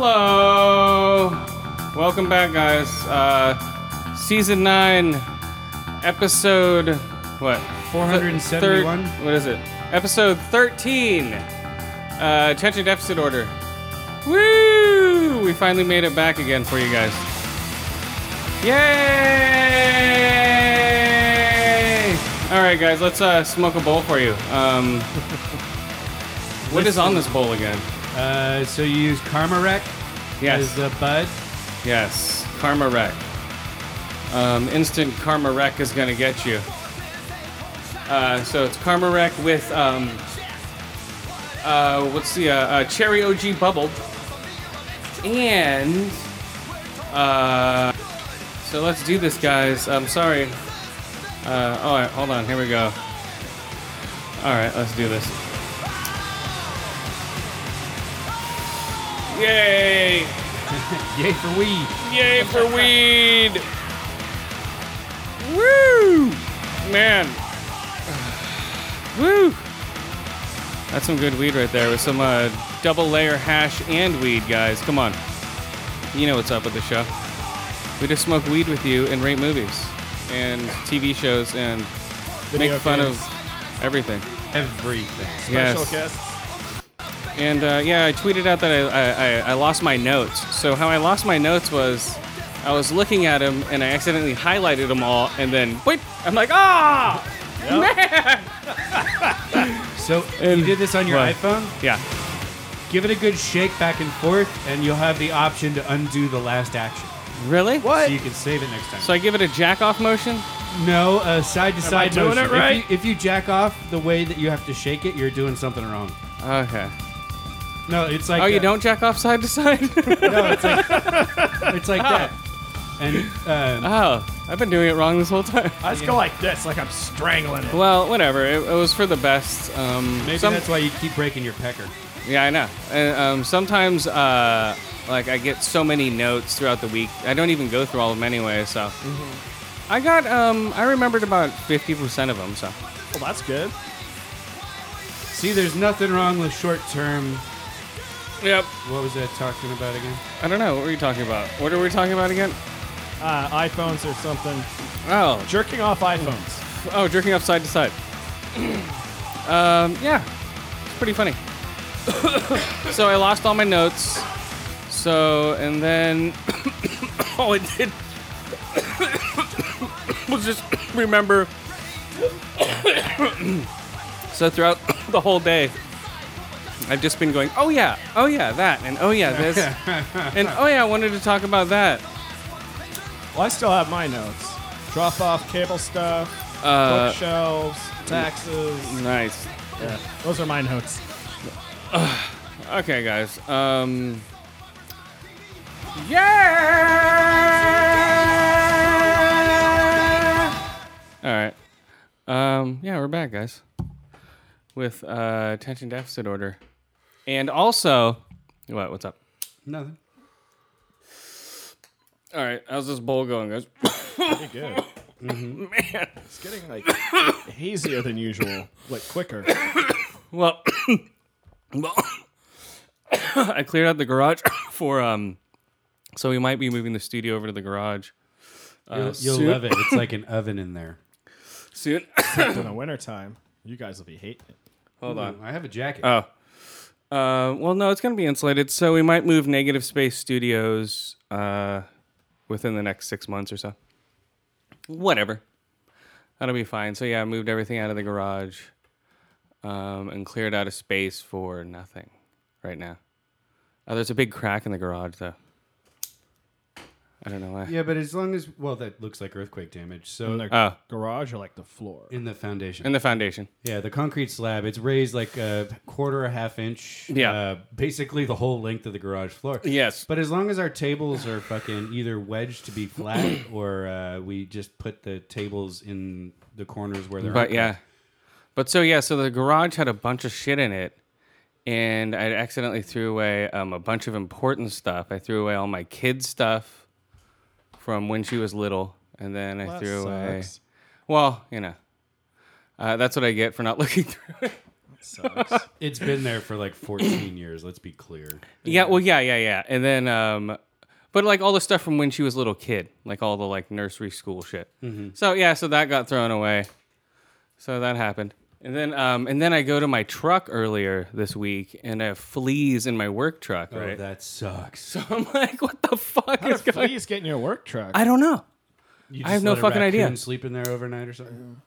Hello! Welcome back, guys. Uh, season 9, episode. What? 471? Thir- what is it? Episode 13! Uh, attention deficit order. Woo! We finally made it back again for you guys. Yay! Alright, guys, let's uh, smoke a bowl for you. Um, what is on this bowl again? Uh, so you use Karma Rec as Yes. the bud. Yes, Karma Wreck. Um, instant Karma Wreck is gonna get you. Uh, so it's Karma Wreck with um, uh, what's the uh, uh, Cherry OG Bubble, and uh, so let's do this, guys. I'm sorry. Uh, all right, hold on. Here we go. All right, let's do this. Yay! Yay for weed. Yay for weed! Woo! Man. Woo! That's some good weed right there with some uh, double layer hash and weed, guys. Come on. You know what's up with the show. We just smoke weed with you and rate movies and TV shows and make fun of everything. Everything. yes. And uh, yeah, I tweeted out that I, I, I lost my notes. So how I lost my notes was I was looking at them and I accidentally highlighted them all, and then wait, I'm like, ah, man, So And- you did this on your What? iPhone. yeah, Give it a good shake back and forth, and you'll have the option to undo the last action. really? What? So you can save it next time. So I give it a jack off motion. no, uh, side to side doing motion. it right? If you, if you jack off the way that you have to shake it, you're doing something wrong. Okay. No, it's like Oh, you uh, don't jack off side to side? No, it's like it's like that. And um, oh, I've been doing it wrong this whole time. I just go like this, like I'm strangling it. Well, whatever. It, it was for the best. Um, maybe some- that's why you keep breaking your pecker. Yeah, I know. And, um, sometimes, uh, like, I get so many notes throughout the week. I don't even go through all of them anyway. So, I got, um, I remembered about fifty percent of them. So, Well, that's good. See, there's nothing wrong with short term. yep. What was that talking about again? I don't know. What were you talking about? What are we talking about again? Uh, iPhones or something. Hmm. Oh, jer- Jerking off iPhones. oh, jerking off side to side. um, yeah, it's pretty funny. so I lost all my notes. So and then all I did was just remember. so throughout the whole day, I've just been going, oh yeah, oh yeah, that, and oh yeah, this, and oh yeah, I wanted to talk about that. Well, I still have my notes. Drop off cable stuff, Uh, bookshelves, taxes. nice. Yeah, those are my notes. Okay, guys. Um. Yeah. All right. Um. Yeah, we're back, guys. With uh, attention deficit order, and also, what? What's up? Nothing. All right. How's this bowl going, guys? Pretty good. Man, it's getting like hazier than usual, like quicker. Well, well, I cleared out the garage for um, so we might be moving the studio over to the garage You'll, you'll Uh, soup. love it. It's like an oven in there. soon. In the wintertime, you guys will be hating it. Hold on. I have a jacket. Oh. Uh, well, no, it's going to be insulated, so we might move Negative Space Studios uh, within the next six months or so. Whatever. That'll be fine. So, yeah, I moved everything out of the garage um, and cleared out a space for nothing right now. Oh, there's a big crack in the garage, though. I don't know why. Yeah, but as long as well, that looks like earthquake damage. So In the Oh. garage or like the floor. in the foundation, In the foundation. yeah, the concrete slab, it's raised like a quarter, a half inch. Yeah. uh, basically the whole length of the garage floor. Yes. But as long as our tables are fucking either wedged to be flat, or uh, we just put the tables in the corners where they're. But yeah. But so yeah, so the garage had a bunch of shit in it, and I accidentally threw away um, a bunch of important stuff. I threw away all my kids' stuff from when she was little, and then I That threw away. sucks. Well, you know, uh, that's what I get for not looking through. it. sucks. It's been there for like 14 years. Let's be clear. Yeah, well, yeah, yeah, yeah. And then, um, but like all the stuff from when she was a little kid, like all the like nursery school shit. So yeah, so that got thrown away. So that happened. And then, um, and then I go to my truck earlier this week, and I have fleas in my work truck. Oh, Right. that sucks. so I'm like, what the fuck is going? Please get in your work truck. I don't know. You I have no let a fucking idea. raccoon Sleep in there overnight or something.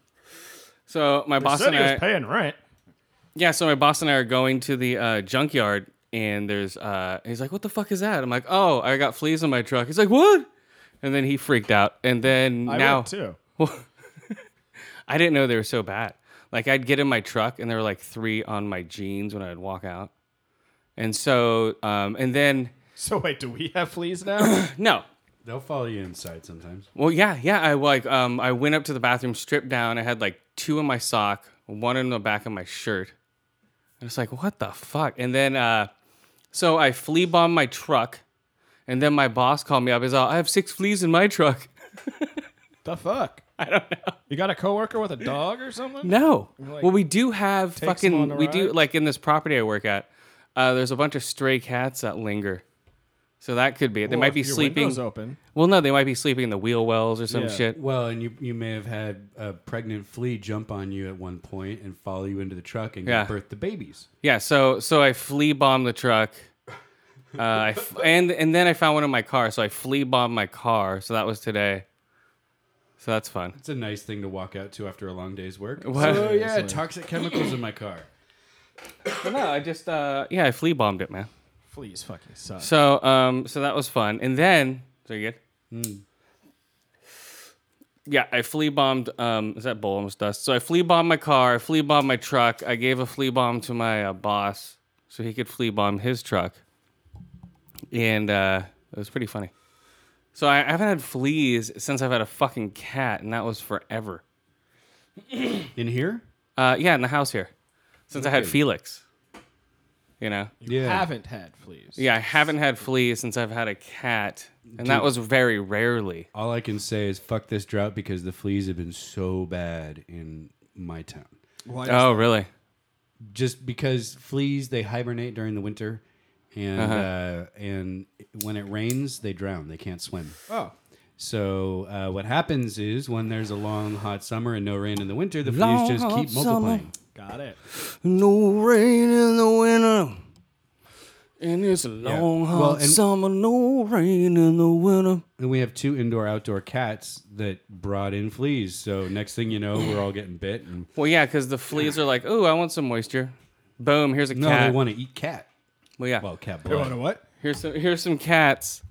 So my boss said and he I, was paying rent. Yeah, so my boss and I are going to the uh, junkyard, and there's uh, he's like, "What the fuck is that?" I'm like, "Oh, I got fleas in my truck." He's like, "What?" And then he freaked out, and then I now would too. I didn't know they were so bad. Like I'd get in my truck, and there were like three on my jeans when I'd walk out, and so um, and then So wait, do we have fleas now? no, They'll follow you inside sometimes. Well, yeah, yeah. I like um, I went up to the bathroom, stripped down. I had like two in my sock, one in the back of my shirt. And it's like, what the fuck? And then, uh, so I flea bombed my truck, and then my boss called me up. He's all, I have six fleas in my truck. the fuck? I don't know. You got a coworker with a dog or something? No. Like, well, we do have them on fucking. a We do ride? like in this property I work at. Uh, there's a bunch of stray cats that linger, so that could be it. They Well, might if be your sleeping. window's open. Well, no, they might be sleeping in the wheel wells or some Yeah. shit. Well, and you you may have had a pregnant flea jump on you at one point and follow you into the truck and Yeah. you birth the babies. Yeah, so so I flea bombed the truck. Uh, I f- and and then I found one in my car, so I flea bombed my car. So that was today. So that's fun. It's a nice thing to walk out to after a long day's work. What? Oh yeah, toxic chemicals in my car. But no, I just uh, yeah, I flea bombed it, man. Fleas fucking suck. So um, so that was fun. And then so you good. Yeah, I flea bombed. Um, is that bowl almost dust? So I flea bombed my car. I flea bombed my truck. I gave a flea bomb to my uh, boss so he could flea bomb his truck, and uh, it was pretty funny. So I, I haven't had fleas since I've had a fucking cat, and that was forever. In here? Uh, yeah, in the house here, since I had Felix. You know. yeah. Haven't had fleas. Yeah, I haven't had fleas since I've had a cat, and that was very rarely. All I can say is fuck this drought because the fleas have been so bad in my town. Why does Oh, really? Just because fleas they hibernate during the winter and Uh-huh. uh, and when it rains they drown. They can't swim. Oh, So uh, what happens is when there's a long hot summer and no rain in the winter, the Long, fleas just hot keep summer. multiplying. got it. No rain in the winter. And it's a long, hot Well, and- summer. No rain in the winter. And we have two indoor outdoor cats that brought in fleas. So next thing you know, we're all getting bit. And Well, yeah, because the fleas are like, oh, I want some moisture. Boom, here's a no, cat. they want to eat cat. well, yeah, Well, cat You want blood. to what? here's some here's some cats.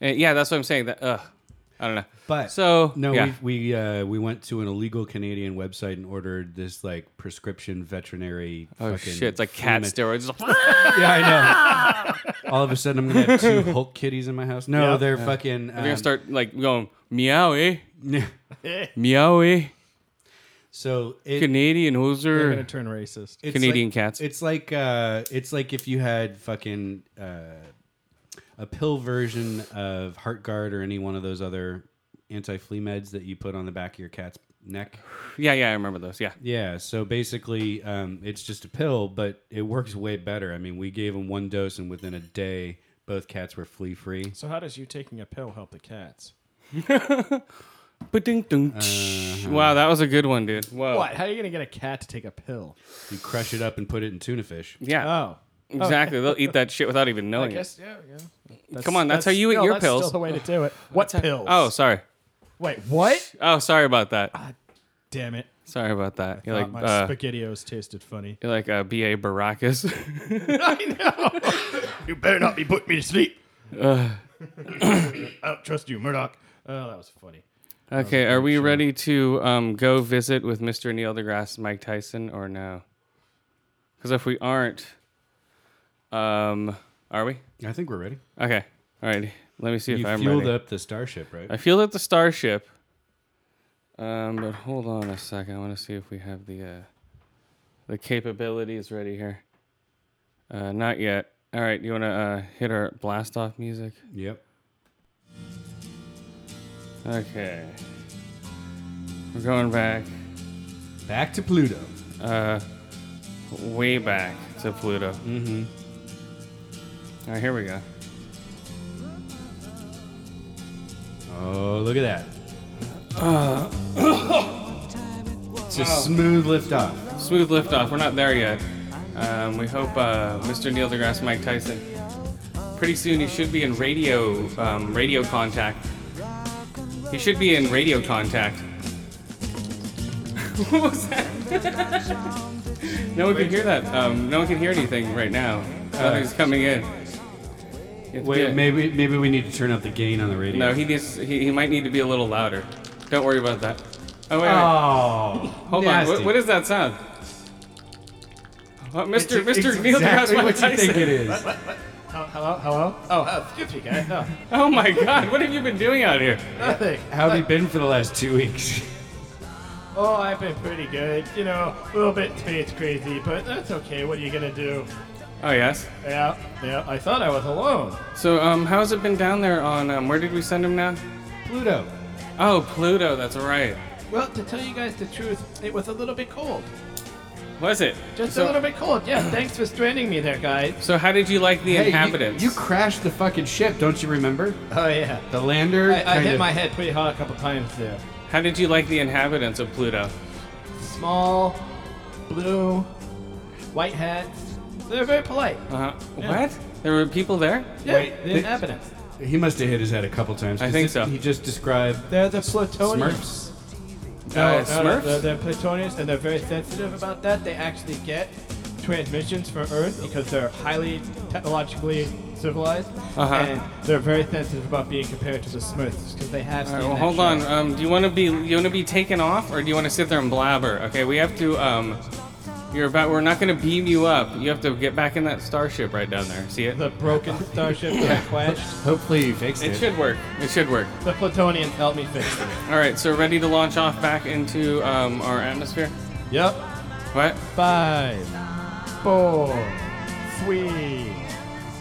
And yeah, that's what I'm saying. That ugh, I don't know. But So no, yeah. we we uh, we went to an illegal Canadian website and ordered this like prescription veterinary. Oh fucking shit! It's like flea cat med- steroids. Yeah, I know. all of a sudden, I'm gonna have two Hulk kitties in my house. No, Yeah. they're fucking. Um, They're gonna start like going meowie, You're meowie, so it, Canadian gonna hooser. turn racist. It's Canadian like- cats. It's like uh, it's like if you had fucking uh, a pill version of HeartGuard or any one of those other anti flea meds that you put on the back of your cat's neck. Yeah, yeah, I remember those. Yeah, Yeah, so basically, um, it's just a pill, but it works way better. I mean, we gave them one dose, and within a day, both cats were flea free. so how does you taking a pill help the cats? Ba-ding-dong. Wow, that was a good one, dude. Whoa. What? How are you gonna get a cat to take a pill? You crush it up and put it in tuna fish. Yeah, Oh, exactly. They'll eat that shit without even I knowing. it. guess yeah, yeah. That's- Come on, that's how you eat no, your that's pills. Still the way to do it. What pills? Oh, sorry. wait, what? Oh, sorry about that. Damn it! Sorry about that. You're Thought like my uh, spaghettios tasted funny. you're like uh, B.A. Baracus. You better not be putting me to sleep. Uh. I don't trust you, Murdoch. Oh, that was funny. okay, are we ready to um, go visit with Mr. Neil deGrasse Mike Tyson or no? Because if we aren't, um, are we? I think we're ready. Okay. All right. Let me see if you I'm fueled ready. up the starship, right? I fueled up the starship. Um, but hold on a second. I want to see if we have the uh, the capabilities ready here. Uh, not yet. All right. You want to uh, hit our blast off music? Yep. Okay. We're going back. Back to Pluto. Uh, way back to Pluto. Mm-hmm. All right, here we go. Oh, look at that. Uh, it's a smooth lift off. Smooth liftoff. We're not there yet. Um, we hope uh, Mr. Neil deGrasse Mike Tyson. Pretty soon, he should be in radio um, radio contact. He should be in radio contact. what was that? no one can hear that. Um, no one can hear anything right now. Nothing's coming in. You have to Wait, be- maybe maybe we need to turn up the gain on the radio. No, he needs. He, he might need to be a little louder. Don't worry about that. Oh wait, wait. Oh, hold on. What, what is that sound? Uh, Mr. Mr. It's Neil exactly deGrasse what you Tyson. think it is? Hello, hello. Oh, excuse me, guys. No, Oh my God! What have you been doing out here? nothing. How have you been for the last two weeks? Oh, I've been pretty good. You know, a little bit space crazy, but that's okay. What are you gonna do? Oh yes. Yeah, yeah. I thought I was alone. So um, how's it been down there on um, where did we send him now? Pluto. Oh, Pluto. That's right. Well, to tell you guys the truth, it was a little bit cold. Was it? Just so, a little bit cold. Yeah. Thanks for stranding me there, guys. So how did you like the Hey, you- inhabitants? You, crashed the fucking ship, don't you remember? Oh yeah. The lander. I, I kind hit of- my head pretty hard a couple times there. how did you like the inhabitants of Pluto? Small, blue, white hats. They're very polite. Uh huh. Yeah. What? There were people there? Yeah, Wait, the they- inhabitants. He must have hit his head a couple times. 'cause I think it- so. He just described They're the Plutonians. Smurfs. Uh, Smurfs? they're, they're Plutonians, and they're very sensitive about that. They actually get transmissions from Earth because they're highly technologically civilized, Uh-huh. and they're very sensitive about being compared to the Smurfs because they All have. seen right, well, that hold show. on. Um, do you want to be you want to be taken off, or do you want to sit there and blabber? Okay, we have to. Um, you're about. We're not going to beam you up. You have to get back in that starship right down there. See it? The broken starship that I quashed. Hopefully you fixed it. It should work. It should work. The Plutonians helped me fix it. All right, so ready to launch off back into um, our atmosphere. Yep. What? Five, four, three,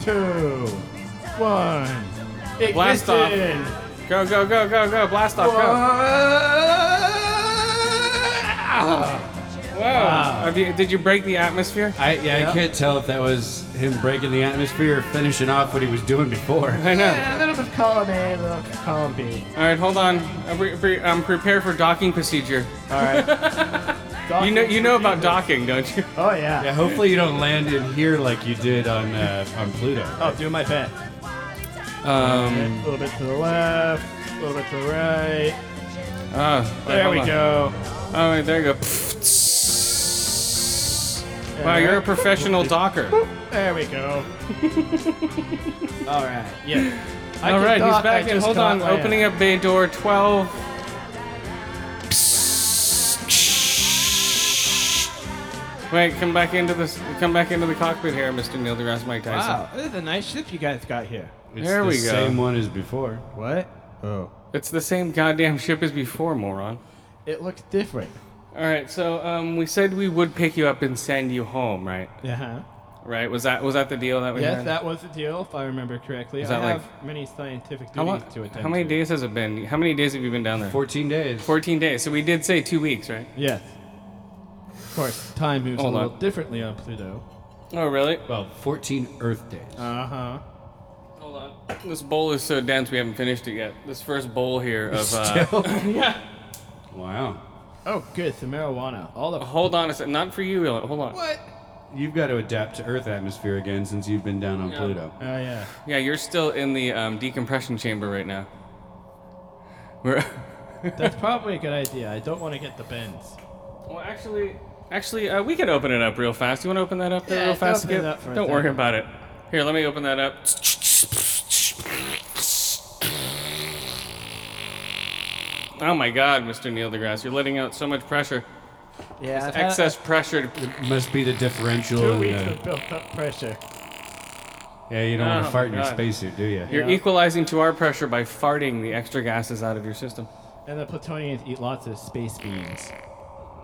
two, one. Blast off. Ignition. Go go go go go! Blast off! Go! Whoa! Have you, did you break the atmosphere? I, yeah, Yeah. I can't tell if that was him breaking the atmosphere or finishing off what he was doing before. I know. Yeah, a little bit of column A, a little bit of column B. All right, hold on. I'm, pre- pre- I'm prepared for docking procedure. All right. You know you know about docking, don't you? Oh yeah. Yeah, hopefully you don't land in here like you did on uh, on Pluto. Oh, do my best. Um. A little bit to the left, a little bit to the right. ah, wait, There hold we on. go. Oh, wait, there you go. Wow, you're a professional docker. There we go. All right. Yeah. I All can right, he's dock, I back in. just Hold can't Oh, on, land. opening up bay door 12. Wait, come back into this. Come back into the cockpit here, Mr. Neil deGrasse Mike Tyson. Wow, this is a nice ship you guys got here. It's There the we go. Same one as before. What? Oh. It's the same goddamn ship as before, moron. It looks different. All right, so um, we said we would pick you up and send you home, right? Uh huh. Right? Was that was that the deal that we Yes, had? that was the deal, if I remember correctly. that I like- have many scientific duties how, long, to attend how many to. days has it been? How many days have you been down there? 14 days. 14 days. So we did say two weeks, right? Yes. Of course, time moves Hold a little on. differently on Pluto. Oh, really? Well, 14 Earth days. Uh Uh-huh. huh. Hold on. This bowl is so dense we haven't finished it yet. This first bowl here of. Uh, yeah. wow. Oh, good. The marijuana. All the. Hold on a second. Not for you, Elliot. Hold on. What? You've got to adapt to Earth atmosphere again since you've been down on Yeah. Pluto. Oh, yeah. Yeah, you're still in the um, decompression chamber right now. We're. That's probably a good idea. I don't want to get the bends. well, actually, actually, uh, we can open it up real fast. You want to open that up there Yeah, real let's fast? open it Skip? up for a Don't worry second. about it. Here, let me open that up. Oh my God, Mr. Neil deGrasse, you're letting out so much pressure. Uh, Yeah. I've had- Excess pressure to It must be the differential. Two and weeks the- of built up pressure. yeah, you don't want Oh, to fart in your God. spacesuit, do you? You're Yeah. equalizing to our pressure by farting the extra gases out of your system. And the Plutonians eat lots of space beans.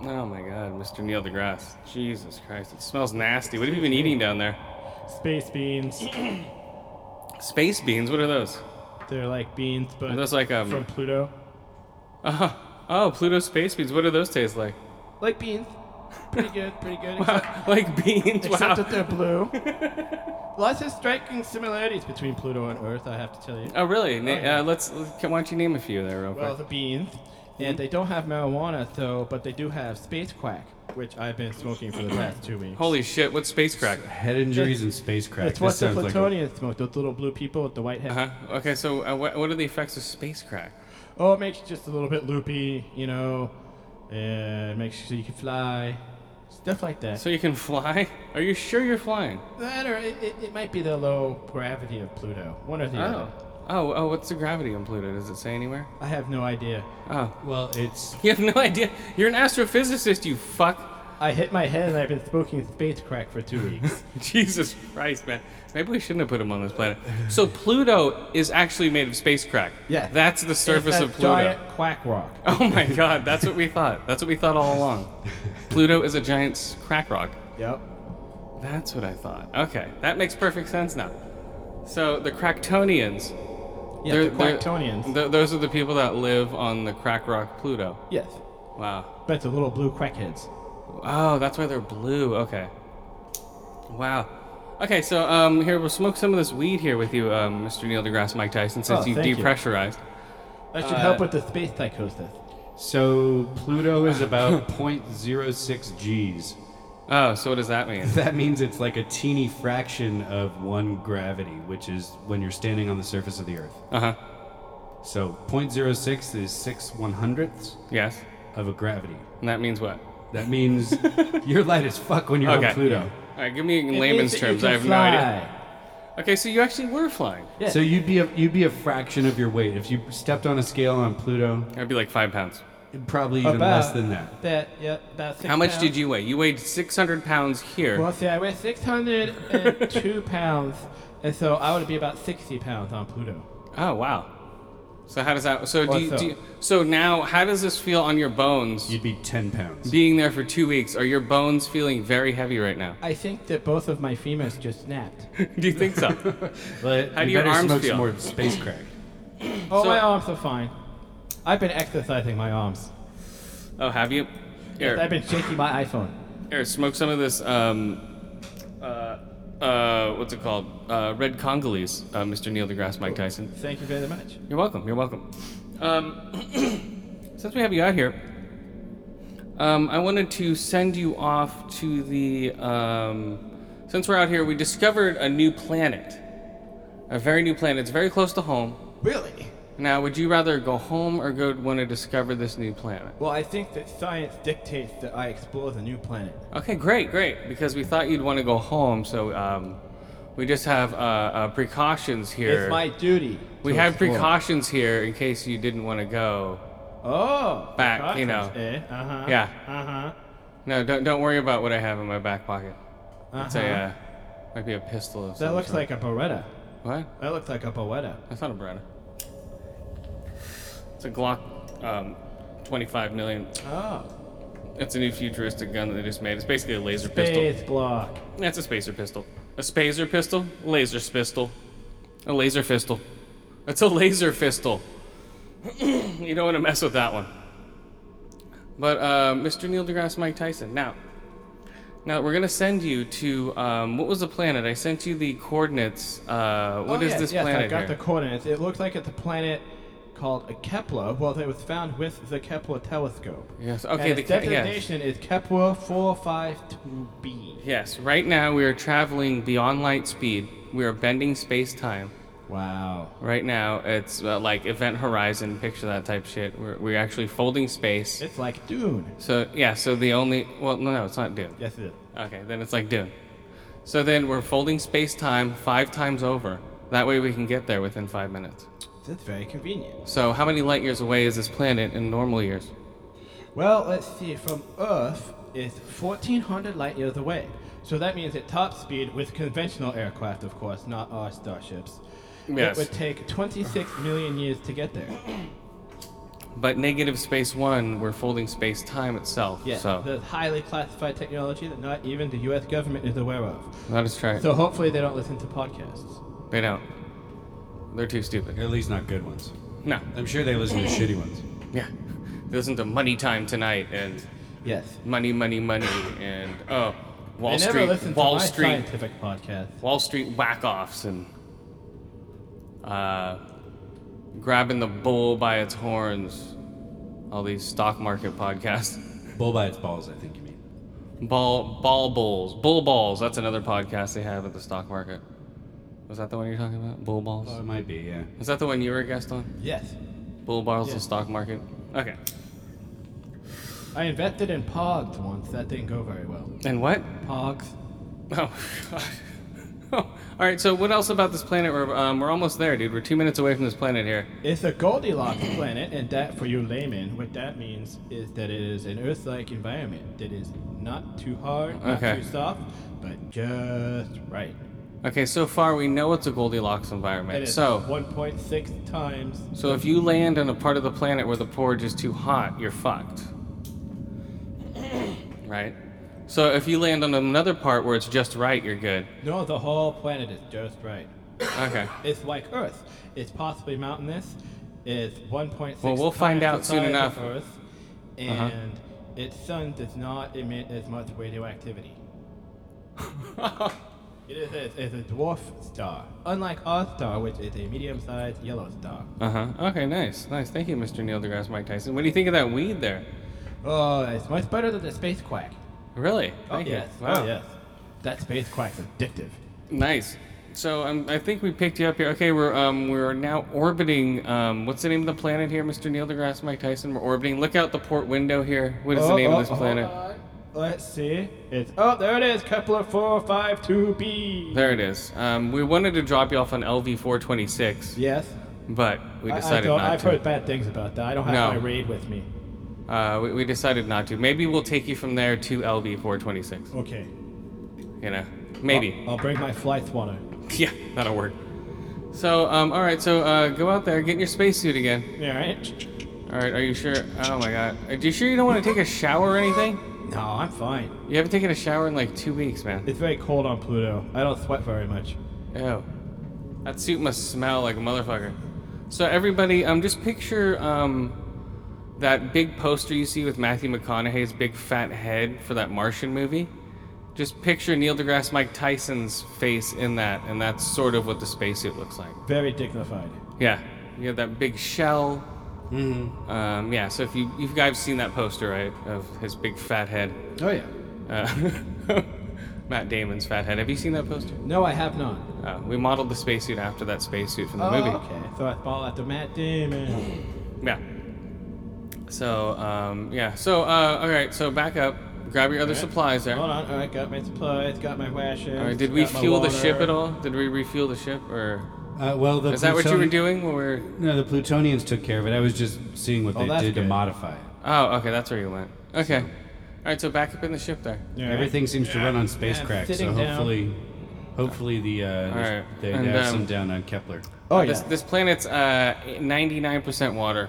Oh my God, Mr. Neil deGrasse. Jesus Christ, it smells nasty. What have you been eating down there? Space beans. Space beans? What are those? They're like beans, but Are those like um? uh-huh. from Pluto. oh, Pluto space beans. What do those taste like? Like beans. Pretty good, pretty good. Except, like beans. Wow. except that they're blue. Lots of striking similarities between Pluto and Earth, I have to tell you. Oh, really? Na- yeah. uh, let's, let's- Why don't you name a few there, real Well, quick? the beans. Mm-hmm. And they don't have marijuana, though, but they do have space quack, which I've been smoking for the past two weeks. Holy shit! What's space crack? Head injuries and space crack. It's what This the sounds like a- Platonians smoke, those little blue people with the white head. Uh-huh. Okay, so uh, what, what are the effects of space crack? Oh, it makes you just a little bit loopy, you know, and it makes you so you can fly, stuff like that. So you can fly? Are you sure you're flying? that or it, it, it might be the low gravity of Pluto, one or the Oh. other. Oh, oh, what's the gravity on Pluto? Does it say anywhere? I have no idea. Oh. Well, it's You have no idea. You're an astrophysicist, you fuck. I hit my head and I've been smoking space crack for two weeks. Jesus Christ, man. Maybe we shouldn't have put him on this planet. So Pluto is actually made of space crack. Yeah. That's the surface It's of that Pluto. Giant quack rock. Oh my god, that's what we thought. That's what we thought all along. Pluto is a giant s- crack rock. Yep. That's what I thought. Okay, that makes perfect sense now. So the Cracktonians. Yeah, the Quacktonians. th- those are the people that live on the crack rock Pluto. Yes. Wow. But the little blue quackheads. Oh, that's why they're blue. Okay. Wow. Okay, so um, here we'll smoke some of this weed here with you, um, Mr. Neil deGrasse Mike Tyson, since Oh, you thank you. depressurized. That Uh, should help with the space psychosis. so Pluto is about 0.06 g's. Oh, so what does that mean? That means it's like a teeny fraction of one gravity, which is when you're standing on the surface of the Earth. Uh huh. So 0.06 is six one hundredths Yes. of a gravity. And that means what? That means you're light as fuck when you're Okay. on Pluto. All right, give me in It means layman's that you terms. can I have fly. no idea. Okay, so you actually were flying. Yeah. So you'd be a, you'd be a fraction of your weight if you stepped on a scale on Pluto. I'd be like five pounds. Probably even About less than that. That, yep, about six How much pounds. did you weigh? You weighed 600 pounds here. Well, see, I weigh 602 pounds, and so I would be about 60 pounds on Pluto. Oh wow. So how does that? So do Or you, so. do you, so now how does this feel on your bones? You'd be 10 pounds. being there for two weeks, are your bones feeling very heavy right now? I think that both of my femurs just snapped. do you think so? But How you do your better arms smoke feel? some more space crack. Oh, So- my arms are fine. I've been exercising my arms. oh, have you? I've Here, been shaking my iPhone. here, smoke some of this. Um, uh, uh, what's it called? Uh, red Congolese, uh, Mr. Neil deGrasse Mike Tyson. Thank you very much. You're welcome. You're welcome. Um, since we have you out here, um, I wanted to send you off to the. Um, since we're out here, we discovered a new planet, a very new planet. It's very close to home. Really? Now, would you rather go home or go want to discover this new planet? Well, I think that science dictates that I explore the new planet. Okay, great, great. Because we thought you'd want to go home, so um, we just have uh, uh, precautions here. It's my duty. we to have explore. precautions here in case you didn't want to go. Oh, back, you know. precautions, Eh? Uh huh. Yeah. Uh huh. No, don't don't worry about what I have in my back pocket. It's a Uh-huh. uh, might be a pistol. Of That looks like a Beretta. what? That looks like a Beretta. That's not a Beretta. It's a Glock, um, 25 million. Oh. It's a new futuristic gun that they just made. It's basically a laser pistol. Space block. That's a spacer pistol. A spacer pistol? Laser pistol. A laser pistol. It's a laser pistol. you don't want to mess with that one. But uh, Mr. Neil deGrasse Mike Tyson. Now, now we're gonna send you to um, what was the planet? I sent you the coordinates. Uh, what oh, is yes, this yes, planet I've got here? the coordinates. It looks like it's a planet called a Kepler. Well, it was found with the Kepler telescope. Yes. Okay. and The its ca- yes. designation is Kepler 452b. Yes. Right now we are traveling beyond light speed. We are bending space time. Wow. Right now, it's uh, like Event Horizon, picture that type shit. We're, we're actually folding space. It's like Dune. So, yeah, so the only. Well, no, no, it's not Dune. Yes, it is. Okay, then it's like Dune. So then we're folding space time five times over. That way we can get there within five minutes. That's very convenient. So, how many light years away is this planet in normal years? Well, let's see. From Earth, it's 1,400 light years away. So that means at top speed, with conventional aircraft, of course, not our starships, Yes. it would take 26 million years to get there. But negative space one, we're folding space time itself. Yes, So, there's highly classified technology that not even the U.S. government is aware of. that is right. So hopefully they don't listen to podcasts. they don't. They're too stupid. At least not good ones. No. I'm sure they listen to shitty ones. Yeah. They listen to Money Time Tonight and Yes. money, money, money, and oh, Wall they never listen Street, to Wall my Street, scientific podcast. Wall Street whack offs, and uh, grabbing the bull by its horns. All these stock market podcasts, Bull by its balls, I think you mean. ball ball bulls, bull balls. That's another podcast they have at the stock market. Was that the one you're talking about? Bull balls. Uh, Oh, it might be, yeah. Is that the one you were a guest on? Yes. Bull balls, Yeah. the stock market. Okay. I invested in Pogs once. That didn't go very well. And what? Pogs. Oh, God. Oh, All right, so what else about this planet? We're, um, we're almost there, dude. We're two minutes away from this planet here. It's a Goldilocks planet, and that, for you laymen, what that means is that it is an Earth-like environment that is not too hard, not Okay. too soft, but just right. Okay, so far we know it's a Goldilocks It environment. is So, 1.6 times. so if you land on a part of the planet where the porridge is too hot, you're fucked. Right? So if you land on another part where it's just right, you're good. No, the whole planet is just right. Okay. It's like Earth. It's possibly mountainous. It's 1.6. Well, we'll find times out the soon size enough. Uh-huh. Of Earth, and its sun does not emit as much radioactivity. Uh-huh. It is a, it's a dwarf star, unlike our star, which is a medium-sized yellow star. Uh huh. Okay, nice. Nice. Thank you, Mr. Neil deGrasse Mike Tyson. What do you think of that weed there? Oh, it's much better than the space quack. Really? Oh Thank you. yes, Wow. oh yes. That space quack's addictive. Nice. So um, I think we picked you up here. Okay, we're um, we're now orbiting. Um, what's the name of the planet here, Mr. Neil deGrasse Mike Tyson? We're orbiting. Look out the port window here. What is the Oh, name oh, of this hold planet? on. Let's see. It's oh, there it is, Kepler 452b. There it is. Um, we wanted to drop you off on LV 426, Yes. but we I- I decided don't- not I've to. heard bad things about that. I don't have No. my raid with me. Uh, we, we decided not to. Maybe we'll take you from there to LV 426. Okay. You know, maybe. I'll, I'll bring my flight swatter. Yeah, that'll work. So um, all right. So uh, go out there, get in your spacesuit again. All right. All right. Are you sure? Oh my God. Are you sure you don't want to take a shower or anything? No, I'm fine. You haven't taken a shower in like two weeks, man. It's very cold on Pluto. I don't sweat very much. Ew. That suit must smell like a motherfucker. So everybody, um, just picture um, that big poster you see with Matthew McConaughey's big fat head for that Martian movie. Just picture Neil deGrasse Mike Tyson's face in that, and that's sort of what the spacesuit looks like. Very dignified. Yeah, you have that big shell. Mm-hmm. Um, yeah. So if you you guys seen that poster, right, of his big fat head, Oh yeah. uh, Matt Damon's fat head. Have you seen that poster? No, I have not. Uh, we modeled the spacesuit after that spacesuit from the oh, movie. okay. So I fall after Matt Damon. Yeah. So, um, yeah. So, uh, all right. So back up. Grab your other supplies there. Hold on. All right, got my supplies, got my rations. All right. Did we got my fuel the water. ship at all? Did we refuel the ship, or Uh, well, the is that what you were Plutonian- doing? When we were No, the Plutonians took care of it. I was just seeing what Oh, they that's did to good. modify it. Oh, okay. That's where you went. Okay. All right. So back up in the ship there. All right. Everything seems to run on space I'm crack, so sitting down. hopefully, hopefully the uh, right. they And, have um, some down on Kepler. Oh This yeah. this planet's uh, 99% water.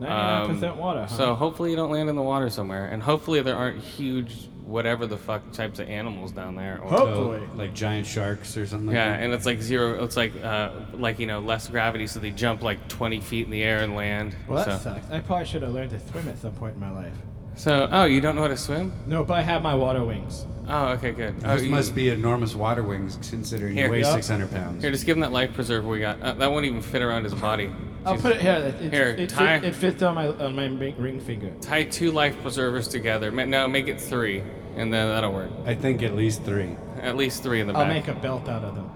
Ninety-nine percent Um, water. Huh? So hopefully you don't land in the water somewhere, and hopefully there aren't huge whatever the fuck types of animals down there. Or, Huh? So, hopefully. like giant sharks or something. Yeah, like that. and it's like zero. It's like uh, like you know less gravity, so they jump like twenty feet in the air and land. well, so. that sucks. I probably should have learned to swim at some point in my life. so oh, you don't know how to swim? No, but I have my water wings. Oh, okay, good. Oh, Those you- must be enormous water wings, considering Here. you weigh Yeah. 600 pounds. Here, just give him that life preserver we got. Uh, that won't even fit around his body. I'll put it here. It, it, Here, it, fit- tie- it fits on my on my ring, ring finger. Tie two life preservers together. Ma- No, make it three, and then that'll work. I think at least three. At least three in the I'll back. make a belt out of them.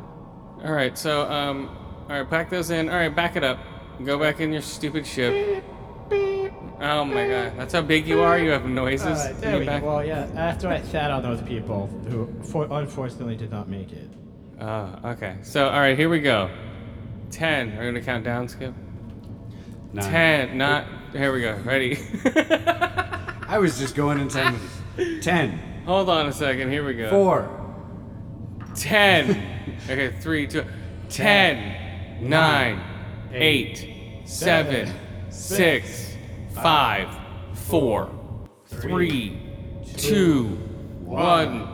All right, so um, all right, pack those in. All right, back it up. Go back in your stupid ship. Oh my god, that's how big you are. You have noises. All right, in there your we go. back. Well, yeah. After I sat on those people who for, unfortunately did not make it. Oh, okay. So, all right, here we go. Ten. Are we gonna count down, Skip? Nine. Ten. Not. Here we go. Ready? I was just going in time. with- Ten. Hold on a second. Here we go. Four. Ten. okay, three, two, ten, nine, eight, seven, six, five, four, three, two, one.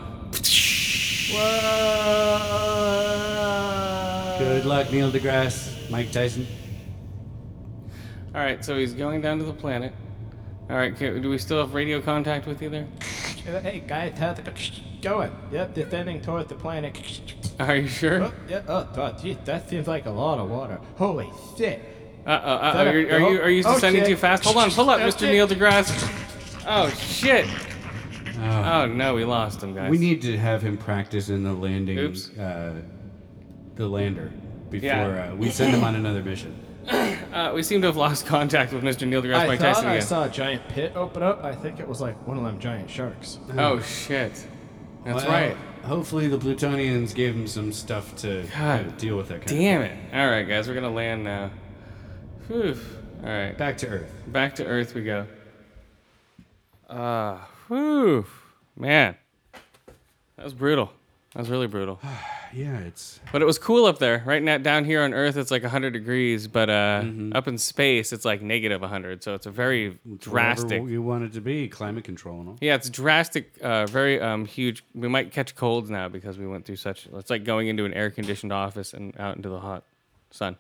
Good luck, Neil deGrasse, Mike Tyson. All right, so he's going down to the planet. All right, ca- do we still have radio contact with you there? Hey, guys, how's it going? Yep, descending towards the planet. Are you sure? Uh Oh, yeah, oh, God, geez, that seems like a lot of water. Holy shit. oh. Uh oh. Are, you- are you are you descending Okay. too fast? Hold on, pull up, Mr. Okay. Neil deGrasse. Oh shit! Oh no, we lost him, guys. We need to have him practice in the landing, Oops. uh, the lander, before Yeah. uh, we send him on another mission. Uh, we seem to have lost contact with Mr. Neil deGrasse I Mike thought Tyson I again. saw a giant pit open up. I think it was like one of them giant sharks. Oh shit! That's Well, right. Hopefully, the Plutonians gave him some stuff to uh, God deal with that. Kind Damn it! All right, guys, we're gonna land now. Whew. All right, Of. Back to Earth. back to Earth we go. Ah, whew, man, that was brutal. That was really brutal. Yeah, it's But it was cool up there. Right now, down here on Earth, it's like 100 degrees, but uh, up in space, it's like negative 100. So it's a very drastic. whatever you want it to be. Climate control and all. Yeah, it's drastic. Uh, very um, huge. We might catch colds now because we went through such. It's like going into an air conditioned office and out into the hot sun.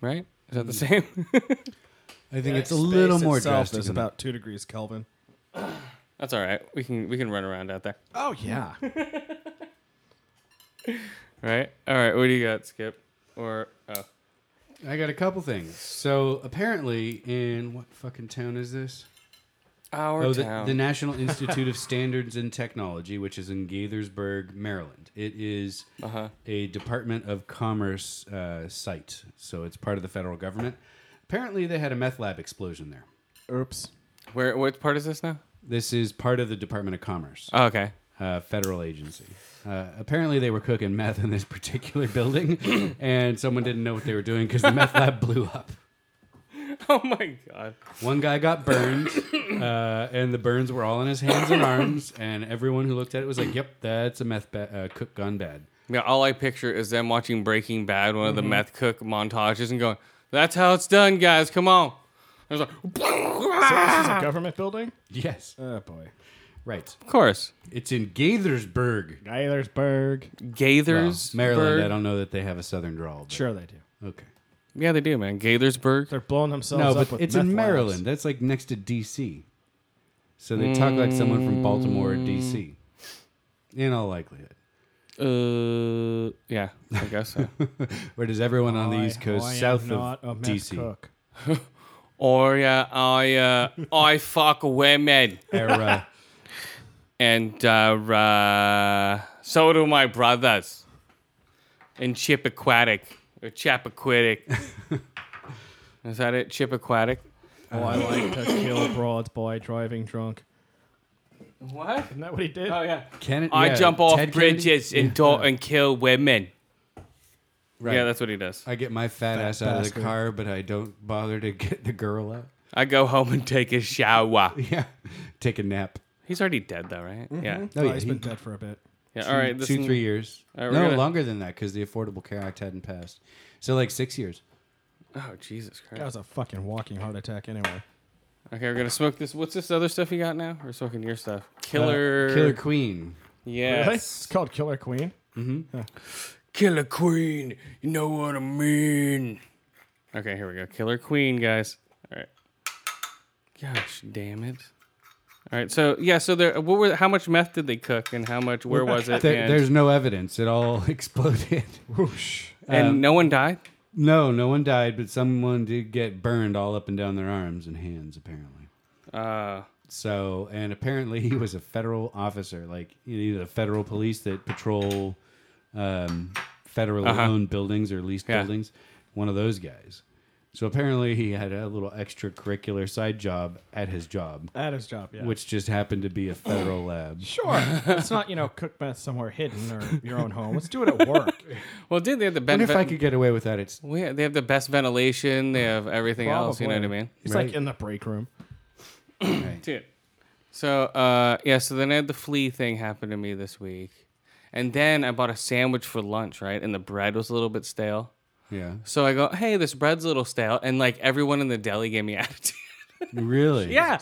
Right? Is that the same? I think it's a little more drastic. It's than about two degrees Kelvin. That's all right. We can we can run around out there. Oh yeah. Right? All right. What do you got, Skip? Or oh, that. I got a couple things. So apparently, in what fucking town is this? our Oh, the, town. the National Institute of Standards and Technology, which is in Gaithersburg, Maryland. It is Uh-huh. a Department of Commerce uh, site, so it's part of the federal government. Apparently, they had a meth lab explosion there. Oops. Where? What part is this now? This is part of the Department of Commerce, Oh, okay. uh, federal agency. Uh, apparently, they were cooking meth in this particular building, and someone didn't know what they were doing because the meth lab blew up. Oh my god. One guy got burned, uh, and the burns were all on his hands and arms. And everyone who looked at it was like, "Yep, that's a meth ba- uh, cook gone bad." Yeah, all I picture is them watching Breaking Bad, one of the meth cook montages, and going, "That's how it's done, guys. Come on." I was like, This is a government building? Yes, Oh boy. right. "Of course, It's in Gaithersburg, Gaithersburg. Well, Gaithersburg, Maryland. I don't know that they have a southern drawl. but- Sure they do. Okay. Yeah, they do, man. Gaithersburg. They're blowing themselves No, up but with it's meth in labs. Maryland. That's like next to D.C. So they talk like someone from Baltimore or D.C. In all likelihood, Uh, yeah, I guess so. whereas everyone on the I- East Coast, I am south not a of meth D.C. cook. or yeah, I uh, I fuck women, era. and uh, uh, so do my brothers. And Chip Aquatic or Chappaquiddick. Is that it? Chip Aquatic. Oh, I like to kill broads by driving drunk. What? Isn't that what he did? Oh yeah. Can it, I yeah, jump off Ted Kennedy? bridges and talk and kill women. Right. Yeah, that's what he does. I get my fat ass out of the bastard. car, but I don't bother to get the girl out. I go home and take a shower. Yeah, take a nap. He's already dead though, right? Yeah. Oh, Oh, yeah, he's he- been dead for a bit. Yeah. All right. two, This two, one- three years. All right, we're no, gonna- longer than that because the Affordable Care Act hadn't passed. So like six years. Oh Jesus That Christ. was a fucking walking heart attack anyway. Okay, we're gonna smoke this. What's this other stuff you got now? We're smoking your stuff. Killer. Uh, Killer Queen. Really? Yes. It's called Killer Queen. Killer Queen. You know what I mean. Okay, here we go. Killer Queen, guys. All right. Gosh, damn it. All right, so yeah, so there. What were? How much meth did they cook, and how much? Where was it? There, and- there's no evidence. It all exploded. Whoosh. and uh, no one died. No, no one died, but someone did get burned all up and down their arms and hands, apparently. Uh, So, and apparently he was a federal officer, like you know, either the federal police that patrol um, federally owned buildings or leased Uh-huh. Yeah. buildings, one of those guys. So apparently he had a little extracurricular side job at his job, At his job, yeah. which just happened to be a federal lab. Sure. Let's not, you know, cook meth somewhere hidden or your own home. Let's do it at work. well, did they have the And best? if I could get away with that, it's Well, yeah, they have the best ventilation. They have everything else. You know what I Probably. mean, He's Right. like in the break room. dude. So, uh, yeah. So then I had the flea thing happen to me this week, and then I bought a sandwich for lunch, right? And the bread was a little bit stale. yeah, So I go, hey, this bread's a little stale, and like everyone in the deli gave me attitude. really, yeah.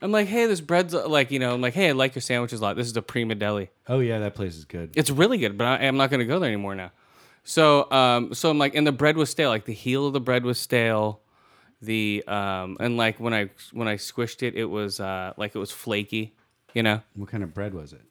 I'm like, hey, this bread's uh, like, you know, I'm like, hey, I like your sandwiches a lot. This is a prima deli. Oh yeah, that place is good. It's really good, but I, I'm not going to go there anymore now. So, um, so I'm like, and the bread was stale. Like the heel of the bread was stale. the um and like when I when I squished it, it was uh like it was flaky, you know. What kind of bread was it?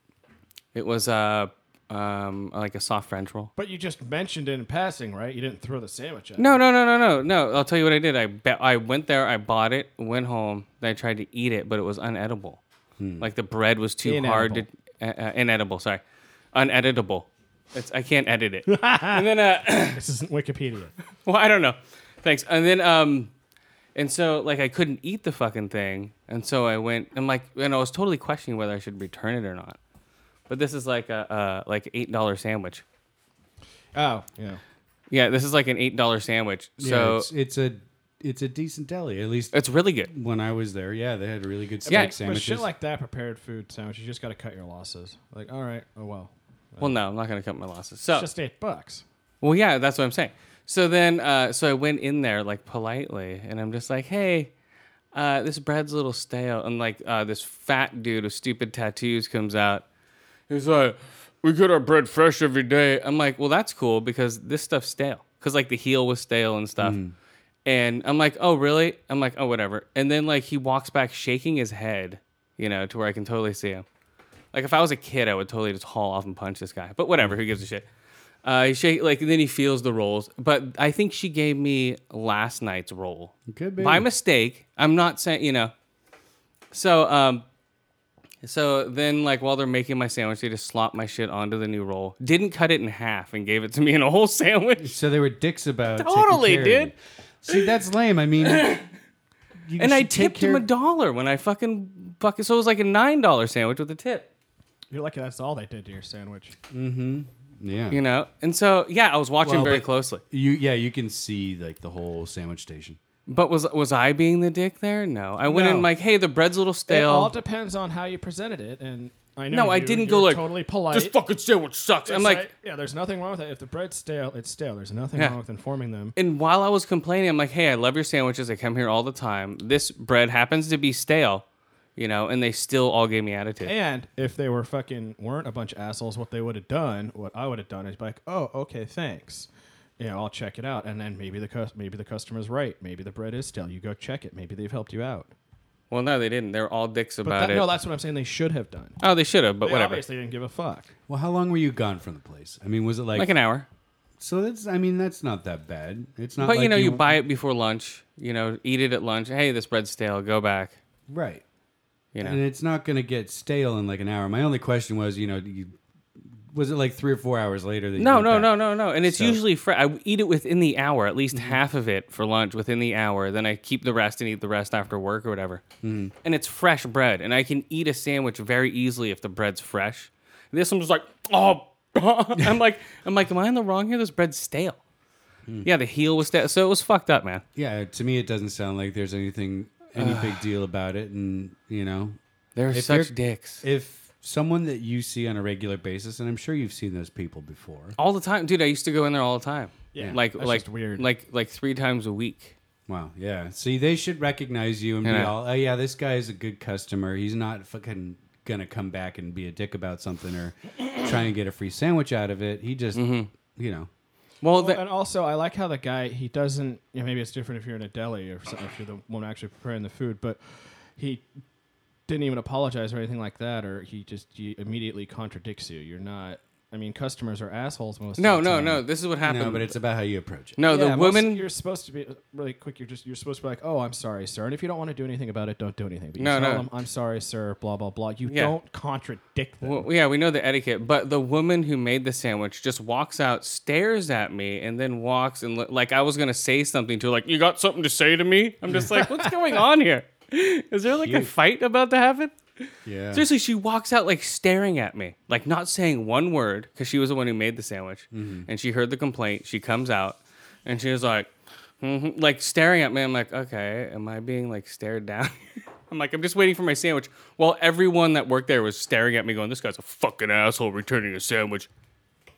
It was uh um like a soft French roll. But you just mentioned it in passing, right? You didn't throw the sandwich at No, no, no, no, no, no. I'll tell you what I did. I bet I went there, I bought it, went home, then I tried to eat it, but it was unedible. Like the bread was too hard to uh, uh, inedible. Sorry, uneditable. It's I can't edit it. and then uh, it. This isn't Wikipedia. Well, I don't know. Thanks. And then um and so like I couldn't eat the fucking thing. And so I went and like and I was totally questioning whether I should return it or not. But this is like a uh like eight dollar sandwich. Oh, yeah. Yeah, this is like an eight dollar sandwich. So yeah, it's, it's, it's a it's a decent deli. At least really good. when I was there, yeah, they had really good steak Yeah, but sandwiches. But shit like that, prepared food sandwich, you just got to cut your losses. Like, all right, oh well, Well, no, I'm not gonna cut my losses. So it's just eight bucks. Well, yeah, that's what I'm saying. So then, uh, so I went in there like politely, and I'm just like, "Hey, uh, this bread's a little stale." And like uh, this fat dude with stupid tattoos comes out. He's like, "We get our bread fresh every day." I'm like, "Well, that's cool because this stuff's stale." Because like the heel was stale and stuff. And I'm like, "Oh, really?" I'm like, "Oh, whatever." And then like he walks back, shaking his head, you know, to where I can totally see him. Like if I was a kid, I would totally just haul off and punch this guy. But whatever, who gives a shit? Uh, he shake, like then he feels the rolls, but I think she gave me last night's roll Could be. by mistake. I'm not saying you know. So um, so then like while they're making my sandwich, they just slop my shit onto the new roll. Didn't cut it in half and gave it to me in a whole sandwich. so they were dicks about taking Totally, care of it. dude. See, that's lame. I mean, you And I should take tipped him care- a dollar when I fucking fucking. So it was like a nine dollar sandwich with a tip. You're lucky that's all they did to your sandwich. Yeah, You know, and so yeah, I was watching Well, very but- closely. you yeah you can see like the whole sandwich station. But was was I being the dick there? No, I went No. in like, hey, the bread's a little It stale. all depends on how you presented it, and I know. no, I you- didn't you're go like totally polite. This fucking sandwich sucks. I'm It's like, yeah, there's nothing wrong with it. If the bread's stale, it's stale. There's nothing Yeah. wrong with informing them. and while I was complaining, I'm like, hey, I love your sandwiches. I come here all the time. This bread happens to be stale, you know, and they still all gave me attitude. And if they were fucking weren't a bunch of assholes, what they would have done, what I would have done, is be like, oh, okay, thanks. You know, I'll check it out, and then maybe the cus- maybe the customer's right. Maybe the bread is stale. You go check it. Maybe they've helped you out. well, no, they didn't. They're all dicks But about that, it. no, that's what I'm saying. They should have done. oh, they should have, but They whatever. obviously didn't give a fuck. Well, how long were you gone from the place? I mean, was it like, Like an hour. so? That's I mean, that's not that bad. It's not. But like you know, you buy it before lunch. You know, eat it at lunch. Hey, this bread's stale. Go back. right. You know. and it's not going to get stale in like an hour. My only question was, you know, do you, was it like three or four hours later? That you No, went no, back? no, no, no. And it's So- usually fresh. I eat it within the hour, at least half of it for lunch within the hour. Then I keep the rest and eat the rest after work or whatever. And it's fresh bread, and I can eat a sandwich very easily if the bread's fresh. This one's just like, oh, I'm like, I'm like, am I in the wrong here? This bread's stale. Yeah, the heel was stale, so it was fucked up, man. Yeah, to me, it doesn't sound like there's anything any big deal about it, and you know, They're If such you're- dicks if someone that you see on a regular basis, and I'm sure you've seen those people before. all the time, dude. I used to go in there all the time. Yeah, like that's like just weird. like like three times a week. Wow, yeah. See, they should recognize you and be Yeah. all, oh yeah, this guy is a good customer. He's not fucking gonna come back and be a dick about something or try and get a free sandwich out of it. He just, Mm-hmm. you know, Well, Well, the, and also, I like how the guy he doesn't. You know, maybe it's different if you're in a deli or something, if you're the one actually preparing the food, but he didn't even apologize or anything like that, or he just he immediately contradicts you. You're not. I mean, customers are assholes most. no, of the no, time. no. This is what happened. no, but it's about how you approach it. no, Yeah, Oh, the most- woman. you're supposed to be uh, really quick. You're just you're supposed to be like, "Oh, I'm sorry, sir." And if you don't want to do anything about it, don't do anything. But you No, tell no. them, "I'm sorry, sir." Blah blah blah. You Yeah. don't contradict them. Well, yeah, we know the etiquette, but the woman who made the sandwich just walks out, stares at me, and then walks and li- like I was gonna say something to her, like you got something to say to me. I'm just like, what's going on here? Is there like a fight about to happen? Yeah. Seriously, she walks out like staring at me, like not saying one word because she was the one who made the sandwich, Mm-hmm. and she heard the complaint. She comes out, and she was like, mhm, like staring at me. I'm like, okay, am I being like stared down? I'm like, I'm just waiting for my sandwich. While everyone that worked there was staring at me, going, "This guy's a fucking asshole returning a sandwich."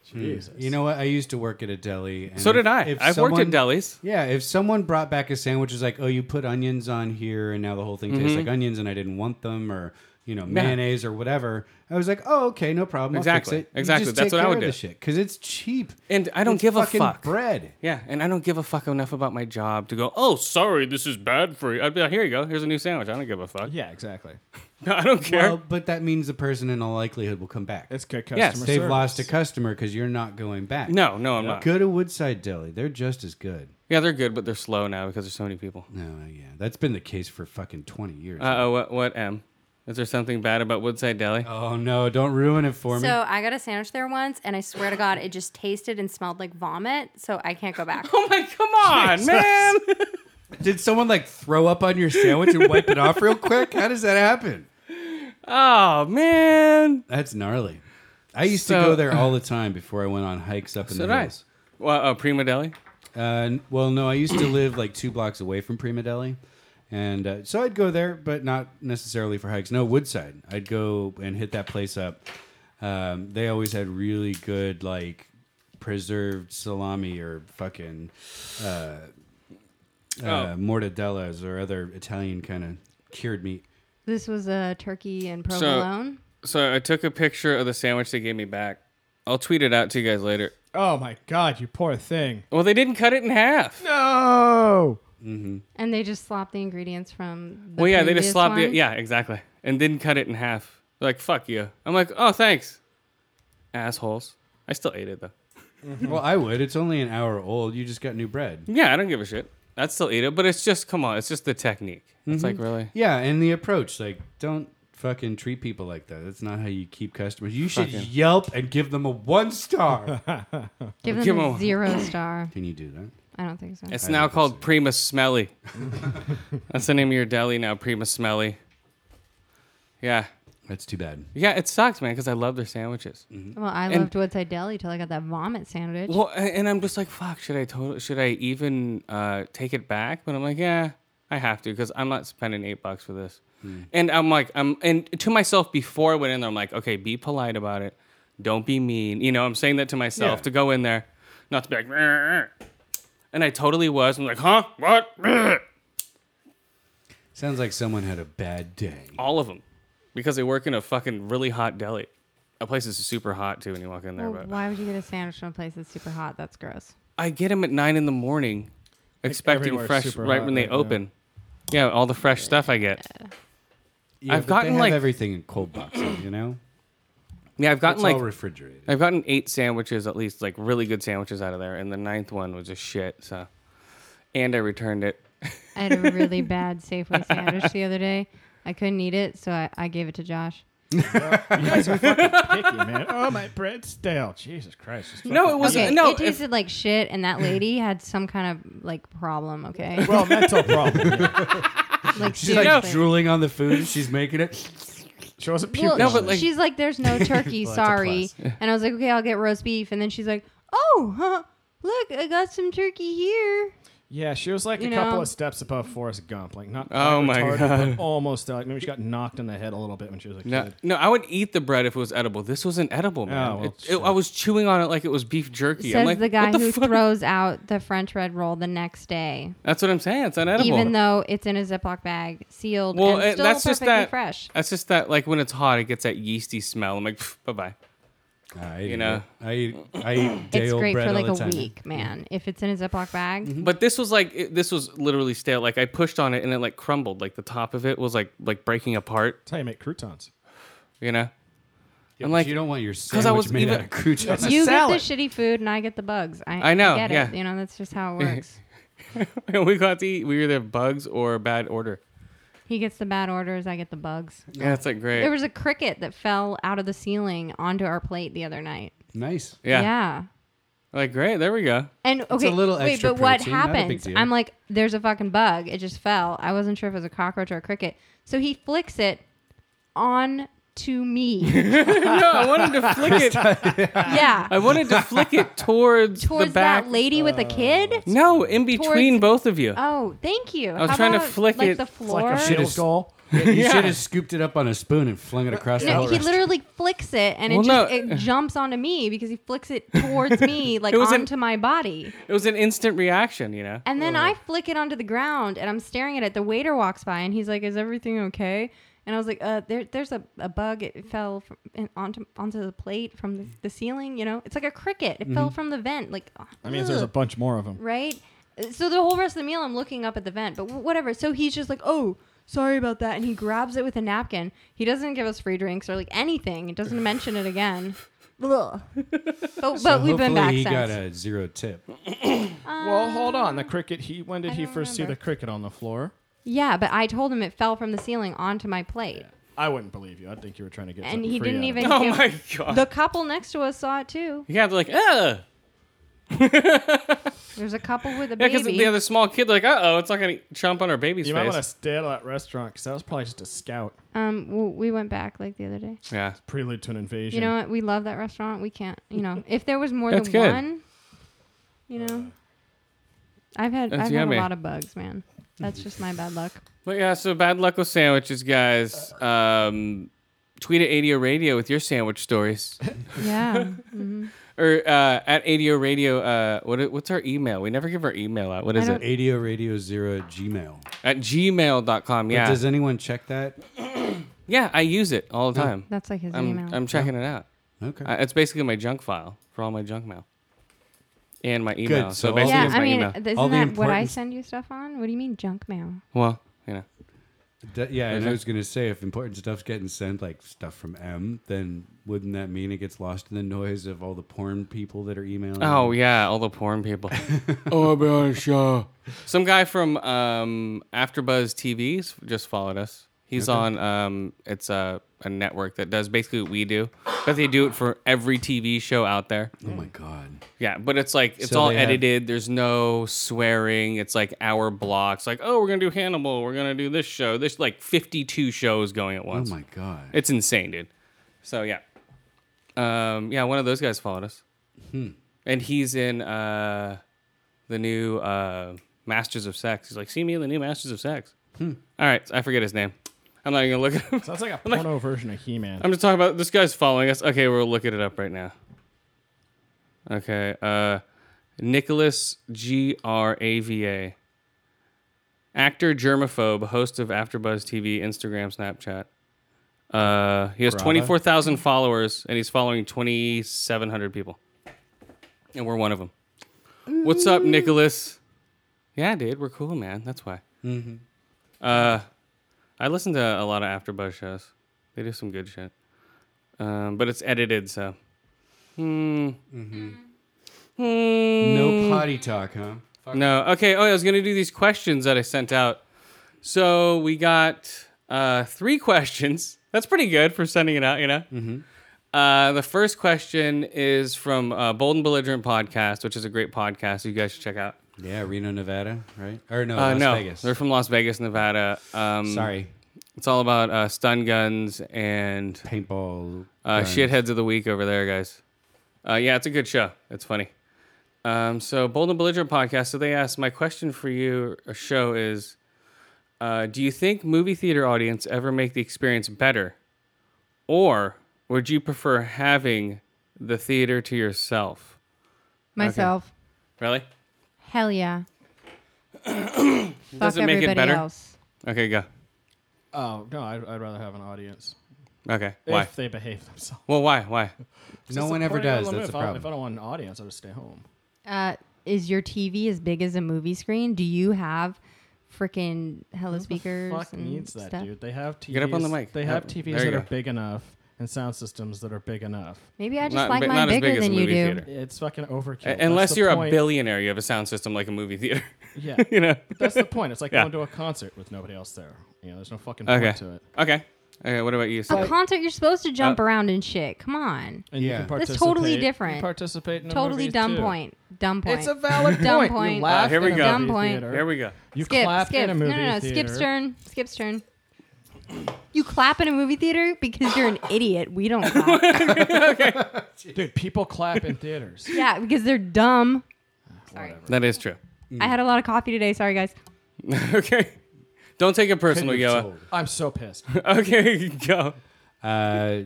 Jesus. Hmm. You know what? I used to work at a deli. And So did if- I. if I've worked at delis. Yeah, if someone brought Mm-hmm. back a sandwich, it was like, oh, you put onions on here, and now the whole thing tastes like onions, and I didn't want them, or you know, mayonnaise or whatever. I was like, oh, okay, no problem. I'll fix Exactly. it. You Exactly. just That's take what I care would of do. This shit, because it's cheap. And I don't It's give a fucking fuck. Bread. Yeah, and I don't give a fuck enough about my job to go, oh, sorry, this is bad for you. I'd be like, here you go. Here's a new sandwich. I don't give a fuck. Yeah, exactly. I don't care. Well, but that means the person in all likelihood will come back. It's good customer Yes, They've service. lost a customer because you're not going back. no, no, I'm not. Go to Woodside Deli. They're just as good. Yeah, they're good, but they're slow now because there's so many people. No, yeah. That's been the case for fucking 20 years. Uh oh, what, what, M? Is there something bad about Woodside Deli? oh, no. Don't ruin it for me. So I got a sandwich there once, and I swear to God, it just tasted and smelled like vomit. So I can't go back. Oh my, come on, man. Did someone like throw up on your sandwich and wipe it off real quick? How does that happen? Oh, man. That's gnarly. I used to So- go there all the time before I went on hikes up in So the did hills. I. Well, uh, Prima Deli? Uh, n- well, no, I used to live like two blocks away from Prima Deli. And uh, so I'd go there, but not necessarily for hikes. No, Woodside. I'd go and hit that place up. Um, they always had really good, like, preserved salami or fucking uh, Oh. uh, mortadellas or other Italian kind of cured meat. This was a turkey and provolone? provolone. So I took a picture of the sandwich they gave me back. I'll tweet it out to you guys later. Oh my God, you poor thing. Well, they didn't cut it in half. No. and they just slopped the ingredients from. The well, yeah, they just slopped it. it. Yeah, exactly. And didn't cut it in half. They're like, fuck you. I'm like, oh, thanks. Assholes. I still ate it, though. Well, I would. It's only an hour old. You just got new bread. Yeah, I don't give a shit. I'd still eat it, but it's just, come on, it's just the technique. It's like, really? Yeah, and the approach, like, don't fucking treat people like that. That's not how you keep customers. You should Fucking- Yelp and give them a one star. Give them Give a them- zero star. Can you do that? I don't think so. It's now called Prima Smelly. That's the name of your deli now, Prima Smelly. Yeah. That's too bad. Yeah, it sucks, man, because I love their sandwiches. Well, I and- loved Woodside Deli till I got that vomit sandwich. Well, a- and I'm just like, fuck, should I total, should I even uh, take it back? But I'm like, yeah, I have to because I'm not spending eight bucks for this. And I'm like, I'm and to myself before I went in there, I'm like, okay, be polite about it. Don't be mean. You know, I'm saying that to myself Yeah. to go in there, not to be like, "Rrr, rrr." and I totally was. I'm like, huh, what? Rrr." Sounds like someone had a bad day. All of them, because they work in a fucking really hot deli. A place is super hot too when you walk in there. Well, but why would you get a sandwich from a place that's super hot? That's gross. I get them at nine in the morning, expecting everywhere's fresh super right hot when they right now. open. Yeah, all the fresh stuff I get. Yeah, I've but gotten, they have like- everything in cold boxes, you know? Yeah, I've gotten It's all like refrigerated. I've gotten eight sandwiches at least, like really good sandwiches out of there, and the ninth one was just shit. So, and I returned it. I had a really bad Safeway sandwich the other day. I couldn't eat it, so I, I gave it to Josh. You guys are fucking picky, man. Oh, my bread's stale. Jesus Christ. it's No, fucking- it was okay, no. it tasted like shit, and that lady had some kind of like problem. Okay, Well, mental problem. yeah. like She's like seriously. drooling on the food. as She's making it. She wasn't puking. Well, No, but, like- she's like, "There's no turkey, Well, that's a sorry." And I was like, "Okay, I'll get roast beef." And then she's like, "Oh, huh, look, I got some turkey here." yeah, she was like You a couple know. of steps above Forrest Gump. Like not. Oh quite my God. retarded, But almost. uh, Like maybe she got knocked in the head a little bit when she was a No, kid. no, I would eat the bread if it was edible. This wasn't edible, man. Oh, well, It- it- shit. I was chewing on it like it was beef jerky. I'm Says like, the guy what the who fuck? throws out the French red roll the next day, That's what I'm saying. It's not edible. even though it's in a Ziploc bag, sealed, well, and it- still that's just perfectly that. fresh. That's just that. Like when it's hot, it gets that yeasty smell. I'm like, bye bye. I You know. I eat, I eat day It's old great bread for like all the a time. week, man. If it's in a Ziploc bag, But this was like it- this was literally stale. Like I pushed on it and it like crumbled. Like the top of it was like like breaking apart. That's how you make croutons. You know. Yeah, I'm but like- you don't want your I sandwich was made even- out of croutons. you salad. get the shitty food, and I get the bugs. I, I know, get yeah. it. You know, that's just how it works. we got to eat. We either have bugs or bad order. he gets the bad orders, I get the bugs. Yeah, that's like great. There was a cricket that fell out of the ceiling onto our plate the other night. nice. yeah. yeah. like great. There we go. And okay, little wait, extra but what protein, not a big happens? deal. I'm like, there's a fucking bug. It just fell. I wasn't sure if it was a cockroach or a cricket. So he flicks it on to me. No, I wanted to flick it. yeah. I wanted to flick it towards, Towards the back. Uh, that lady with a kid? No, in between both of you. Oh, thank you. I was trying to flick like it. the It's floor. shit Field is- goal. You should have scooped it up on a spoon and flung it across the No, he restaurant. literally flicks it and Well, it just no. it jumps onto me because he flicks it towards me, like It was an- onto my body. It was an instant reaction. You know. And then I flick it onto the ground and I'm staring at it. The waiter walks by and he's like, Is everything okay? And I was like, uh, there, there's a, a bug. It fell from, in- onto onto the plate from the, the ceiling. You know, it's like a cricket. It fell from the vent. Like, That means there's a ugh bunch more of them. right? So the whole rest of the meal, I'm looking up at the vent, but wh- whatever. So he's just like, oh, sorry about that. And he grabs it with a napkin. He doesn't give us free drinks or like anything. He doesn't mention it again. Ugh. But, but we've been Hopefully back he since. got a zero tip. Well, hold on. The cricket. He when did I he don't first see remember. the cricket on the floor? yeah, but I told him it fell from the ceiling onto my plate. I wouldn't believe you. I think you were trying to get. And something he free didn't out of even it. Oh give- my god. The couple next to us saw it too. yeah, they're like, ugh. There's a couple with a Yeah, because baby. the other small kid, like, uh oh, it's not going to chomp on our baby's You might want to face. stay out of that restaurant because that was probably just a scout um, w- we went back like the other day. yeah. prelude to an invasion. You know what? We love that restaurant. We can't, you know, if there was more That's than good. one, you know, I've had That's I've yummy. had a lot of bugs, man. That's just my bad luck. But yeah, so bad luck with sandwiches, guys. Um, tweet at ADO Radio with your sandwich stories. Yeah, or uh, at ADO Radio, uh, what, i- what's our email? We never give our email out. What is I it? ADO Radio Zero at Gmail. At gmail.com. But Yeah. Does anyone check that? yeah, I use it all Oh. the time. that's like his I'm, email. I'm checking it out. Okay. Uh, it's basically my junk file for all my junk mail and my email. So, Good, so all basically, yeah, it's my I mean, uh, email. th- isn't All the that what I important- send you stuff on? What do you mean junk mail? well, you know. D- yeah, and Okay. I was gonna say if important stuff's getting sent, like stuff from M, then wouldn't that mean it gets lost in the noise of all the porn people that are emailing? Oh yeah, all the porn people. oh, I'll be on a show. Oh Some guy from um, AfterBuzz TV's just followed us. He's on. Um, it's a, a network that does basically what we do, but they do it for every TV show out there. Oh my god. Yeah, but it's like it's So all they have- edited. There's no swearing. It's like hour blocks. Like, oh, we're gonna do Hannibal. We're gonna do this show. There's like 52 shows going at Oh once. my god. It's insane, dude. So yeah, um, yeah. One of those guys followed us, and he's in uh, the new uh, Masters of Sex. He's like, see me in the new Masters of Sex. All right, I forget his name. I'm not even gonna look at him. Sounds like a porno version of He-Man. I'm just talking about this guy's following us. Okay, we're looking it up right now. Okay, uh, Nicholas G R A V A, actor, germaphobe, host of AfterBuzz TV, Instagram, Snapchat. Uh, he has Brava. twenty four thousand followers, and he's following twenty seven hundred people, and we're one of them. What's up, Nicholas? Yeah, dude, we're cool, man. That's why. Mm-hmm. Uh, I listen to a lot of AfterBuzz shows. They do some good shit. Um, but it's edited, so. Hmm. Mm-hmm. Hmm. No potty talk, huh? Fuck. No. Okay. Oh, I was gonna do these questions that I sent out. So we got uh, three questions. That's pretty good for sending it out. You know. Mm-hmm. Uh, the first question is from uh, Bold and Belligerent podcast, which is a great podcast you guys should check out. Yeah, Reno, Nevada, right? Or no, Uh, Las no, Vegas. they're from Las Vegas, Nevada. Um, Sorry, it's all about uh, stun guns and paintball. Uh, guns. shitheads of the week over there, guys. Uh, yeah, it's a good show. It's funny. Um, so Bold and Belligerent podcast. So they asked my question for you, or show is, uh, do you think movie theater audience ever make the experience better, or would you prefer having the theater to yourself? Myself, Really? hell yeah. Fuck Does it make it everybody better? else. Okay, go. oh no, I'd, I'd rather have an audience Okay, why? if they behave themselves. Well, why? Why? No Just one the ever point of does. the That's movie. a If I don't- If I problem. don't want an audience, I'll just stay home. Uh, is your TV as big as a movie screen? Do you have freaking hella speakers Fuck and needs that, stuff? dude. They have TVs. Get up on the mic. They Yep. have There TVs you that are go. big enough and sound systems that are big enough. Maybe I just Not like bi- mine not as bigger big as than a you movie do. theater. It's fucking overkill. A- That's unless the you're a point. billionaire, you have a sound system like a movie theater. Yeah, you know. that's the point. It's like Yeah. going to a concert with nobody else there. You know, there's no fucking Okay. point to it. Okay. Okay. What about you? A Sally? concert, you're supposed to jump Uh, around and shit. Come on. And Yeah. you can That's totally participate- you different. Participate in a Totally movie, dumb too. point. Dumb point. It's a valid Dumb point. point. You laughed Uh, here we in a go. Dumb movie point. theater. Here we go. You skip, clapped skip. in a movie no, no, no. theater. Skip's turn. Skip's turn. You clap in a movie theater because you're an idiot. We don't clap. Dude, people clap in theaters. yeah, because they're dumb. Sorry. That is true. I had a lot of coffee today. Sorry, guys. okay. Don't take it personal, Couldn't have Yoa. told. I'm so pissed. Okay, go. Uh,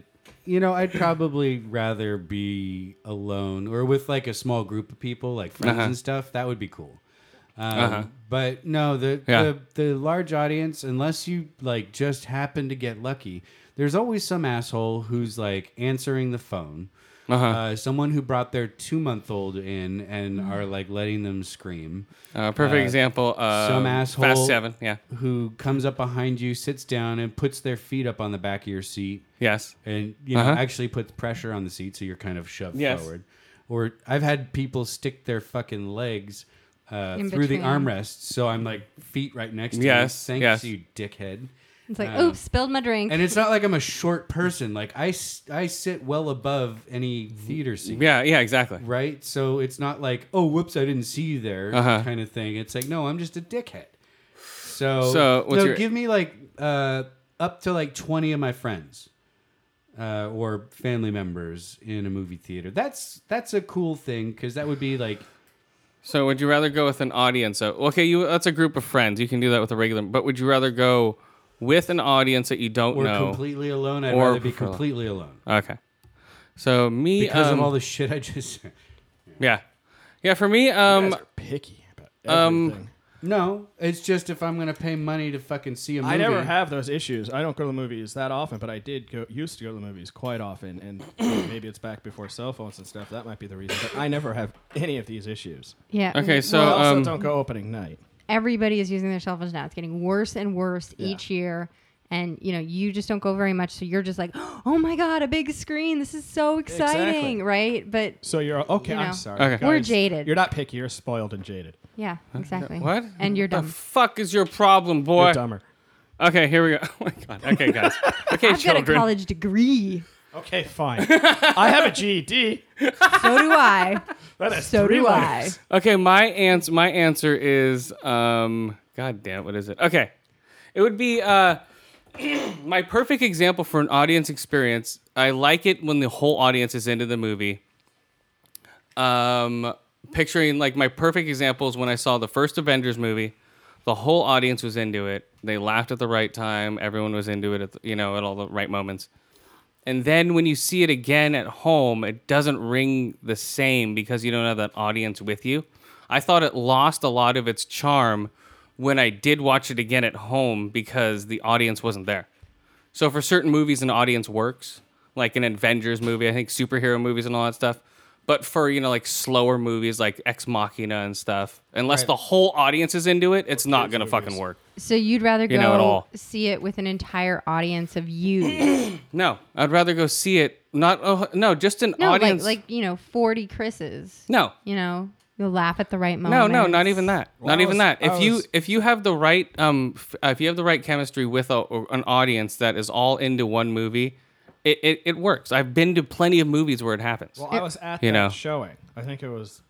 you know, I'd probably rather be alone or with like a small group of people, like friends Uh-huh. and stuff. That would be cool. Um, Uh-huh. But no, the, Yeah. the the large audience, unless you like just happen to get lucky, there's always some asshole who's like answering the phone. Uh-huh. Uh, someone who brought their two month old in and are like letting them scream. Uh, perfect Uh, example. Uh, some asshole- Fast Seven. Yeah. Who comes up behind you, sits down, and puts their feet up on the back of your seat Yes. and you know Uh-huh. actually puts pressure on the seat so you're kind of shoved Yes. forward or i've had people stick their fucking legs uh, In through the between. armrest so i'm like feet right next to Yes, you thanks yes. you dickhead It's like, Uh, oops, spilled my drink. and it's not like i'm a short person like i, s- I sit well above any theater seat Yeah. Yeah. Exactly. right so it's not like oh whoops i didn't see you there Uh-huh. kind of thing it's like no i'm just a dickhead so So, what's no, your- give me like uh, up to like 20 of my friends uh, or family members in a movie theater that's that's a cool thing because that would be like So would you rather go with an audience? Of, okay, you that's a group of friends. You can do that with a regular. But would you rather go with an audience that you don't we're know? completely alone i'd Or rather be prefer alone. completely alone okay. So me because um, of all the shit i just said yeah, yeah. For me, um, guys are picky about um, everything. no it's just if i'm gonna pay money to fucking see a movie I never have those issues. I don't go to the movies that often, but I did go used to go to the movies quite often, and maybe it's back before cell phones and stuff. That might be the reason. But I never have any of these issues. yeah. okay. So I also um, don't go opening night. everybody is using their cell phones now. It's getting worse and worse Yeah. each year. And you know, you just don't go very much, so you're just like, "Oh my god, a big screen! This is so exciting, Exactly. right?" But So you're okay. You know. I'm sorry. Okay. We're guys. jaded. You're not picky. You're spoiled and jaded. yeah, exactly. Uh, what? And you're the dumb. fuck is your problem, boy? You're dumber. Okay, here we go. Oh my god. Okay, guys. Okay, I've got a children. college degree. Okay, fine. I have a GED. So do I. That is so three do I. letters. Okay, my answer my answer is um god damn, what is it? Okay. It would be uh my perfect example for an audience experience. I like it when the whole audience is into the movie. Um picturing like my perfect example is when I saw the first Avengers movie. The whole audience was into it. They laughed at the right time. Everyone was into it at the, you know, at all the right moments. And then when you see it again at home, it doesn't ring the same because you don't have that audience with you. I thought it lost a lot of its charm when I did watch it again at home because the audience wasn't there. So for certain movies, an audience works, like an Avengers movie, I think superhero movies and all that stuff. But for you know like slower movies like Ex Machina and stuff, unless the whole audience is into it, it's not gonna fucking work. So you'd rather go You know it all. see it with an entire audience of you, No, I'd rather go see it. Not oh, no, just an no, like audience. like you know, forty Chris's. no, You know, you'll laugh at the right moment. No, no, not even that. Well, not I even was- that. Oh, I If you was- if you have the right um f- uh, if you have the right chemistry with a, or an audience that is all into one movie, it, it, it works. I've been to plenty of movies where it happens. Well, I was at You that know. showing. I think it was.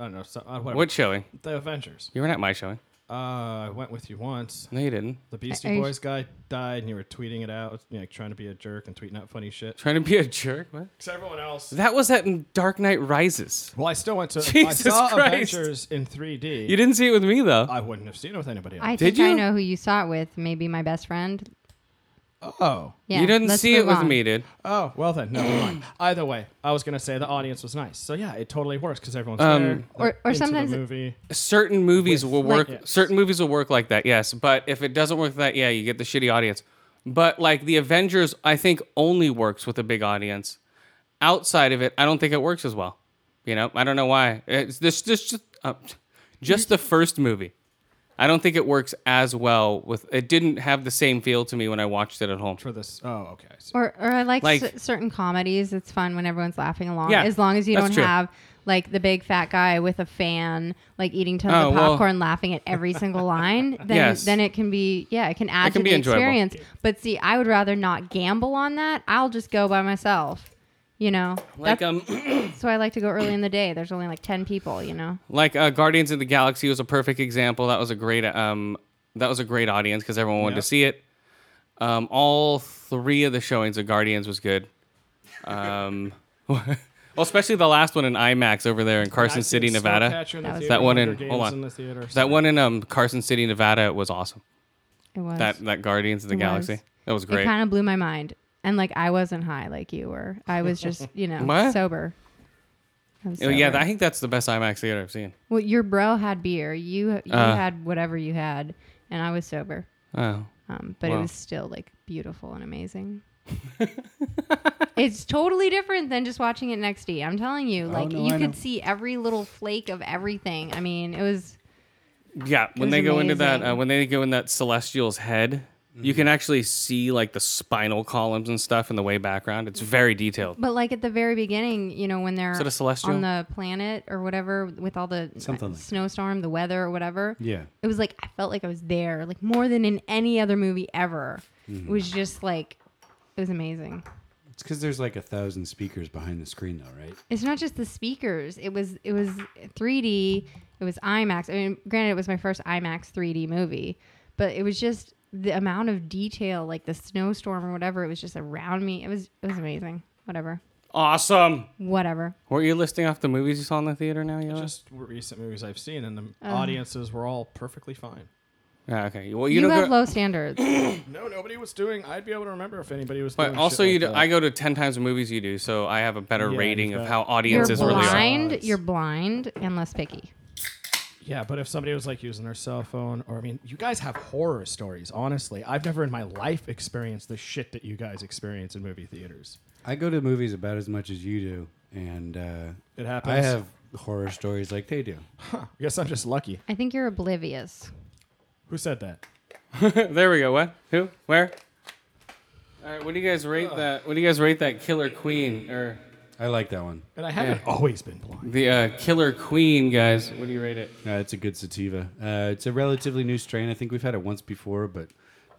I don't know. So, uh, whatever. what showing? The Avengers. You weren't at my showing. Uh, I went with you once. No, you didn't. The Beastie Are you- Boys guy died, and you were tweeting it out, you know, like trying to be a jerk and tweeting out funny shit. Trying to be a jerk. What? Because everyone else. That was at Dark Knight Rises. Well, I still went to. Jesus I saw Christ. Avengers in 3D. You didn't see it with me though. I wouldn't have seen it with anybody else. I Did think I you? know who you saw it with. Maybe my best friend. oh. Yeah, you didn't let's see it move with on. me, dude. Oh, well then, never mind. Either way, I was gonna say the audience was nice. So yeah, it totally works because everyone's Um, there. Or- they're or into the sometimes- movie. certain movies will work like- Yes. certain movies will work like that yes but if it doesn't work like that yeah you get the shitty audience but like the avengers i think only works with a big audience outside of it i don't think it works as well you know i don't know why it's this this just uh, just the first movie i don't think it works as well with it didn't have the same feel to me when i watched it at home for this. Oh, okay. So- Or, or I like, Like- cer- certain comedies. It's fun when everyone's laughing along. Yeah, as long as you that's don't true. have like the big fat guy with a fan, like eating tons Oh, of well- popcorn, laughing at every single line. Then, Yes. then it can be yeah, it can add It can to be the enjoyable. experience. But see, I would rather not gamble on that. I'll just go by myself. You know, like that's um so I like to go early in the day. There's only like ten people. You know, like uh, Guardians of the Galaxy was a perfect example. That was a great um that was a great audience because everyone wanted Yeah. to see it. Um, all three of the showings of Guardians was good. Um, well, especially the last one in IMAX over there in Carson I've seen City, Nevada. Snowcatcher in the That was theater, That one Hunger in- Games hold on. the theater, That one in um Carson City, Nevada was awesome. it was That that Guardians of the It was. Galaxy that was great. It kind of blew my mind. And like I wasn't high like you were. I was just, you know, What? sober. I'm Oh, yeah, sober. I think that's the best IMAX theater I've seen. well, your bro had beer. You you Uh. had whatever you had, and I was sober. Oh, Um, but Wow. it was still like beautiful and amazing. it's totally different than just watching it next to you. I'm telling you, Oh, like no, you I could know. see every little flake of everything. I mean, it was yeah. When was they go into that, amazing. uh, when they go in that celestial's head, you Mm-hmm. can actually see like the spinal columns and stuff in the way background. It's very detailed. But like at the very beginning, you know, when they're Is it a celestial? on the planet or whatever, with all the Something uh, like that. snowstorm, the weather or whatever, Yeah. it was like I felt like I was there, like more than in any other movie ever. It was just like it was amazing. It's because there's like a thousand speakers behind the screen, though, right? It's not just the speakers. It was it was 3D. It was IMAX. I mean, granted, it was my first IMAX 3D movie, but it was just the amount of detail, like the snowstorm or whatever. It was just around me. It was it was amazing. Whatever, Awesome. whatever. Were you listing off the movies you saw in the theater now, Yola? Just recent movies I've seen, and the Uh. audiences were all perfectly fine. Ah, okay. Well, You, you, don't have go. low standards. No, nobody was doing. I'd be able to remember if anybody was. but doing also, Oh, shit you like do, that. I go to ten times the movies you do, so I have a better Yeah, rating of exactly. how you're audiences really are. blind. Odds. You're blind and less picky. Yeah, but if somebody was like using their cell phone, or I mean, you guys have horror stories. Honestly, I've never in my life experienced the shit that you guys experience in movie theaters. I go to movies about as much as you do, and uh, It I happens. have horror stories like they do. I guess I'm just lucky. I think you're oblivious. Who said that? there we go. What? Who? Where? All right. What do you guys rate that? What do you guys rate that Killer Queen or I like that one. And I haven't always been blind. the uh, Killer Queen guys? What do you rate it? Uh, it's a good sativa. Uh, it's a relatively new strain. I think we've had it once before, but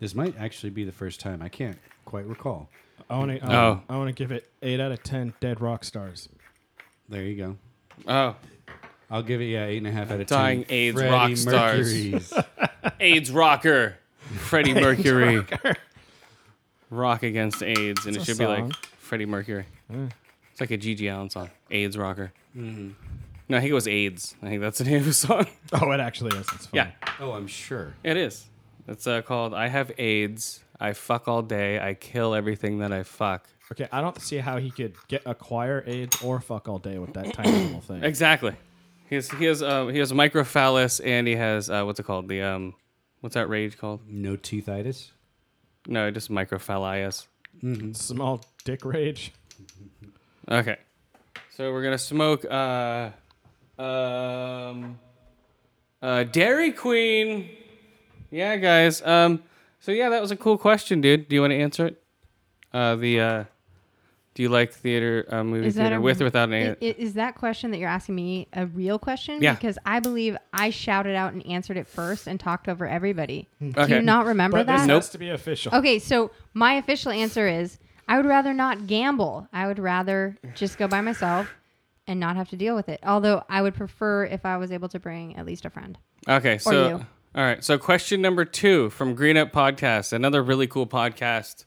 this might actually be the first time. I can't quite recall. I want to. Oh. I want to give it eight out of ten. Dead rock stars. There you go. Oh, I'll give it yeah eight and a half out of Dying ten. AIDS Freddie rock stars. Mercury's. AIDS rocker, Freddie Mercury. Rock against AIDS, and it It's a should be like song. Mm. Freddie Mercury. It's like a Gigi Allen song. AIDS rocker. No, I think it was AIDS. I think that's the name of the song. Oh, it actually is. It's yeah, funny. oh, I'm sure. it is. It's uh, called "I Have AIDS." I fuck all day. I kill everything that I fuck. Okay, I don't see how he could get acquire AIDS or fuck all day with that tiny little thing. Exactly. He has he has uh, he has microphallus and he has uh, what's it called? The um, what's that rage called? No teethitis. No, just microphallus. Small dick rage. Okay. So we're gonna smoke uh, um, uh, Dairy Queen. Yeah, guys. Um, so yeah, that was a cool question, dude. Do you want to answer it? Uh, the uh, do you like theater uh, movie Is that theater a- with or without an I- a- i- Is that question that you're asking me a real question? Yeah. Because I believe I shouted out and answered it first and talked over everybody. Do Okay. you not remember But that? this Nope. has to be official. Okay, so my official answer is I would rather not gamble. I would rather just go by myself and not have to deal with it. Although I would prefer if I was able to bring at least a friend. Okay, so you. all right, so question number two from Green Up Podcast, another really cool podcast.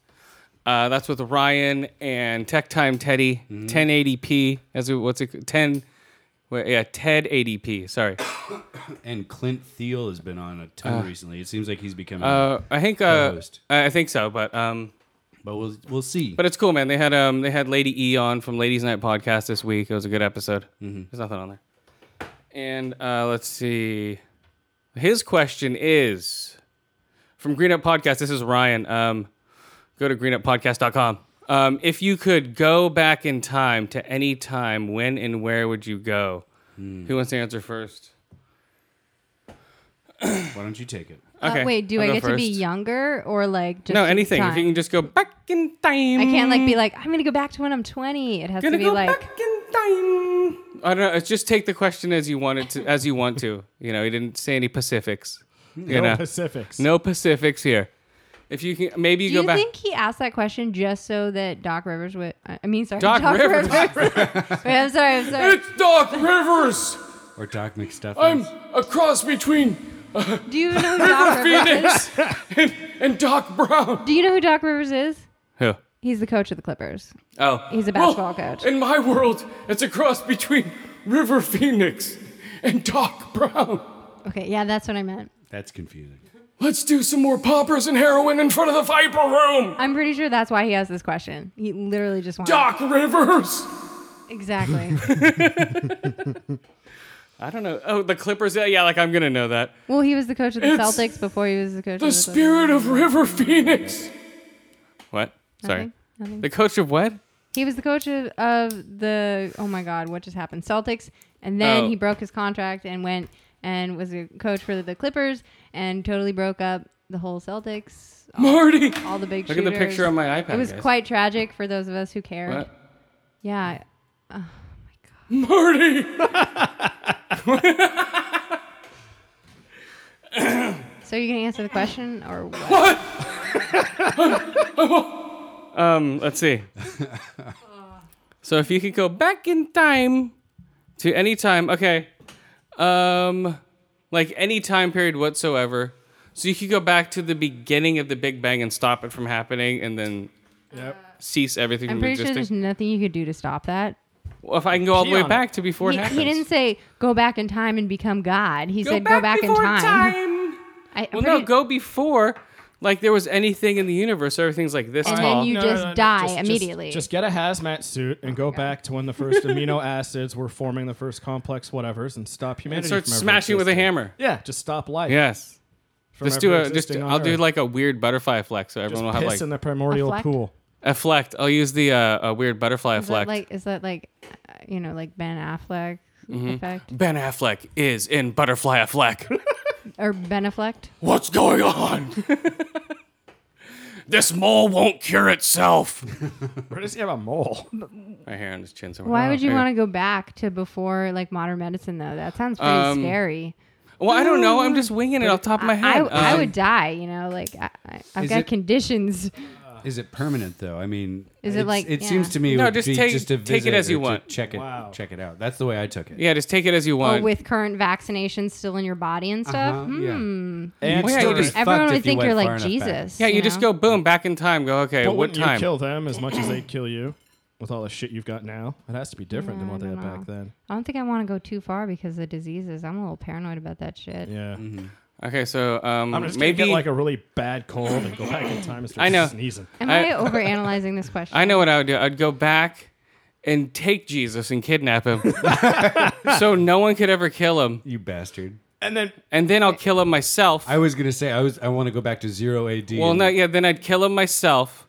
Uh, that's with Ryan and Tech Time Teddy, 1080p as it, what's it 10 wait, yeah, Ted 80p, sorry. And Clint Thiel has been on a ton recently. It seems like he's becoming. Uh, I think uh, Co-host. I I think so, but um but we'll we'll see. but it's cool, man. They had um they had Lady E on from Ladies Night Podcast this week. It was a good episode. There's nothing on there. And uh, let's see. His question is from Green Up Podcast. This is Ryan. Um, go to greenuppodcast.com. Um, if you could go back in time to any time, when and where would you go? Who wants to answer first? Why don't you take it? Okay, Uh, wait, do I'll i go get to be first. younger or like just no, anything. time? If you can just go back in time. I can't like be like I'm going to go back to when I'm 20. It has to gonna be go like back in time. I don't know. It's just take the question as you want it to, as you want to. You know, he didn't say any Pacifics. You No know, Pacifics. no Pacifics here. If you can, maybe you Do go you back. think he asked that question just so that Doc Rivers would? I I mean, sorry, Doc Rivers. Wait, I'm sorry. I'm sorry. it's Doc Rivers. Or Doc McStuffins. I'm a cross between Do you know who Doc Rivers is? Phoenix and, and Doc Brown. Do you know who Doc Rivers is? Who? He's the coach of the Clippers. Oh, He's a basketball coach. In my world, it's a cross between River Phoenix and Doc Brown. Okay, yeah, that's what I meant. That's confusing. Let's do some more poppers and heroin in front of the Viper Room. I'm pretty sure that's why he asked this question. He literally just wanted. Doc Rivers. Exactly. I don't know. Oh, the Clippers. Yeah, yeah. Like I'm gonna know that. well, he was the coach of the It's Celtics before he was the coach The of the Clippers. spirit of River Phoenix. What? Sorry. Nothing, nothing. The coach of what? He was the coach of, of the oh my god, what just happened? Celtics, and then Oh. he broke his contract and went and was a coach for the Clippers and totally broke up the whole Celtics, Marty. all the big. Look at the shooters. picture on my iPad. It was guys. quite tragic for those of us who cared. What? Yeah, Marty. so you gonna answer the question or what? Um, let's see. so if you could go back in time to any time, okay, um, like any time period whatsoever, so you could go back to the beginning of the Big Bang and stop it from happening, and then Yep. cease everything I'm from pretty sure existing. there's nothing you could do to stop that. well, if I can go all the way Keanu. back to before He, it he happens, didn't say go back in time and become God. He said go back in before time. I, I'm Well, pretty- no, go before. Like there was anything in the universe, everything's like this And then tall. you No, no, just no, no, die just- immediately. Just, just get a hazmat suit and go back to when the first amino acids were forming the first complex whatevers and stop humanity. and start from ever smashing with a existing. hammer. Yeah, just stop life. Yes. from Just do ever a just. existing on I'll do Earth. like a weird butterfly flex, so Just everyone will have piss like in the primordial Affleck? pool. Afflect. I'll use the uh, a weird butterfly Is that effect. like is that like uh, you know like Ben Affleck Mm-hmm. effect ben Affleck is in Butterfly Affleck. or Ben Affleck? What's going on? this mole won't cure itself. Where does he have a mole? Right here on his chin somewhere. Why would you want to go back to before like modern medicine though? That sounds pretty Um, scary. to? Well, I don't know. I'm just winging it off the top of my Mm. I, head. I Um, would die. You know, like I, I, I've Is got it- conditions. Is it permanent though? I mean, Is it it's- like- it yeah. seems to me it No, would just be take- just to take it visit as or you to want. Check it, Wow. check it out. That's the way I took it. Yeah, just take it as you Oh, want. with current vaccinations still in your body and stuff. Uh-huh, Hmm. yeah. And yeah, still you just- be- Everyone fucked if would you think you're went like far enough back. Jesus. yeah, you just know? go boom back in time. Go okay. but what wouldn't you time? kill them as much as they'd kill you with all the shit you've got now? It has to be different than Yeah, I what they had don't back then. I don't think I want to go too far because of diseases. I'm a little paranoid about that shit. Yeah. Okay, so um, I'm just maybe gonna get like a really bad cold and go back in time and start I know. sneezing. Am I- I, overanalyzing this question? I know what I would do. I'd go back and take Jesus and kidnap him, so no one could ever kill him. You bastard. And then and then I'll kill him myself. I was gonna say I was I want to go back to zero AD. well, and- no, yeah, then I'd kill him myself,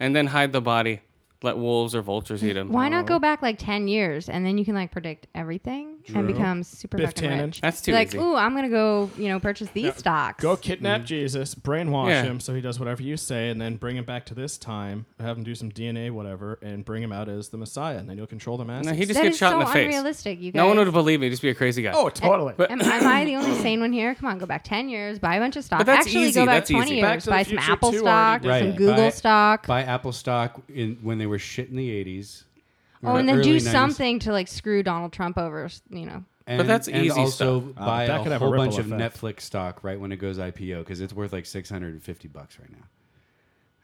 and then hide the body, let wolves or vultures eat him. Why not go back like ten years and then you can like predict everything and become super Biff fucking Tannen. rich? That's too Be like, easy. ooh, I'm gonna go, you know, purchase these stocks. go kidnap Jesus, brainwash Yeah. him so he does whatever you say, and then bring him back to this time, have him do some DNA, whatever, and bring him out as the Messiah, and then you'll control the masses. No, he just that gets is shot in so the face. unrealistic. You guys. No one would believe me. Just be a crazy guy. oh, totally. But- Am, am I the only sane one here? Come on, go back ten years, buy a bunch of stocks. But that's Actually, easy, go back that's twenty easy. Back years, to the buy some Future Apple too stock, already or some did that. Google Buy- stock. buy Apple stock in when they were shit in the eighties. oh, and then do something to like screw Donald Trump over. You know, And, But that's and easy also stuff. buy that could a have a whole ripple bunch of effect. Netflix stock right when it goes IPO because it's worth like six hundred and fifty bucks right now.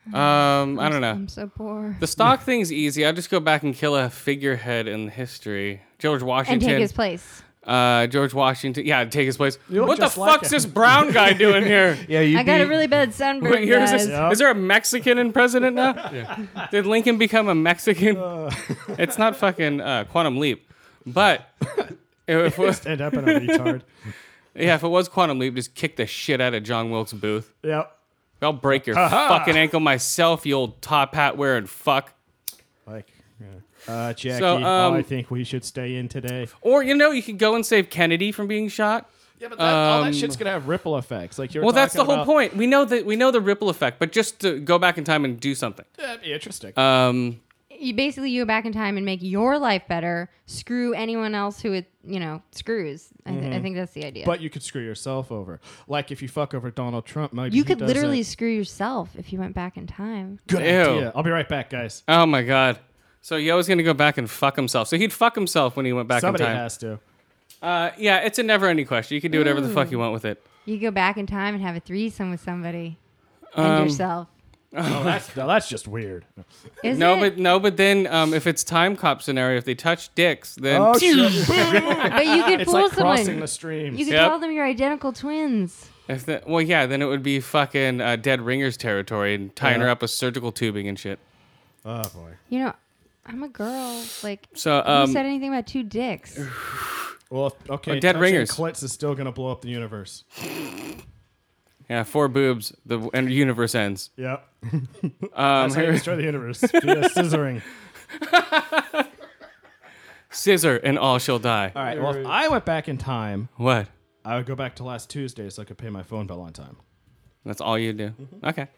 Um, I don't know. I'm so poor. The stock thing's easy. I'll just go back and kill a figurehead in history. George And Washington. take his place. Uh, George Washington. Yeah, take his place. look What the just like fuck's him. this brown guy doing here? Yeah, you. I got a really bad sunburn. Wait, here's guys. this, is there a Mexican in president now? Did Lincoln become a Mexican? Uh. It's not fucking uh, Quantum Leap, but if it, End up in a retard. yeah, if it was Quantum Leap, just kick the shit out of John Wilkes Booth. Yep. I'll break your fucking ankle myself, you old top hat wearing fuck. Like, yeah. uh, Jackie, So, oh, I um, think we should stay in today. Or you know, you could go and save Kennedy from being shot. Yeah, but that, all um, that shit's gonna have ripple effects. Like you're Well, that's the whole point. We know that we know the ripple effect, but just to go back in time and do something. That'd be interesting. Um, you basically you go back in time and make your life better screw anyone else who it you know screws I, th- I think that's the idea but you could screw yourself over. Like if you fuck over Donald Trump, maybe you he could does literally it. screw yourself if you went back in time Good Ew. idea. I'll be right back, guys. Oh my god. So Yo's gonna go back and fuck himself. So he'd fuck himself when he went back Somebody in time. has to. Uh, yeah, it's a never-ending question. You can do whatever the fuck you want with it. you go back in time and have a threesome with somebody and yourself Oh, that's no, that's just weird. is no, it? but no, but then um, if it's time cop scenario, if they touch dicks, then but, you could Oh, It's fool like crossing someone the streams. you could Yep. tell them you're identical twins if the, well, yeah, then it would be fucking uh, dead ringers territory and tying her up with surgical tubing and shit. oh boy. you know I'm a girl. Like, So who um, said anything about two dicks? Well, if, okay. Or dead touching ringers. Clits is still gonna blow up the universe. yeah, four boobs. The w- and universe ends. Yep. Um, That's how you destroy the universe. via scissoring. scissor and all shall die. All right. Well, if I went back in time, What? I would go back to last Tuesday so I could pay my phone bill on time. That's all you do. Mm-hmm. Okay.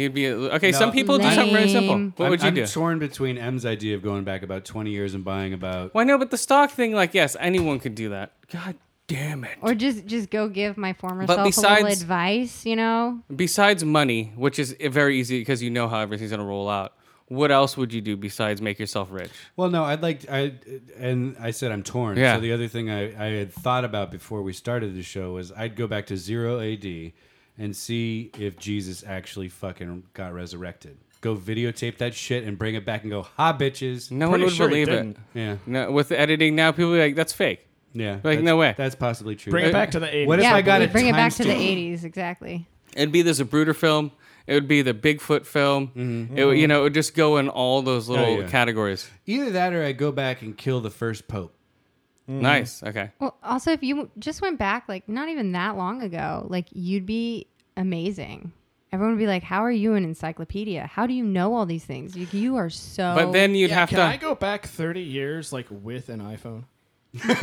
You'd be okay. Some people do something very Lame. simple. What I'm- would you I'm do? torn between M's idea of going back about 20 years and buying about. Why no? But the stock thing, like, yes, anyone could do that. God damn it. Or just just go give my former But self a besides- little advice, you know? Besides money, which is very easy because you know how everything's gonna roll out. What else would you do besides make yourself rich? Well, no, I'd like. I and I said I'm torn. Yeah. So the other thing I, I had thought about before we started the show was I'd go back to zero A.D. and see if Jesus actually fucking got resurrected. Go videotape that shit and bring it back and go, ha, bitches. No Pretty one would sure he believe it. didn't. Yeah. No, with the editing now, people be like, "That's fake." Yeah. Like, that's- no way. That's possibly true. Bring Uh, it back to the 80s. What if yeah, I got we a bring it back to the timestamp? 80s, exactly. It'd be the Zapruder film. It would be the Bigfoot film. It would, you know, it would just go in all those little yeah. categories. Either that or I go back and kill the first pope. Nice. Okay. Well, also, if you just went back, like, not even that long ago, like, you'd be amazing. Everyone would be like, How are you an encyclopedia? How do you know all these things? You, you are so. But then you'd Oh, yeah, have can to. I go back 30 years like with an iPhone?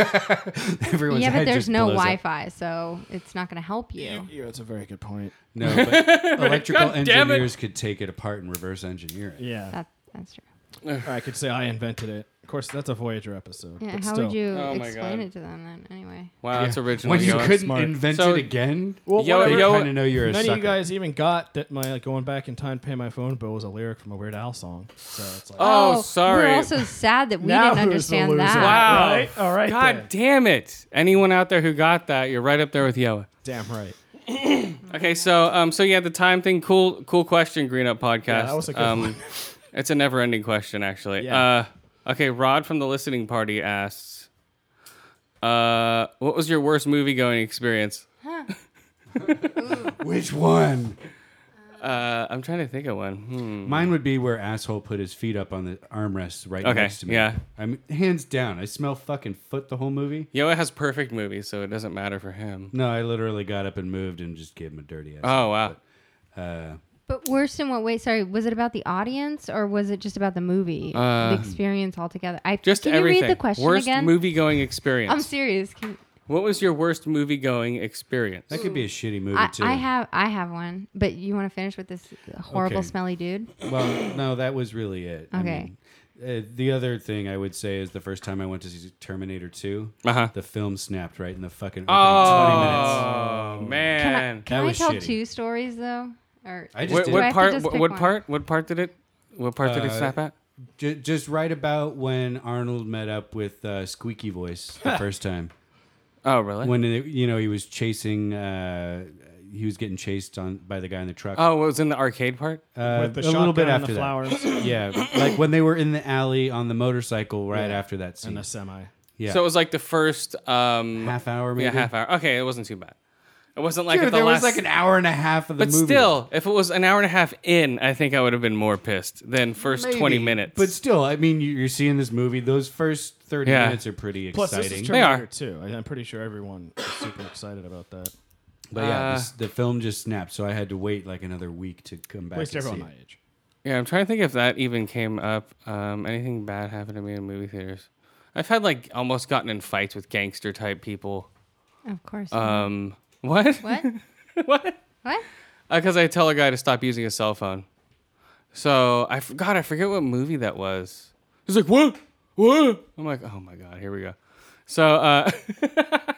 Everyone's yeah, but head there's just no blows up. Wi Fi, so it's not going to help you. Yeah, that's a very good point. No, but electrical God damn it. engineers could take it apart and reverse engineer it. Yeah. That, that's true. Or I could say I invented it. Of course, that's a Voyager episode. Yeah, but how still. would you Oh my explain God. it to them then, anyway? Wow, that's original. When you yo. couldn't Smart. invent So- it again, Well, Yo, whatever. yo, kind of know you're a None sucker. of you guys even got that my like, going back in time to pay my phone bill was a lyric from a Weird Al song. So it's like, Oh, sorry. We're also sad that we Now didn't who's the understand loser? that. Wow. Right? All right God then. damn it. Anyone out there who got that, you're right up there with Yoa. damn right. Okay, so um so yeah, the time thing, cool cool question, Green Up Podcast. Yeah, that was a good um one. it's a never ending question actually. Yeah. Uh okay, Rod from the listening party asks uh, what was your worst movie going experience? Which one? Uh, I'm trying to think of one. Hmm. Mine would be where asshole put his feet up on the armrests right Okay, next to me. yeah. I'm hands down. I smell fucking foot the whole movie. Yoa has perfect movies, so it doesn't matter for him. No, I literally got up and moved and just gave him a dirty ass. Oh wow. Uh, But worse in what way? Sorry, was it about the audience or was it just about the movie, the experience altogether? I Um, Just can everything. you read the question worst again? movie going experience. I'm serious. Can, What was your worst movie going experience? that could be a shitty movie I, too. I have I have one, but you want to finish with this horrible Okay. smelly dude? Well, no, that was really it. I Okay. mean, uh, the other thing I would say is the first time I went to see Terminator 2, Uh-huh. the film snapped right in the fucking opening 20 minutes. Oh man! Can that I was tell shitty. two stories though? Or I just what, did. what Do I have to part? just What, pick what one? part? What part did it? What part did it Uh, snap at? Ju- just right about when Arnold met up with uh, Squeaky Voice the first time. Oh really? When, it- you know, he was chasing, uh, he was getting chased on by the guy in the truck. oh, it was in the arcade part. Uh, With the a little bit shotgun and after the that. flowers. Yeah, like when they were in the alley on the motorcycle right after that And scene. a semi. Yeah. So it was like the first um, half hour maybe. Yeah, half hour. Okay, it wasn't too bad. It wasn't like Dude, at the there last. was like an hour and a half of the but movie. still, if it was an hour and a half in, I think I would have been more pissed than first twenty Maybe. minutes. But still, I mean, you- you're seeing this movie. Those first 30 Yeah. minutes are pretty Plus, this exciting. is They are. Terminator too. I, I'm pretty sure everyone is super excited about that. but yeah, Uh, this, the film just snapped, so I had to wait like another week to come back. Waste and everyone see my it. age. yeah, I'm trying to think if that even came up. Um, anything bad happened to me in movie theaters? I've had like almost gotten in fights with gangster type people. of course. Um, what? what? what? What? Because Uh, I tell a guy to stop using his cell phone. So I forgot. I forget what movie that was. He's like, "What? What?" I'm like, "Oh my god, here we go." So uh,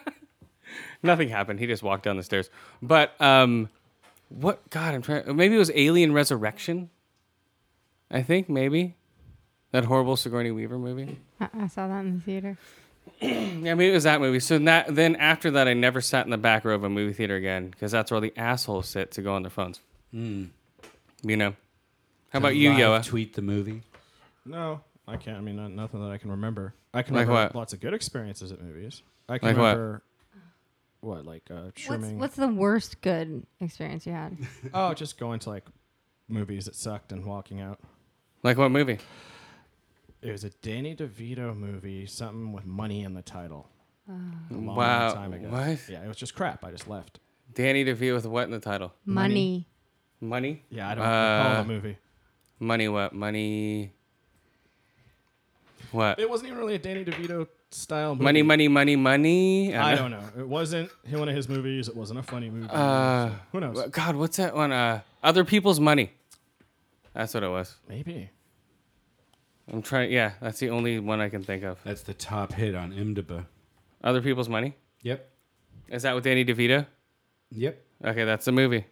nothing happened. He just walked down the stairs. But um, what? God, I'm trying. Maybe it was Alien Resurrection. I think maybe that horrible Sigourney Weaver movie. I, I saw that in the theater. Yeah, maybe it was that movie. So that then after that, I never sat in the back row of a movie theater again because that's where all the assholes sit to go on their phones. Mm. You know. How about you, Live Yoa? Tweet the movie. No, I can't. I mean, not, nothing that I can remember. I can Like remember what? lots of good experiences at movies. I can Like what? remember what, like uh, What's, trimming. what's the worst good experience you had? Oh, just going to like movies that sucked and walking out. Like what movie? It was a Danny DeVito movie, something with money in the title. Oh. A long, long wow. time ago. What? Yeah, it was just crap. I just left. Danny DeVito with what in the title? Money. Money? Yeah, I don't Uh, recall the movie. Money what? Money. What? It wasn't even really a Danny DeVito style movie. Money, money, money, money. I don't know. It wasn't one of his movies. It wasn't a funny movie. Uh, so who knows? wh- God, what's that one? Uh, Other people's money. That's what it was. Maybe. I'm trying. Yeah, that's the only one I can think of. That's the top hit on IMDb. Other people's money. Yep. Is that with Danny DeVito? Yep. Okay, that's the movie.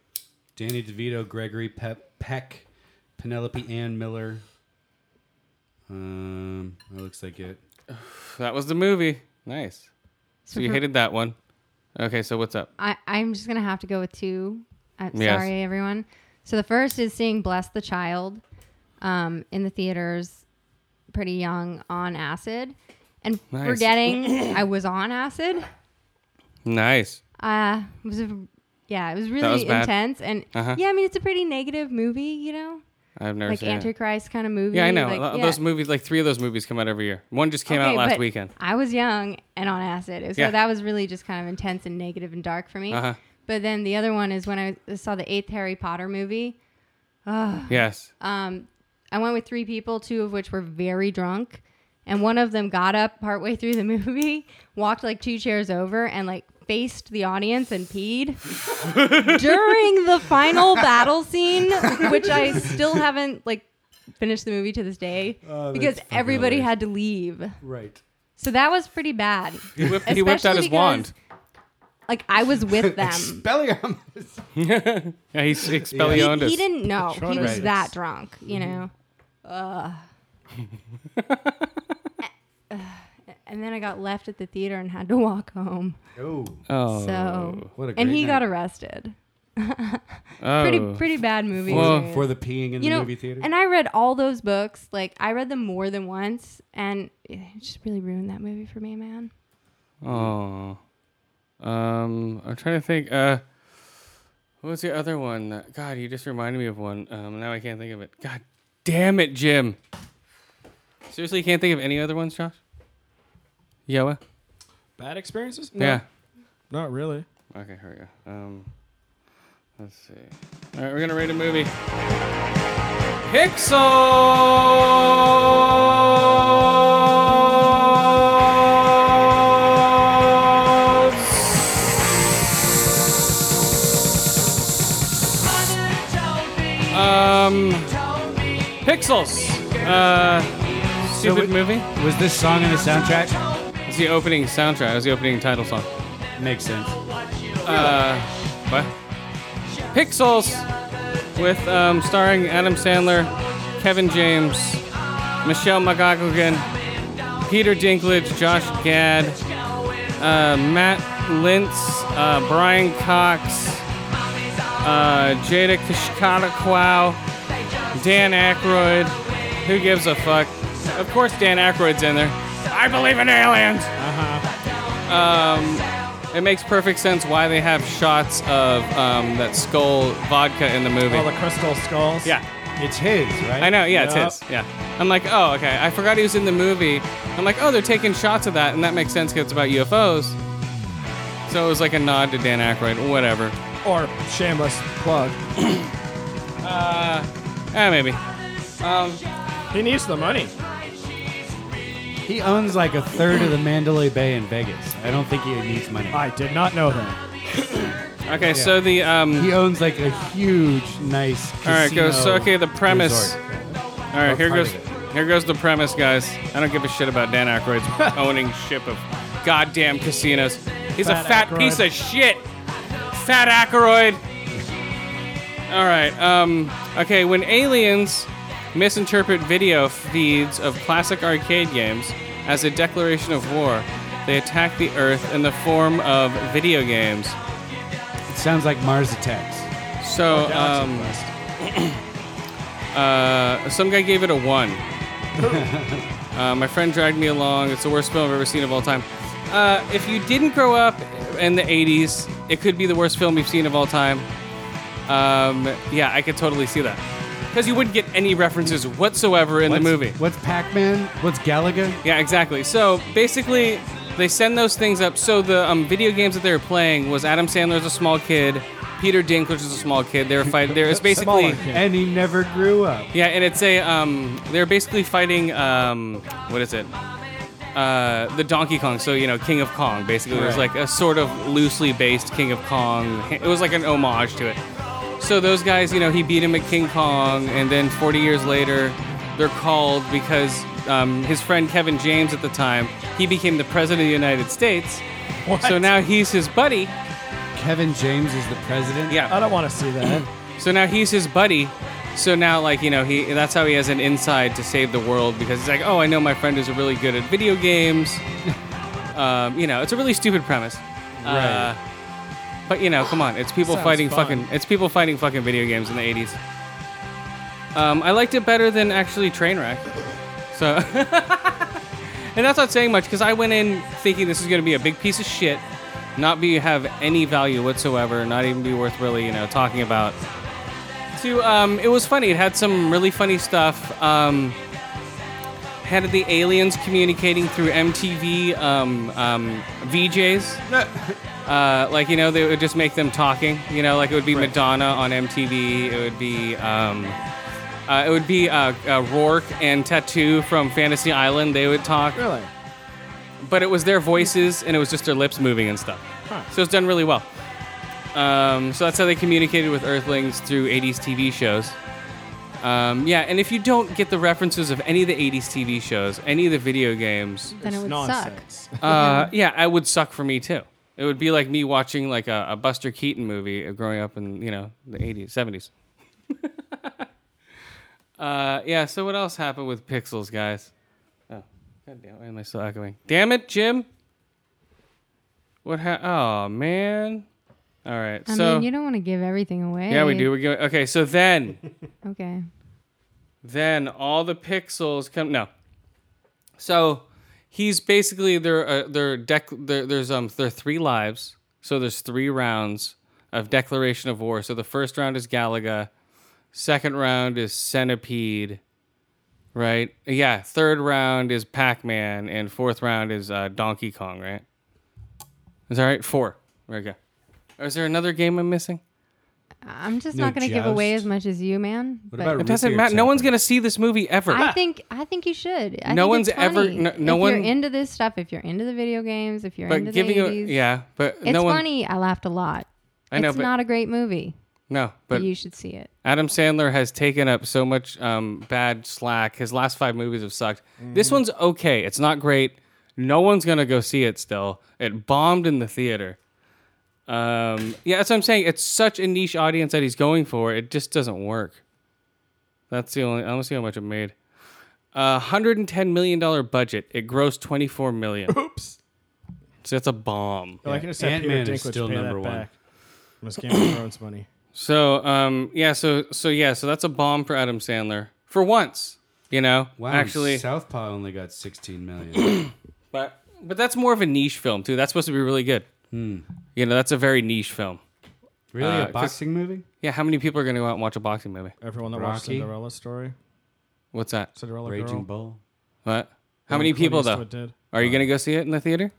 Danny DeVito, Gregory Pep, Peck, Penelope Ann Miller. Um, that looks like it. That was the movie. Nice. So you for- hated that one. Okay, so what's up? I, I'm just gonna have to go with two. I'm Yes. sorry, everyone. So the first is seeing "Bless the Child" um, in the theaters, pretty young on acid, and Nice. forgetting I was on acid. Nice. Uh, it was a, yeah, it was really was bad. intense, and Uh-huh. yeah, I mean it's a pretty negative movie, you know, I've never like seen it. Antichrist kind of movie. Yeah, I know. like- Th- yeah. Those movies, like three of those movies, come out every year. One just came out Okay, last but weekend. I was young and on acid, so Yeah. that was really just kind of intense and negative and dark for me. Uh huh. But then the other one is when I was- saw the eighth Harry Potter movie. Yes. Um, I went with three people, two of which were very drunk, and one of them got up partway through the movie, walked like two chairs over, and like faced the audience and peed during the final battle scene, which I still haven't like finished the movie to this day because everybody had to leave. Right. So that was pretty bad. He whipped, he whipped out Especially his because wand. Like I was with them. Expelliarmus. Yeah, he s- he, expellioned he us. didn't know. He was Patronus. that drunk, you know. Mm-hmm. Ugh. Uh, and then I got left at the theater and had to walk home. Oh, Oh. so what a great and he got night. arrested. oh. Pretty pretty bad movie. Well, experience. for the peeing in the you know, movie theater. and I read all those books. Like I read them more than once, and it just really ruined that movie for me, man. Oh. Um, I'm trying to think. Uh, what was the other one? that- God, you just reminded me of one. Um, now I can't think of it. God damn it, Jim. Seriously, you can't think of any other ones, Josh? Yoa? Bad experiences? No, Yeah. Not really. Okay, here we go. Um, let's see. All right, we're gonna rate a movie. Pixels. Um, Pixels. Uh, stupid it- movie. Was this song in the soundtrack? It's the opening soundtrack. It's the opening title song. Makes sense. Uh, what? Pixels with um, starring Adam Sandler, Kevin James, Michelle McGogan, Peter Dinklage, Josh Gad, uh, Matt Lintz, uh, Brian Cox, uh, Jada Kishkatakwau, Dan Aykroyd. Who gives a fuck? Of course, Dan Aykroyd's in there. I believe in aliens. Uh-huh. Um, It makes perfect sense why they have shots of um, that skull vodka in the movie. All the crystal skulls. yeah, It's his, right? I know. Yeah, Yup. it's his. Yeah, I'm like, oh, okay. I forgot he was in the movie. I'm like, oh, they're taking shots of that, and that makes sense because it's about UFOs. So it was like a nod to Dan Aykroyd, whatever. Or shameless plug. Eh, maybe. He needs the money. He owns like a third of the Mandalay Bay in Vegas. I don't think he needs money. I did not know that. Okay, so the um, He owns like a huge, nice. All right, go- casino so, okay, the premise- resort. all right, here part goes, of here goes the premise, guys. I don't give a shit about Dan Aykroyd's owning ship of goddamn casinos. He's a Fat fat Aykroyd. piece of shit. Fat Aykroyd. All right. Um, okay. When aliens misinterpret video feeds of classic arcade games as a declaration of war, they attack the Earth in the form of video games. It sounds like Mars Attacks. So, um, uh, some guy gave it a one. uh, my friend dragged me along. It's the worst film I've ever seen of all time. Uh, if you didn't grow up in the 80s, it could be the worst film you've seen of all time. Um, yeah, I could totally see that. because you wouldn't get any references whatsoever in the movie. What's Pac-Man? What's Galaga? Yeah, exactly. So basically, they send those things up. So the um, video games that they were playing was Adam Sandler's a small kid, Peter Dinklage is a small kid. They were fighting. There was basically Smaller kid. And he never grew up. yeah, and it's a um, they're basically fighting um, what is it? Uh, the Donkey Kong. So you know, King of Kong. Basically, it was Right. like a sort of loosely based King of Kong. It was like an homage to it. So those guys, you know, he beat him at King Kong, and then 40 years later, they're called because um, his friend Kevin James at the time he became the president of the United States. So now he's his buddy. Kevin James is the president. Yeah. I don't want to see that. So now he's his buddy. So now, like you know, he that's how he has an inside to save the world because he's like, oh, I know my friend is really good at video games. um, you know, it's a really stupid premise. Uh, but you know, come on, it's people Sounds fighting fun. fucking it's people fighting fucking video games in the '80s. Um, I liked it better than actually Trainwreck. So, and that's not saying much because I went in thinking this is going to be a big piece of shit, not be have any value whatsoever, not even be worth really you know talking about. To um, it was funny. It had some really funny stuff. Um, had the aliens communicating through MTV um, um, VJs. Uh, like you know, they would just make them talking. You know, like it would be Madonna on MTV. It would be um, uh, it would be uh, uh, Rourke and Tattoo from Fantasy Island. They would talk, Really? but it was their voices and it was just their lips moving and stuff. So it's done really well. Um, so that's how they communicated with Earthlings through 80s TV shows. Um, yeah, and if you don't get the references of any of the 80s TV shows, any of the video games, Then it would Nonsense. uh, yeah, it would suck for me too. It would be like me watching like a, a Buster Keaton movie uh, growing up in you know the eighties, seventies. uh, yeah. So what else happened with Pixels, guys? Oh, goddamn! Why am I still echoing? Damn it, Jim! What? Ha- oh man! All right. suck. I so mean, you don't want to give everything away. yeah, we do. We go. Okay. So then. Okay. then all the pixels come no so he's basically their uh, their dec their, there's um there are three lives so there's three rounds of declaration of war so the first round is galaga second round is centipede right yeah third round is pac-man and fourth round is uh, donkey kong right is that right four there we go is there another game i'm missing I'm just No not going to give away joust? as much as you, man. What but about it doesn't matter no one's gonna see this movie ever I think I think you should. I No think one's it's ever- funny. no- no if one- you're into this stuff, if you're into the video games, if you're but into the giving a 80s, yeah but it's no one funny. I laughed a lot. I know, it's but- not a great movie, No, but, but you should see it. Adam Sandler has taken up so much um, bad slack. His last five movies have sucked. This one's okay. It's not great. No one's gonna go see it. Still, it bombed in the theater. Um, yeah, that's what I'm saying. It's such a niche audience that he's going for. It just doesn't work. That's the only. I don't see how much it made. A hundred and ten million dollar budget. It grossed twenty four million. Oops. so that's a bomb. Well, I can just have Peter Ant-Man Dinklage is still pay number that one. back. From his Game of Thrones money. So um yeah so so yeah so that's a bomb for Adam Sandler for once you know Wow, actually Southpaw only got 16 million. but but that's more of a niche film too that's supposed to be really good Hmm. you know that's a very niche film really, Uh, a 'cause- boxing movie? yeah how many people are gonna go out and watch a boxing movie Everyone that watched Rocky. Cinderella story, what's that Cinderella Raging Girl. Bull. what how many people Clint though Eastwood did. are you gonna go see it in the theater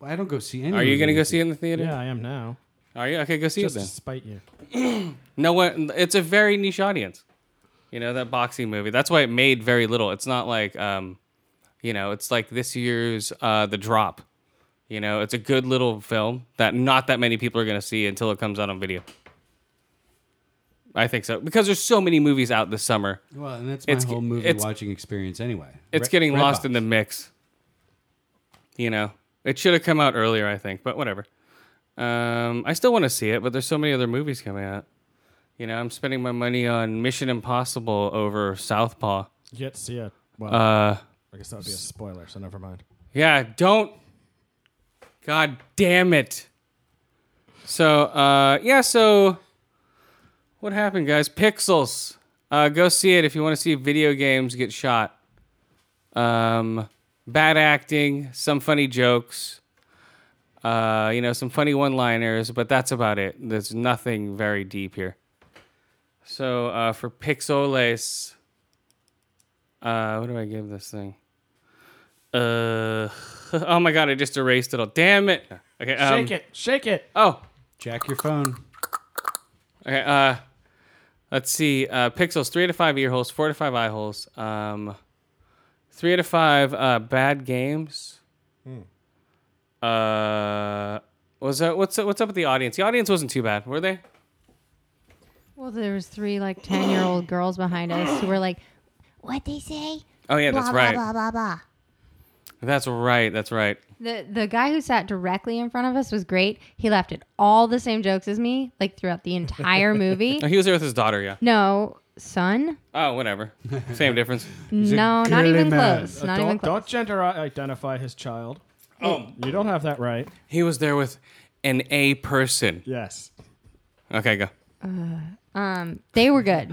Well, I don't go see any. are you gonna movie. go see it in the theater Hmm. Yeah, I am now. are you okay go see Just it to then spite you. no one it's a very niche audience you know that boxing movie that's why it made very little it's not like um you know it's like this year's uh the drop you know it's a good little film that not that many people are going to see until it comes out on video i think so because there's so many movies out this summer Well, and that's my It's- whole movie it's- watching experience anyway. it's Re- getting Red lost Box. in the mix you know it should have come out earlier i think but whatever um i still want to see it but there's so many other movies coming out you know i'm spending my money on mission impossible over southpaw Yet see it. Well, uh I guess that would be a spoiler, so never mind. Yeah, don't. God damn it. So, uh, yeah, so what happened, guys? Pixels. Uh, go see it if you want to see video games get shot. Um, bad acting, some funny jokes, uh, you know, some funny one liners, but that's about it. There's nothing very deep here. So uh, for Pixoles, uh, what do I give this thing? Uh, oh my god, I just erased it all. Damn it. Okay. Um, Shake it. Shake it. Oh, Jack your phone. Okay. Uh, let's see. Uh, pixels three to five ear holes, four to five eye holes. Um, three to five uh, bad games. Uh, was that what's what's up with the audience? The audience wasn't too bad, were they? Well, there was three like ten year old girls behind us who were like, "What they say? Oh yeah, that's blah right. blah blah blah blah." That's right. That's right. The the guy who sat directly in front of us was great. He laughed at all the same jokes as me, like throughout the entire movie. No, he was there with his daughter. Yeah. No, son. Oh, whatever. Same difference. a No, not girly even man. close. Uh, Not don't, even close. don't gender i- identify his child. Oh, You don't have that right. he was there with an A person. Yes. Okay, go. Um, they were good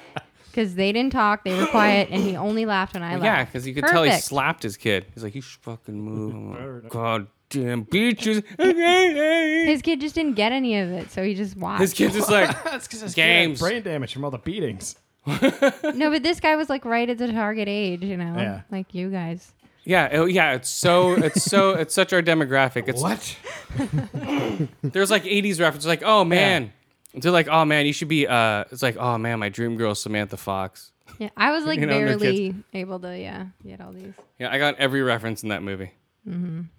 because they didn't talk. They were quiet, and he only laughed when I laughed. Yeah, because you could tell he Perfect. slapped his kid. He's like, "You should fucking move." I'm like, God damn bitches. His kid just didn't get any of it, so he just watched. His kid's just like, That's because his Games. Kid had brain damage from all the beatings. no, but this guy was like right at the target age, you know, Yeah. like you guys. yeah, oh, yeah. It's so, it's so, it's such our demographic. It's What? there's like '80s references, like, oh man, they're like, oh man, you should be. uh It's like, oh man, my dream girl, Samantha Fox. Yeah, I was like You know, they're barely able to, yeah, get all these. Yeah, I got every reference in that movie.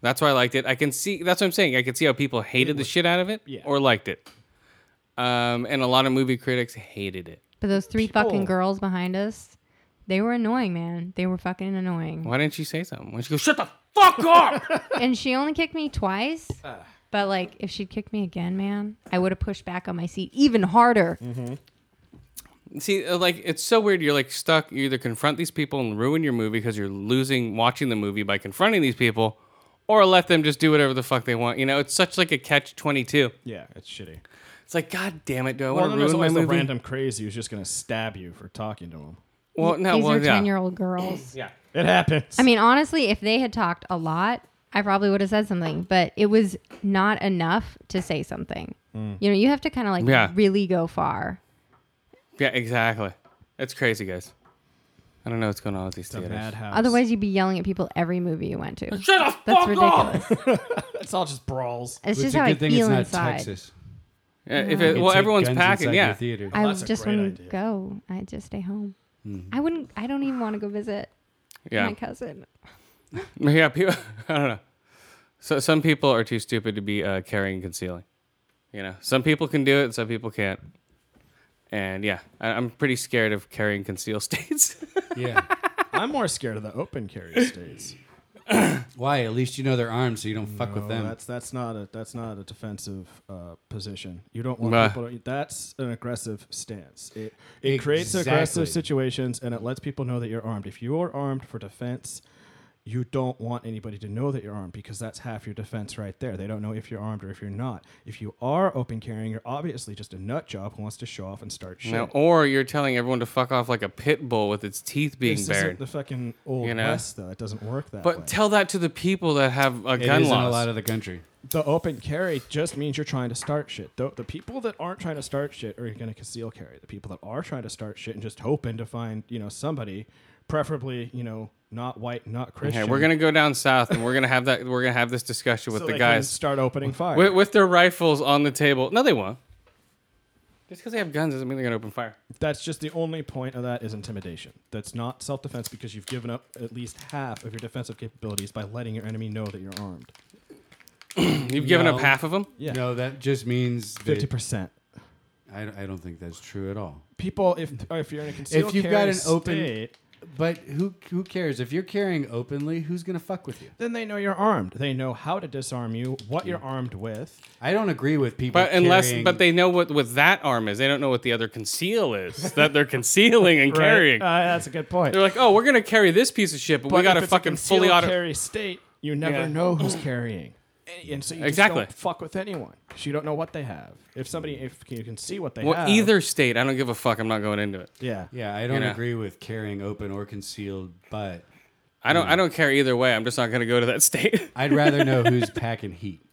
That's why I liked it. I can see. That's what I'm saying. I can see how people hated the shit out of it or liked it. Um, and a lot of movie critics hated it. But those three fucking People- girls behind us, they were annoying, man. They were fucking annoying. Why didn't she say something? Why did she go, shut the fuck up? and she only kicked me twice. But like, if she'd kicked me again, man, I would have pushed back on my seat even harder. Mm-hmm. See, uh, like it's so weird. You're like stuck. You either confront these people and ruin your movie because you're losing watching the movie by confronting these people, or let them just do whatever the fuck they want. You know, it's such like a catch twenty two. Yeah, it's shitty. It's like, god damn it, do I Well, want then to there's ruin my always the movie? random crazy who's just going to stab you for talking to him. well, no, These well, are yeah. ten year old girls. It happens. I mean, honestly, if they had talked a lot, I probably would have said something, but it was not enough to say something. Mm. You know, you have to kind of like Yeah. really go far. yeah, exactly. It's crazy, guys. I don't know what's going on with these It's a theaters. madhouse. Otherwise, you'd be yelling at people every movie you went to. Shut the That's fuck up! ridiculous. it's all just brawls. It's It's just a how I good thing it's feel not inside. Texas. Yeah, if You it, can well, take everyone's guns packing. inside Yeah, your theater. I that's a just great wouldn't idea. go. I just stay home. Mm. I wouldn't. I don't even want to go visit yeah, my cousin. yeah. People, I don't know. So some people are too stupid to be uh, carrying and concealing. You know, some people can do it, some people can't. And yeah, I, I'm pretty scared of carrying conceal states. Yeah. I'm more scared of the open carry states. Why? At least you know their arms, so you don't fuck with No, them. That's that's not a that's not a defensive uh, position. You don't want Nah. people. To, that's an aggressive stance. It it creates Exactly. aggressive situations and it lets people know that you're armed. If you are armed for defense, you don't want anybody to know that you're armed because that's half your defense right there. They don't know if you're armed or if you're not. If you are open carrying, you're obviously just a nut job who wants to show off and start shit. You know, or you're telling everyone to fuck off like a pit bull with its teeth being this bared. isn't the fucking old You know? west though. It doesn't work that way. but tell that to the people that have uh, It gun is in a laws. lot of the country. the open carry just means you're trying to start shit. The, the people that aren't trying to start shit are going to conceal carry. The people that are trying to start shit and just hoping to find, you know, somebody, preferably, you know, not white, not Christian. Okay, we're gonna go down south and we're gonna have that. We're gonna have this discussion with so the they can guys start opening fire. with, with their rifles on the table. No, they won't. Just because they have guns doesn't mean they're gonna open fire. That's just the only point of that is intimidation. That's not self defense because you've given up at least half of your defensive capabilities by letting your enemy know that you're armed. You've given No. up half of them. Yeah. No, that just means that- Fifty percent. I, I don't think that's true at all. People, if if you're in a concealed you've got carry an open- state, But who who cares if you're carrying openly? Who's gonna fuck with you? then they know you're armed. They know how to disarm you, what you're armed with. I don't agree with people. But unless, carrying- but they know what with that arm is. They don't know what the other conceal is that they're concealing and carrying. Right? Uh, that's a good point. they're like, oh, we're gonna carry this piece of shit, but, we But got if to it's a fucking fully concealed auto. carry state. You never Yeah. know who's carrying, and, and so you Exactly. just don't fuck with anyone because you don't know what they have. If somebody, if you can see what they Well, have, either state, I don't give a fuck. I'm not going into it. yeah, Yeah, I don't know. agree with carrying open or concealed. But I Hmm. don't. I don't care either way. I'm just not going to go to that state. I'd rather know who's packing heat.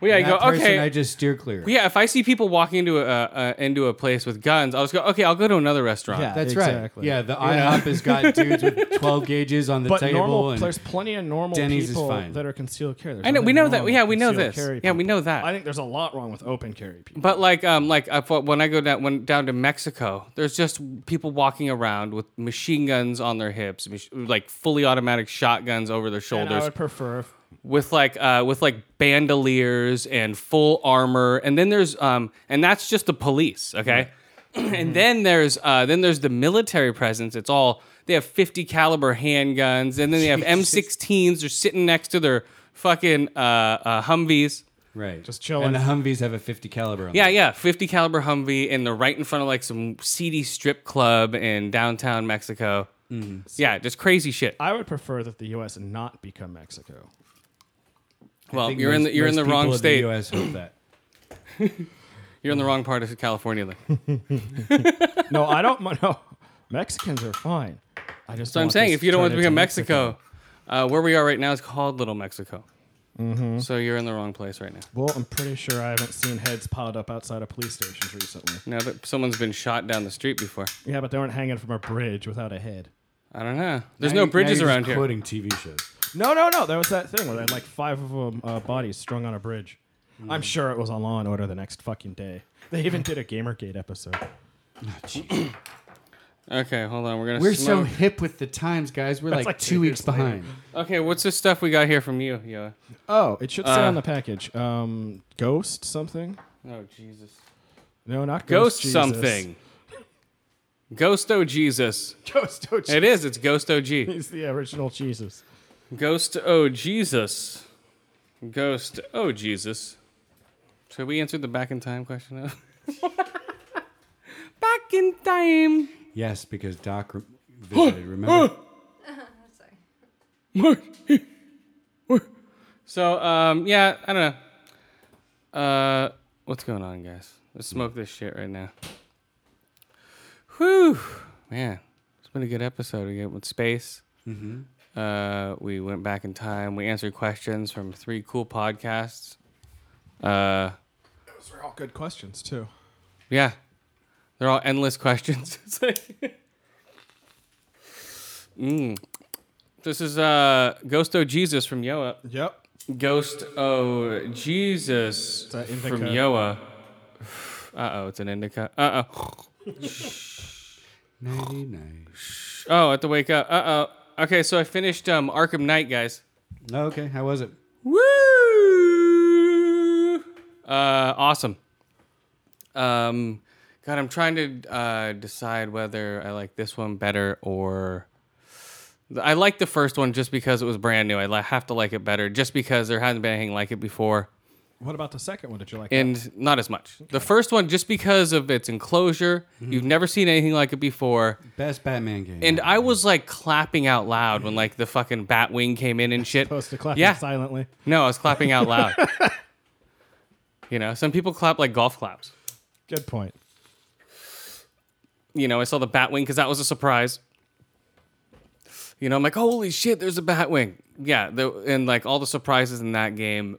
Well, yeah, I that go, person okay. I just steer clear. yeah, if I see people walking into a uh, into a place with guns, I'll just go, okay, I'll go to another restaurant. Yeah. That's Exactly. right. Yeah, the IHOP has got dudes with 12 gauges on the But table. normal, and there's plenty of normal Denny's is people fine. that are concealed carry. There's I know. We nothing know that. wrong Yeah, with we know concealed this. carry Yeah, we people. know that. I think there's a lot wrong with open carry people. But like, um, like I thought when I go down when down to Mexico, there's just people walking around with machine guns on their hips, mach- like fully automatic shotguns over their And I shoulders, would prefer. if- with like uh, with like bandoliers and full armor. And then there's um, and that's just the police, okay. and then there's uh, then there's the military presence. It's all they have 50 caliber handguns, and then they have M16s. They're sitting next to their fucking uh, uh, Humvees. right. Just And chilling. the Humvees have a 50 caliber on Yeah, them. yeah, 50 caliber Humvee, and they're right in front of like some seedy strip club in downtown Mexico. Mm-hmm. Yeah, just crazy shit. I would prefer that the U.S. not become Mexico. well, think you're in most- the you're in most the wrong people of state. The Mm-hmm. US hope that. you're in the wrong part of California. Then. No, I don't. mi- No, Mexicans are fine. I just. So I'm don't want saying, this if you don't want to turned become into Mexico, uh, where we are right now is called Little Mexico. Mm-hmm. So you're in the wrong place right now. Well, I'm pretty sure I haven't seen heads piled up outside of police stations recently. Now that someone's been shot down the street before, Yeah, but they weren't hanging from a bridge without a head. I don't know. There's Now no you- now bridges you're just around here. Quoting TV shows. No, no, no. There was that thing where they had like five of them uh, bodies strung on a bridge. I'm sure it was on Law and Order the next fucking day. They even did a GamerGate episode. Okay, hold on. We're gonna. We're so smoke. hip with the times, guys. We're like, like two weeks behind. Okay, what's this stuff we got here from you, Yo? Oh, it should say Uh. on the package, um, ghost something. Oh Jesus. No, not Ghost ghost. Jesus. something. Ghost O Jesus. Ghost. Oh, It is. It's Ghost OG. he's the original Jesus. Ghost O Jesus. Ghost O Jesus. Should we answer the back in time question now? back in time. Yes, because Doc re- visited, remember? So um yeah, I don't know. Uh what's going on, guys? Let's smoke this shit right now. Whew. Man, it's been a good episode. We get with space. mm-hmm. Uh, we went back in time. We answered questions from three cool podcasts. Uh, Those are all good questions too. yeah, they're all endless questions. It's like, mm. This is uh, Ghost O Jesus from Yoa. Yep. Ghost O Jesus a indica. from Yoa. Uh oh, it's an indica. Uh oh. Nighty night. Oh, I have to wake up. Uh oh. Okay, so I finished um, Arkham Knight, guys. Oh, okay, how was it? Woo! Uh, awesome. Um, God, I'm trying to uh, decide whether I like this one better or I like the first one just because it was brand new. I li- have to like it better just because there hasn't been anything like it before, What about the second one? Did you like? and not as much. The first one just because of its enclosure. You've never seen anything like it before. Best Batman game. And I was like clapping out loud when like the fucking Batwing came in and shit. Supposed to clap Yeah. silently. No, I was clapping out loud. you know, some people clap like golf claps. Good point. You know, I saw the Batwing because that was a surprise. You know, I'm like, holy shit, there's a Batwing. Yeah, the, and like all the surprises in that game,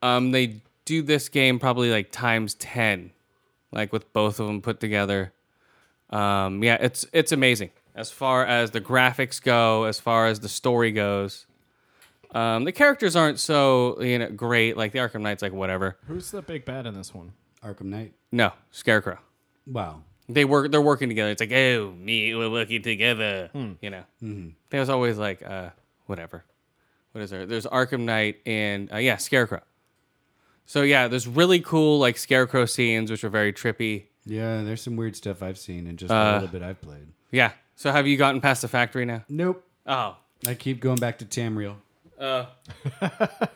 um, they do this game probably like times ten, like with both of them put together. Um, yeah, it's it's amazing as far as the graphics go, as far as the story goes. Um, the characters aren't so you know great. Like the Arkham Knight's like whatever. Who's the big bad in this one? Arkham Knight. No, Scarecrow. Wow. They work. They're working together. It's like, oh, me, we're working together. You know. Mm-hmm. There's always like, uh, whatever. What is there? There's Arkham Knight and uh, yeah, Scarecrow. So yeah, there's really cool like Scarecrow scenes, which are very trippy. Yeah, there's some weird stuff I've seen and just Uh, a little bit I've played. Yeah. So have you gotten past the factory now? Nope. Oh. I keep going back to Tamriel. Oh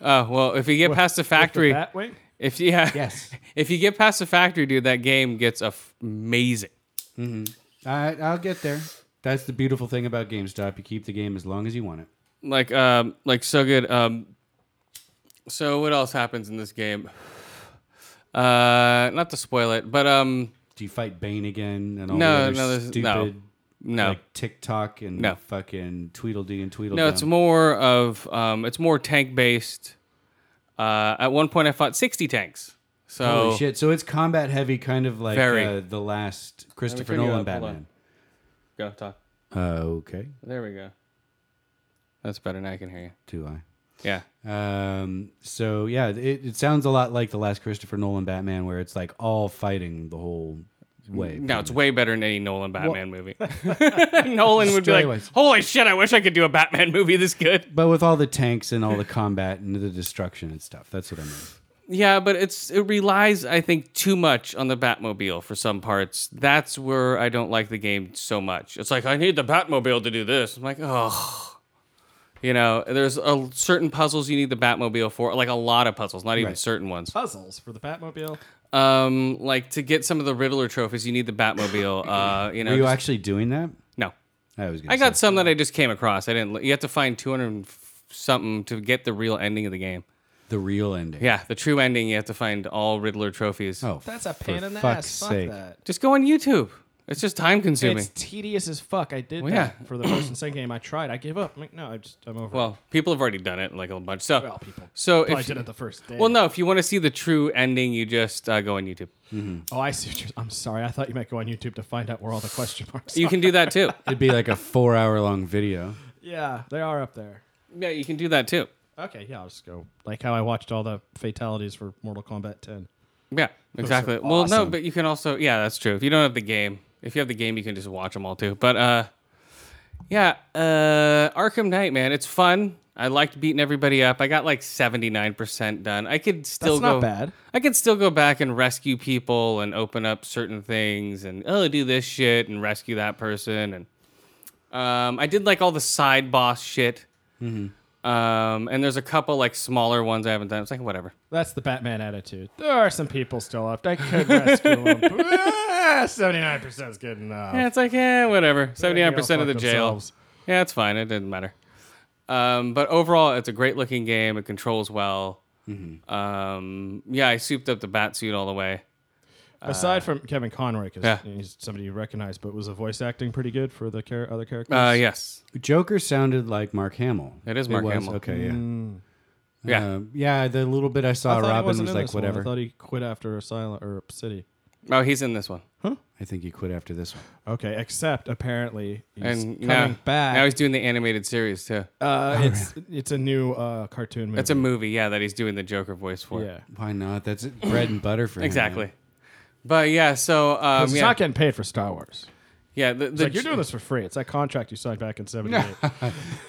well, if you get past the factory, That way. if yeah, Yes. if you get past the factory, dude, that game gets a f- amazing. I, I'll get there. That's the beautiful thing about GameStop. You keep the game as long as you want it. like um like so good um so what else happens in this game uh not to spoil it but um Do you fight Bane again and all No, the other no, there's- stupid no. no like TikTok and No. fucking Tweedledee and Tweedledum? no it's more of um it's more tank based Uh, at one point, I fought 60 tanks. So Holy shit! So it's combat heavy, kind of like Very. uh, the last Christopher turn you up, Nolan hold Batman. go talk. Uh, okay, There we go. That's better. Now I can hear you. do I? Yeah. Um, so yeah, it, it sounds a lot like the last Christopher Nolan Batman, where it's like all fighting the whole way. No, it's way better than any Nolan Batman movie. Nolan would be Story like, wise. "Holy shit! I wish I could do a Batman movie this good." But with all the tanks and all the combat and the destruction and stuff, that's what I mean. Yeah, but it's it relies, I think, too much on the Batmobile for some parts. That's where I don't like the game so much. It's like I need the Batmobile to do this. I'm like, oh, you know, there's a certain puzzles you need the Batmobile for, like a lot of puzzles, not even Right. certain ones. Puzzles for the Batmobile. Um, like to get some of the Riddler trophies, you need the Batmobile. Uh, you know, Were you just- actually doing that? no. I was. Gonna I got say. some that I just came across. I didn't. look- You have to find 200 and f- something to get the real ending of the game. the real ending. Yeah, the true ending. You have to find all Riddler trophies. Oh, That's a pain for in the fuck's ass. Fuck sake. that. Just go on YouTube. It's just time consuming. It's tedious as fuck. I did Well, that yeah. for the first and second game. I tried. I gave up. I'm like, no, I just I'm over. it. well, people have already done it like a bunch. So, Well, people so Probably if did it the first day. well, no, if you want to see the true ending, you just uh, go on YouTube. Oh, I see. what you're- I'm sorry. I thought you might go on YouTube to find out where all the question marks. You are. can do that too. It'd be like a four-hour-long video. Yeah, they are up there. yeah, you can do that too. Okay, yeah, I'll just go like how I watched all the fatalities for Mortal Kombat 10. Yeah, exactly. Well, no, but you can also yeah, that's true. If you don't have the game, if you have the game, you can just watch them all too. But uh, yeah, uh, Arkham Knight, man, it's fun. I liked beating everybody up. I got like seventy nine percent done. I could still That's not go bad. I could still go back and rescue people and open up certain things and oh do this shit and rescue that person and um, I did like all the side boss shit. Mm-hmm. Um, and there's a couple like smaller ones I haven't done. It's like whatever. That's the Batman attitude. There are some people still left. I could rescue them. Seventy-nine percent is good enough. Yeah, it's like, yeah, whatever. They all 79% of the fuck jail. themselves. Yeah, it's fine. It didn't matter. Um, but overall, it's a great looking game. It controls well. Mm-hmm. Um, yeah, I souped up the bat suit all the way. Aside from Kevin Conroy, because Uh, Yeah. he's somebody you recognize, but was the voice acting pretty good for the char- other characters? Uh, yes. Joker sounded like Mark Hamill. It is Mark was? Hamill. Okay, yeah. Uh-huh. Yeah. Um, yeah, the little bit I saw Mm. I thought he Robin was wasn't in like, this one. whatever. I thought he quit after Asylum or City. oh, he's in this one. I think he quit after this one. Okay, except apparently he's And coming now, back. now he's doing the animated series, too. Oh, uh, it's it's a new uh, cartoon movie. That's a movie, yeah, that he's doing the Joker voice for. yeah. Mm-hmm. Why not? That's bread and butter for him. Exactly. But yeah, so um, He's yeah, not getting paid for Star Wars. yeah, the, It's the like you're doing this for free. It's that contract you signed back in '78. Yeah.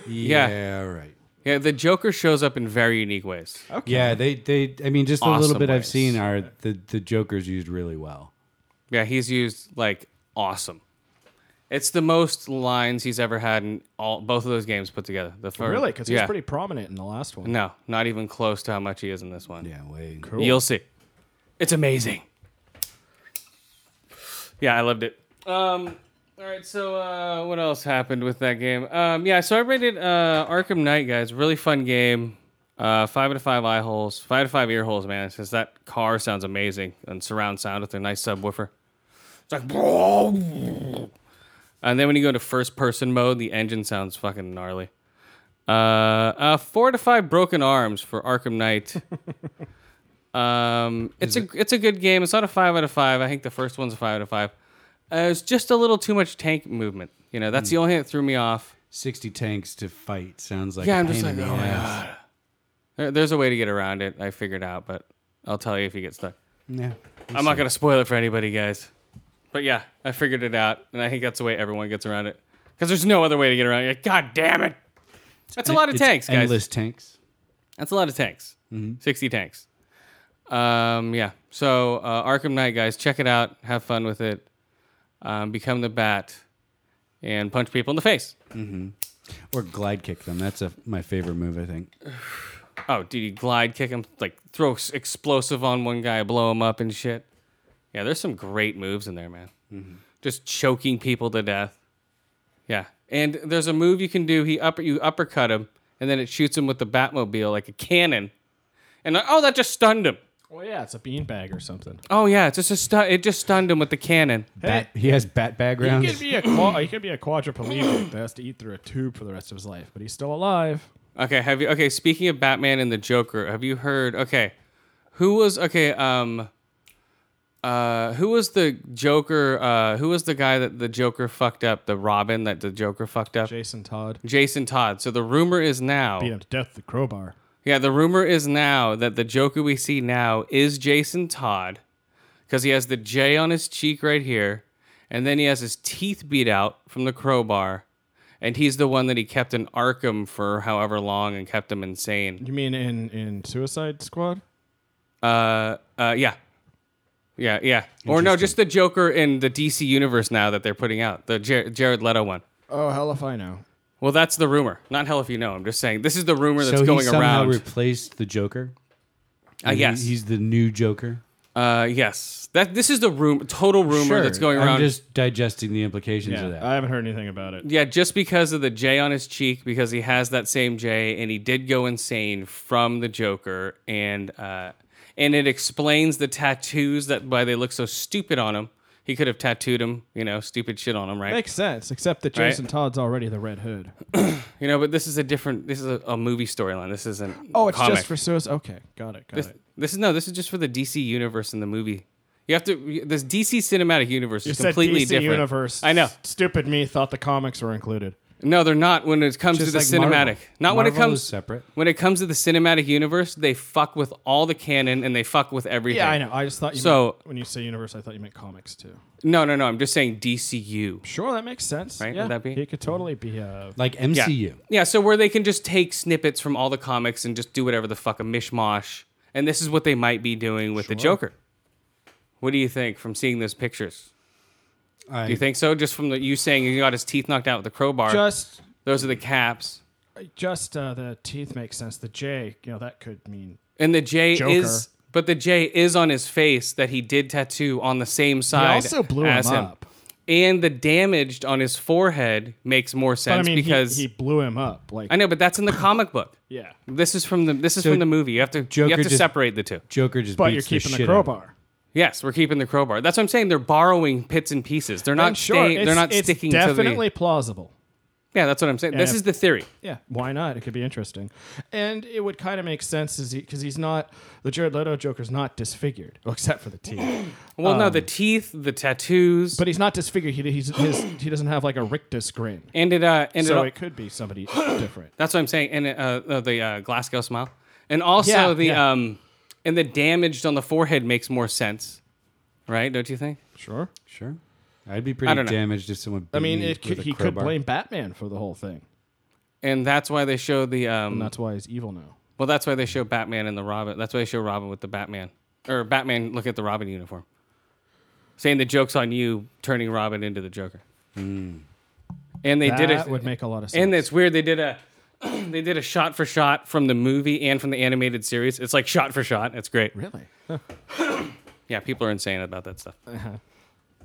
Yeah. yeah, right. yeah, the Joker shows up in very unique ways. Yeah, they, they I mean, just the little Awesome bit I've ways. seen are the, the Joker's used really well. Yeah, he's used like awesome. It's the most lines he's ever had in all both of those games put together. The first, really? Because he yeah. was pretty prominent in the last one. No, not even close to how much he is in this one. Yeah, way. You'll see. It's amazing. Yeah, I loved it. Um, all right, so uh, what else happened with that game? Um, yeah, so I rated uh, Arkham Knight, guys. Really fun game. Uh, five out of five eye holes, five out of five ear holes, man. Since that car sounds amazing and surround sound with a nice subwoofer. It's like, and then when you go into first person mode, the engine sounds fucking gnarly. Uh, uh, four to five broken arms for Arkham Knight. Um, it's a it's a good game. It's not a five out of five. I think the first one's a five out of five. Uh, it's just a little too much tank movement. You know, Hmm. that's the only thing that threw me off. 60 tanks to fight sounds like Yeah, a I'm pain just in like, the oh my ass. There- There's a way to get around it. I figured out, but I'll tell you if you get stuck. Yeah. I'm not gonna spoil it for anybody, guys. But yeah, I figured it out, and I think that's the way everyone gets around it. Because there's no other way to get around it. God damn it! That's a lot of It's tanks, guys. Endless tanks. That's a lot of tanks. 60 tanks. Um, yeah. So uh, Arkham Knight, guys, check it out. Have fun with it. Um, become the bat and punch people in the face. Or glide kick them. That's a, my favorite move, I think. Oh, dude, you glide kick him, like throw s- explosive on one guy, blow him up and shit. Yeah, there's some great moves in there, man. Just choking people to death. Yeah, and there's a move you can do. He upper you uppercut him, and then it shoots him with the Batmobile like a cannon. And oh, that just stunned him. Well, yeah, it's a beanbag or something. Oh yeah, it's just a stu- it just stunned him with the cannon. Bat, he has bat He backgrounds. could be a qua- he could be a quadriplegic that has to eat through a tube for the rest of his life, but he's still alive. Okay, have you okay, speaking of Batman and the Joker, have you heard okay, who was okay, um uh who was the Joker uh who was the guy that the Joker fucked up, the Robin that the Joker fucked up? Jason Todd Jason Todd. So the rumor is now beat him to death with the crowbar. Yeah, the rumor is now that the Joker we see now is Jason Todd because he has the J on his cheek right here, and then he has his teeth beat out from the crowbar, and he's the one that he kept in Arkham for however long and kept him insane. You mean in in Suicide Squad? Uh, uh, yeah. Yeah, yeah. Or no, just the Joker in the DC universe now that they're putting out, the Jar Jared Leto one. Oh hell if I know. Well, that's the rumor. Not hell if you know. I'm just saying this is the rumor that's so he going somehow around. replaced the Joker. Uh, And he- yes. he's the new Joker. Uh, yes. That this is the room total rumor that's going around. Uh, I'm just digesting the implications of that. Yeah, I haven't heard anything about it. yeah, just because of the J on his cheek, because he has that same J, and he did go insane from the Joker, and uh, and it explains the tattoos that why they look so stupid on him. He could have tattooed him, you know, stupid shit on him, right? Makes sense, except that Right. Jason Todd's already the Red Hood. You know, but this is a different. This is a, a movie storyline. This isn't. Oh, it's comic. just for Suicide. Okay, got it, got This, it. this is no. This is just for the DC universe in the movie. You have to. This DC cinematic universe is completely DC different. universe. I know. S- Stupid me thought the comics were included. No, they're not when it comes to Just the like cinematic. Marvel. Not when it Marvel comes is separate. When it comes to the cinematic universe, they fuck with all the canon and they fuck with everything. Yeah, I know. I just thought you. So- meant, when you say universe, I thought you meant comics too. No, no, no. I'm just saying DCU. Sure, that makes sense. Right, would Yeah, that be- He could totally be. Uh, Like Yeah. MCU. Yeah, so where they can just take snippets from all the comics and just do whatever the fuck a mishmash. And this is what they might be doing with the Joker. What do you think from seeing those pictures? I, Do you think so? Just from the, you saying he got his teeth knocked out with a crowbar. just, those are the caps. just uh, the teeth make sense. The J, you know, that could mean And the J Joker. is, but the J is on his face that he did tattoo on the same I side. also blew him as up. And the damaged on his forehead makes more But I sense mean, he- because he, blew him up. Like, I know, but that's in the comic book. yeah, This is from the this is So from the movie. You have to you Joker have to just- separate the two. Joker just but you're beats keeping the, shit out of him. crowbar. Yes, we're keeping the crowbar. That's what I'm saying. They're borrowing bits and pieces. They're And not sure, staying. They're it's- not it's sticking to definitely the. plausible. Yeah, that's what I'm saying. This if- is the theory. Yeah, why not? It could be interesting, and it would kind of make sense as because he's not the Jared Leto Joker's not disfigured well, except for the teeth, Well, no, the teeth, the tattoos, Um, but he's not disfigured. He he's, his, he doesn't have like a rictus grin, and it uh, and so it, it could be somebody different. That's what I'm saying. And uh, uh, the uh, Glasgow smile, and also Yeah, the yeah. um, and the damaged on the forehead makes more sense, right? Don't you think? Sure. Sure. I'd be pretty don't know. damaged if someone. I mean, beat me it could, with a he could crowbar. blame Batman for the whole thing, And that's why they show the um. and that's why he's evil now. well, that's why they show Batman and the Robin. That's why they show Robin with the Batman or Batman. Look at the Robin uniform. Saying the joke's on you, turning Robin into the Joker. And they did Hmm. that it. would make a lot of sense. and it's weird. They did a. They did a shot for shot from the movie and from the animated series. It's like shot for shot. It's great. really, Yeah, people are insane about that stuff.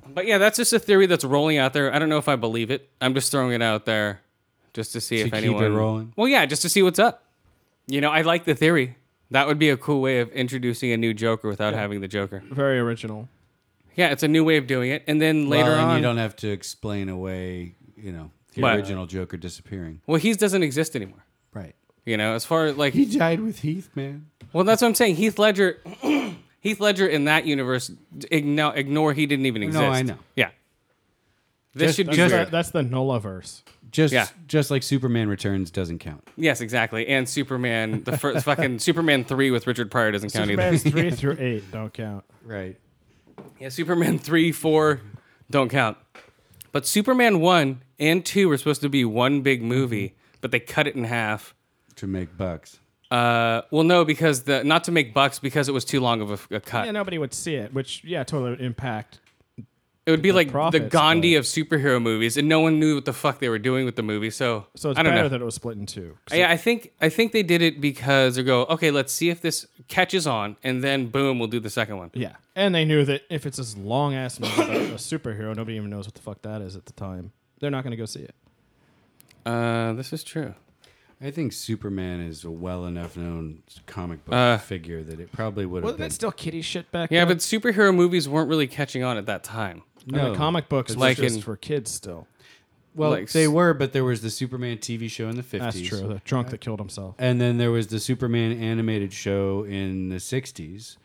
But yeah, that's just a theory that's rolling out there. I don't know if I believe it. I'm just throwing it out there just to see To if keep anyone. it rolling? Well, yeah, just to see what's up. You know, I like the theory. That would be a cool way of introducing a new Joker without having the Joker. very original. Yeah, it's a new way of doing it. And then Well, later and on, you don't have to explain away, you know, the But- original Joker disappearing. well, he doesn't exist anymore. Right. You know, as far as like, He died with Heath, man. well, that's what I'm saying. Heath Ledger, Heath Ledger in that universe, ignore, ignore he didn't even exist. I know. Yeah. This Just- should be just- weird. That- that's the Nolaverse. Just Yeah. just like Superman Returns doesn't count. Yes, exactly. And Superman, the first fucking Superman three with Richard Pryor doesn't count either. Superman's three through eight don't count. Right. Yeah, Superman three, four don't count. But Superman one and two were supposed to be one big movie, but they cut it in half. To make bucks. Uh, well, no, because the not to make bucks because it was too long of a, a cut. Yeah, nobody would see it, which yeah, totally would impact it would be like the profits, Gandhi of superhero movies, and no one knew what the fuck they were doing with the movie. So, So it's I don't better know. that it was split in two. 'Cause yeah, I think I think they did it because they go, okay, let's see if this catches on, and then boom, we'll do the second one. it- yeah. And they knew that if it's this long ass movie about a superhero, nobody even knows what the fuck that is at the time. They're not going to go see it. Uh, this is true. I think Superman is a well enough known comic book Uh, figure that it probably would have Wasn't been. that still kitty shit back Yeah, then? but superhero movies weren't really catching on at that time. And the comic books Like like just in- for kids still. Well, Like, they s- were, but there was the Superman TV show in the 50s. That's true. The drunk that killed himself. And then there was the Superman animated show in the 60s.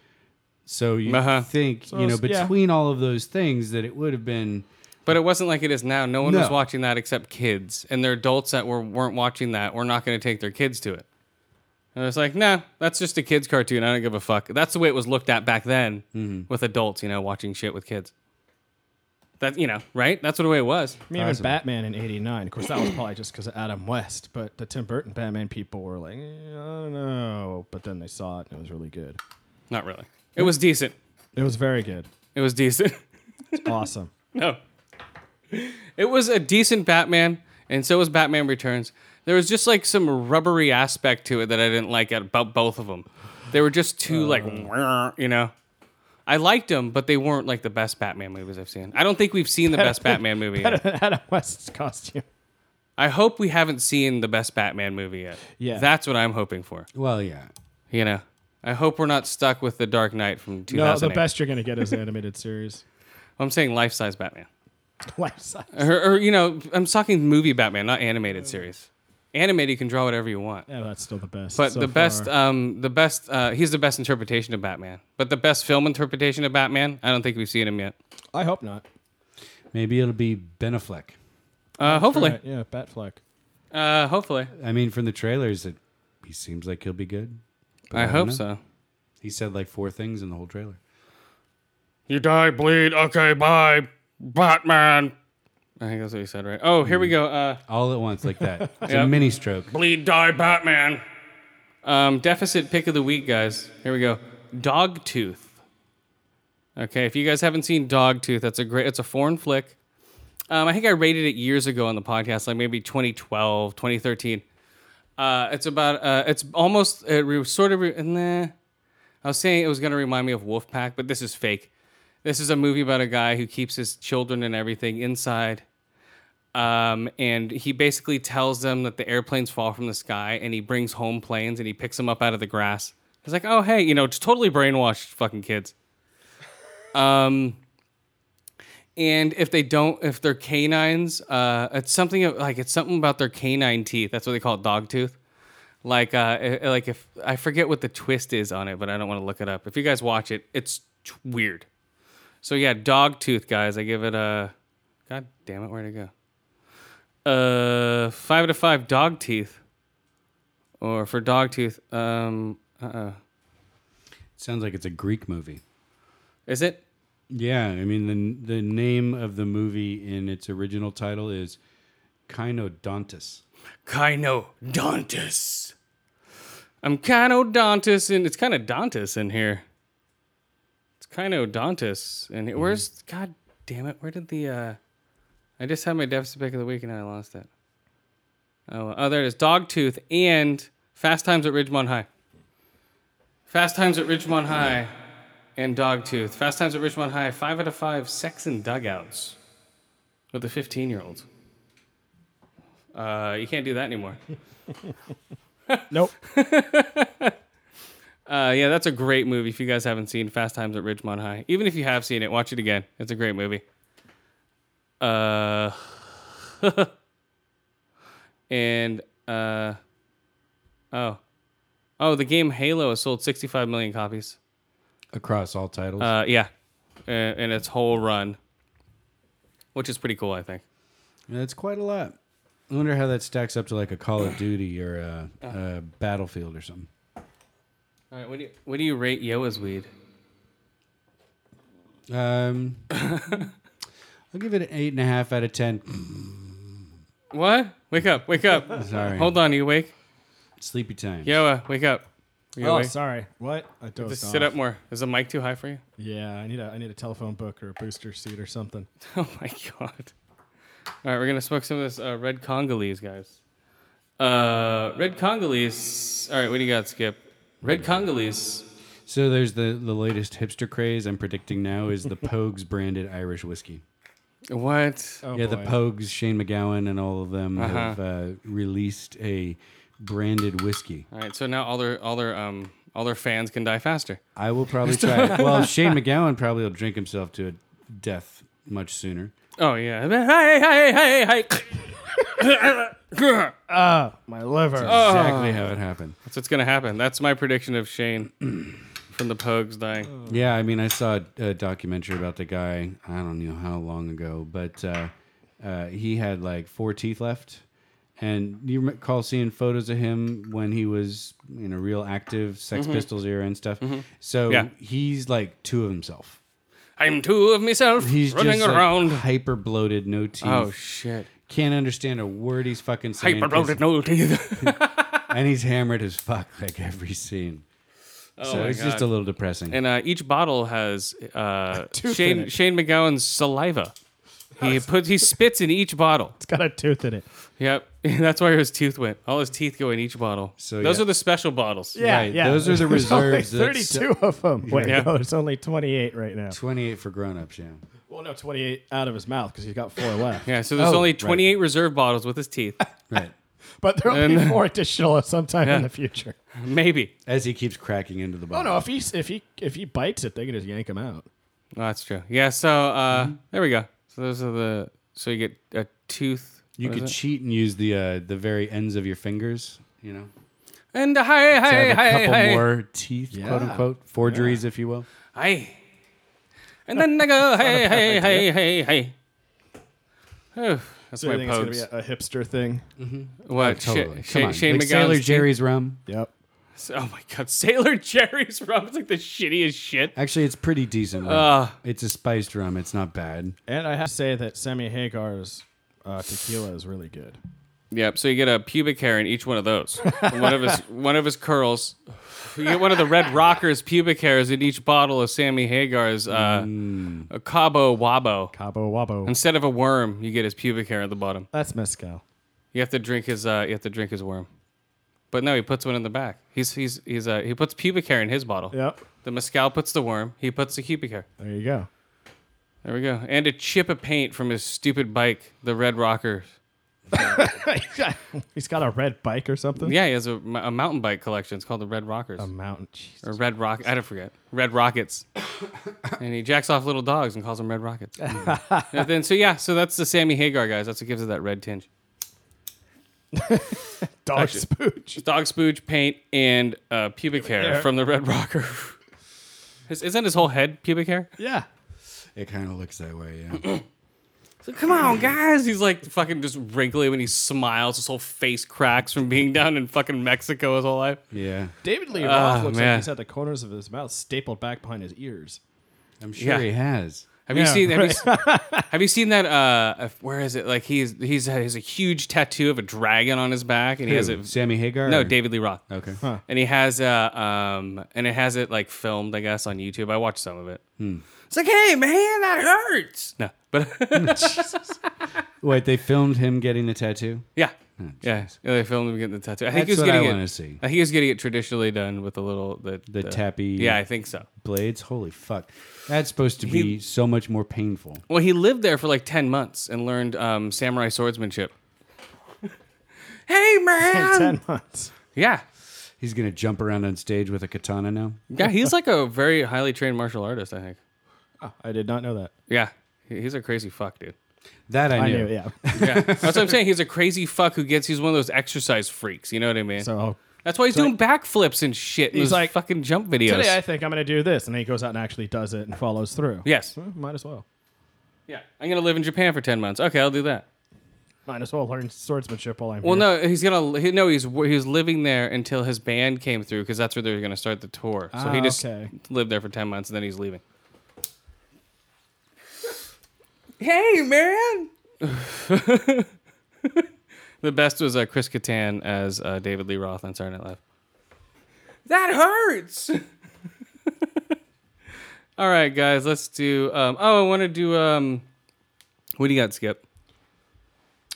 So you Uh-huh. think, So you know, it's- yeah. between all of those things that it would have been But it wasn't like it is now. No one was No. watching that except kids, and their adults that were weren't watching that were not going to take their kids to it. And it's like, nah, that's just a kids cartoon. I don't give a fuck. That's the way it was looked at back then with adults, you know, watching shit with kids. That you know, right? That's what the way it was. I mean, even Batman in '89. Of course, that was probably just because of Adam West. But the Tim Burton Batman people were like, "Eh, I don't know. But then they saw it and it was really good. Not really. It was decent. It was very good. It was decent. It's awesome. No. Oh. It was a decent Batman, and so was Batman Returns. There was just like some rubbery aspect to it that I didn't like about both of them. They were just too like, Uh. you know. I liked them, but they weren't like the best Batman movies I've seen. I don't think we've seen the best Batman movie yet. Adam West's costume. I hope we haven't seen the best Batman movie yet. Yeah. That's what I'm hoping for. well, yeah. You know, I hope we're not stuck with the Dark Knight from No, 2008. the best you're gonna get is the animated series. I'm saying life-size Batman. Life size. Or, or you know, I'm talking movie Batman, not animated series. Animated, you can draw whatever you want. Yeah, that's still the best. But so the best, far. um, the best, uh, he's the best interpretation of Batman. But the best film interpretation of Batman, I don't think we've seen him yet. I hope not. Maybe it'll be Ben Affleck. Uh, hopefully, Right, yeah, Batfleck. uh, hopefully, I mean, from the trailers, it, he seems like he'll be good. I don't hope know. so. He said like four things in the whole trailer. You die, bleed. Okay, bye, Batman. I think that's what he said, right? Oh, here we go. Uh, All at once, like that. It's a Yep. mini stroke. bleed, die, Batman. Um, deficit pick of the week, guys. Here we go. Dogtooth. Okay, if you guys haven't seen Dogtooth, that's a great. It's a foreign flick. Um, I think I rated it years ago on the podcast, like maybe 2012, 2013. Uh, it's about. Uh, it's almost. It re- sort of. Re- nah. I was saying it was going to remind me of Wolfpack, but this is fake. This is a movie about a guy who keeps his children and everything inside um, and he basically tells them that the airplanes fall from the sky, and he brings home planes and he picks them up out of the grass. He's like, "Oh, hey, you know, just totally brainwashed fucking kids." Um, and if they don't, if they're canines, uh, it's something of- like it's something about their canine teeth. That's what they call it, dog tooth. Like, uh, eh, eh, like if I forget what the twist is on it, but I don't want to look it up. If you guys watch it, it's t- weird. So yeah, dog tooth, guys. I give it a. God damn it, where'd it go? Uh, five out of five dog teeth. Or for dog tooth, um, uh, Sounds like it's a Greek movie. is it? Yeah, I mean the the name of the movie in its original title is Kynodontus. Kynodontus. I'm Kynodontus, and it's kind of Dontus in here. It's Kynodontus, and it, where's God damn it? Where did the? uh I just had my deficit pick of the week, and I lost it. Oh, oh, there it is. Dogtooth and Fast Times at Ridgemont High. Fast Times at Ridgemont High, and Dogtooth. Fast Times at Ridgemont High. Five out of five. Sex in dugouts with the fifteen-year-olds. Uh, you can't do that anymore. Nope. Uh, yeah, that's a great movie. If you guys haven't seen Fast Times at Ridgemont High, even if you have seen it, watch it again. It's a great movie. Uh, and uh, oh, oh, the game Halo has sold 65 million copies. Across all titles. Uh, yeah, uh, in its whole run, which is pretty cool, I think. That's quite a lot. I wonder how that stacks up to like a Call of Duty or a, a Battlefield or something. All right, what do you, what do you rate Yoa's weed? Um, I'll give it an eight and a half out of ten. What? Wake up! Wake up! Sorry, Hold on, are you awake? Sleepy time. Yoa, wake up! Are you Oh, awake? sorry. What? I dozed Just sit off. up more. Is the mic too high for you? Yeah, I need a I need a telephone book or a booster seat or something. Oh my god! All right, we're gonna smoke some of this uh, red Congolese, guys. Uh, red Congolese. All right, what do you got, Skip? Red Congolese. So there's the the latest hipster craze. I'm predicting now is the Pogues branded Irish whiskey. What? Oh yeah, the boy. Pogues, Shane McGowan, and all of them have uh, released a branded whiskey. All right, so now all their all their um all their fans can die faster. I will probably try it. Well, Shane McGowan probably will drink himself to a death much sooner. Oh yeah. Hey hey hey hey hey. My liver. Oh. Exactly how it happened. That's what's gonna happen. That's my prediction of Shane from the Pogues dying. Yeah, I mean, I saw a documentary about the guy. I don't know how long ago, but uh, uh, he had like four teeth left. And you recall seeing photos of him when he was, you know, real active, Sex Pistols era and stuff. So Mm-hmm. Yeah. he's like two of himself. I'm two of myself He's running just like, around. hyper bloated, no teeth. oh shit. Can't understand a word he's fucking saying. Hyper bloated no teeth. and he's hammered as fuck like every scene. so Oh my it's just God. a little depressing. and uh, each bottle has uh, Shane Shane McGowan's saliva. He put he spits in each bottle. It's got a tooth in it. Yep, that's where his tooth went. All his teeth go in each bottle. So, those yeah. are the special bottles. Right, those are the There's only reserves that- Thirty-two of them. Wait, Yeah. no, it's only twenty-eight right now. 28 for grown ups, yeah. Well, no, twenty-eight out of his mouth because he's got four left. Yeah, so there's Oh, only right. 28 reserve bottles with his teeth. Right. But there'll be And- more additional sometime Yeah. in the future. Maybe. As he keeps cracking into the Oh bottle. no! If he if he if he bites it, they can just yank him out. Oh, that's true. Yeah, so uh, Mm-hmm. there we go. So those are the. So you get a tooth. You what is could it? cheat and use the uh, the very ends of your fingers, you know. And uh, a hi, To hi, have a hi, couple hi. more teeth, quote unquote. Forgeries, if you will. Hi. And then I go, hey, hey, hey, hey, hey. Whew, That's So my I think it's gonna be pokes. a, a hipster thing. What? Sha- Oh, Totally. Sha- Come on. Shane like Sailor McGowan's Jerry's rum. Yep. teeth? Oh my god, Sailor Jerry's rum. It's like the shittiest shit. Actually, it's pretty decent. Rum. Uh, it's a spiced rum. It's not bad. And I have to say that Sammy Hagar's uh, tequila is really good. Yep. So you get a pubic hair in each one of those. And one of his one of his curls. You get one of the Red Rockers pubic hairs in each bottle of Sammy Hagar's uh, Mm. a Cabo Wabo. Cabo Wabo. Instead of a worm, you get his pubic hair at the bottom. That's mezcal. You have to drink his uh, you have to drink his worm. But no, he puts one in the back. He's he's he's uh, he puts pubic hair in his bottle. Yep. The mescal puts the worm. He puts the pubic hair. There you go. There we go. And a chip of paint from his stupid bike, the Red Rocker. He's got a red bike or something. Yeah, he has a, a mountain bike collection. It's called the Red Rockers. A mountain. Jesus. or Red Rock. I don't forget. Red Rockets. and he jacks off little dogs and calls them Red Rockets. And then so yeah, so that's the Sammy Hagar guys. That's what gives it that red tinge. Dog spooch. Dog spooge, paint, and uh, pubic hair from the Red Rocker. His- Isn't his whole head pubic hair? Yeah. It kind of looks that way, yeah. So come on, guys. He's like fucking just wrinkly when he smiles. His whole face cracks from being down in fucking Mexico his whole life. yeah. David Lee Roth looks Ah, man. like he's had the corners of his mouth stapled back behind his ears. I'm sure Yeah. he has. Have you seen? Have, you, s- have you seen that? Uh, if- where is it? Like he's he's has a huge tattoo of a dragon on his back, and he has Who? it. Sammy Hagar? No, or- David Lee Roth. Okay. And he has uh um and it has it like filmed, I guess, on YouTube. I watched some of it. Hmm. It's like, hey man, that hurts. No, but Wait, they filmed him getting the tattoo? yeah. yeah, yeah, they filmed him getting the tattoo. I think Hmm, That's he was what getting I it. wanna see. I think he was getting it traditionally done with a little the The tappy- Yeah, I think so. Blades? Holy fuck. That's supposed to be He- so much more painful. Well, he lived there for like ten months and learned um, samurai swordsmanship. hey man, Ten months. yeah, He's gonna jump around on stage with a katana now. yeah, he's like a very highly trained martial artist. I think. Oh, I did not know that. Yeah, he- he's a crazy fuck, dude. That I, I knew. knew. Yeah. Yeah, that's what I'm saying. He's a crazy fuck who gets. He's one of those exercise freaks. You know what I mean? So that's why he's doing backflips and shit. In He's those like, fucking jump videos. today I think I'm going to do this, and then he goes out and actually does it and follows through. yes. Well, might as well. Yeah. I'm gonna live in Japan for ten months. Okay, I'll do that. Might as well learn swordsmanship while I'm Well, here. no, he's gonna. He, no, he's he was living there until his band came through because that's where they were gonna start the tour. So he Ah, just okay. lived there for ten months and then he's leaving. Hey, man. the best was uh, Chris Kattan as uh, David Lee Roth on Saturday Night Live. That hurts. All right, guys, let's do. Um, oh, I want to do. Um, what do you got, Skip?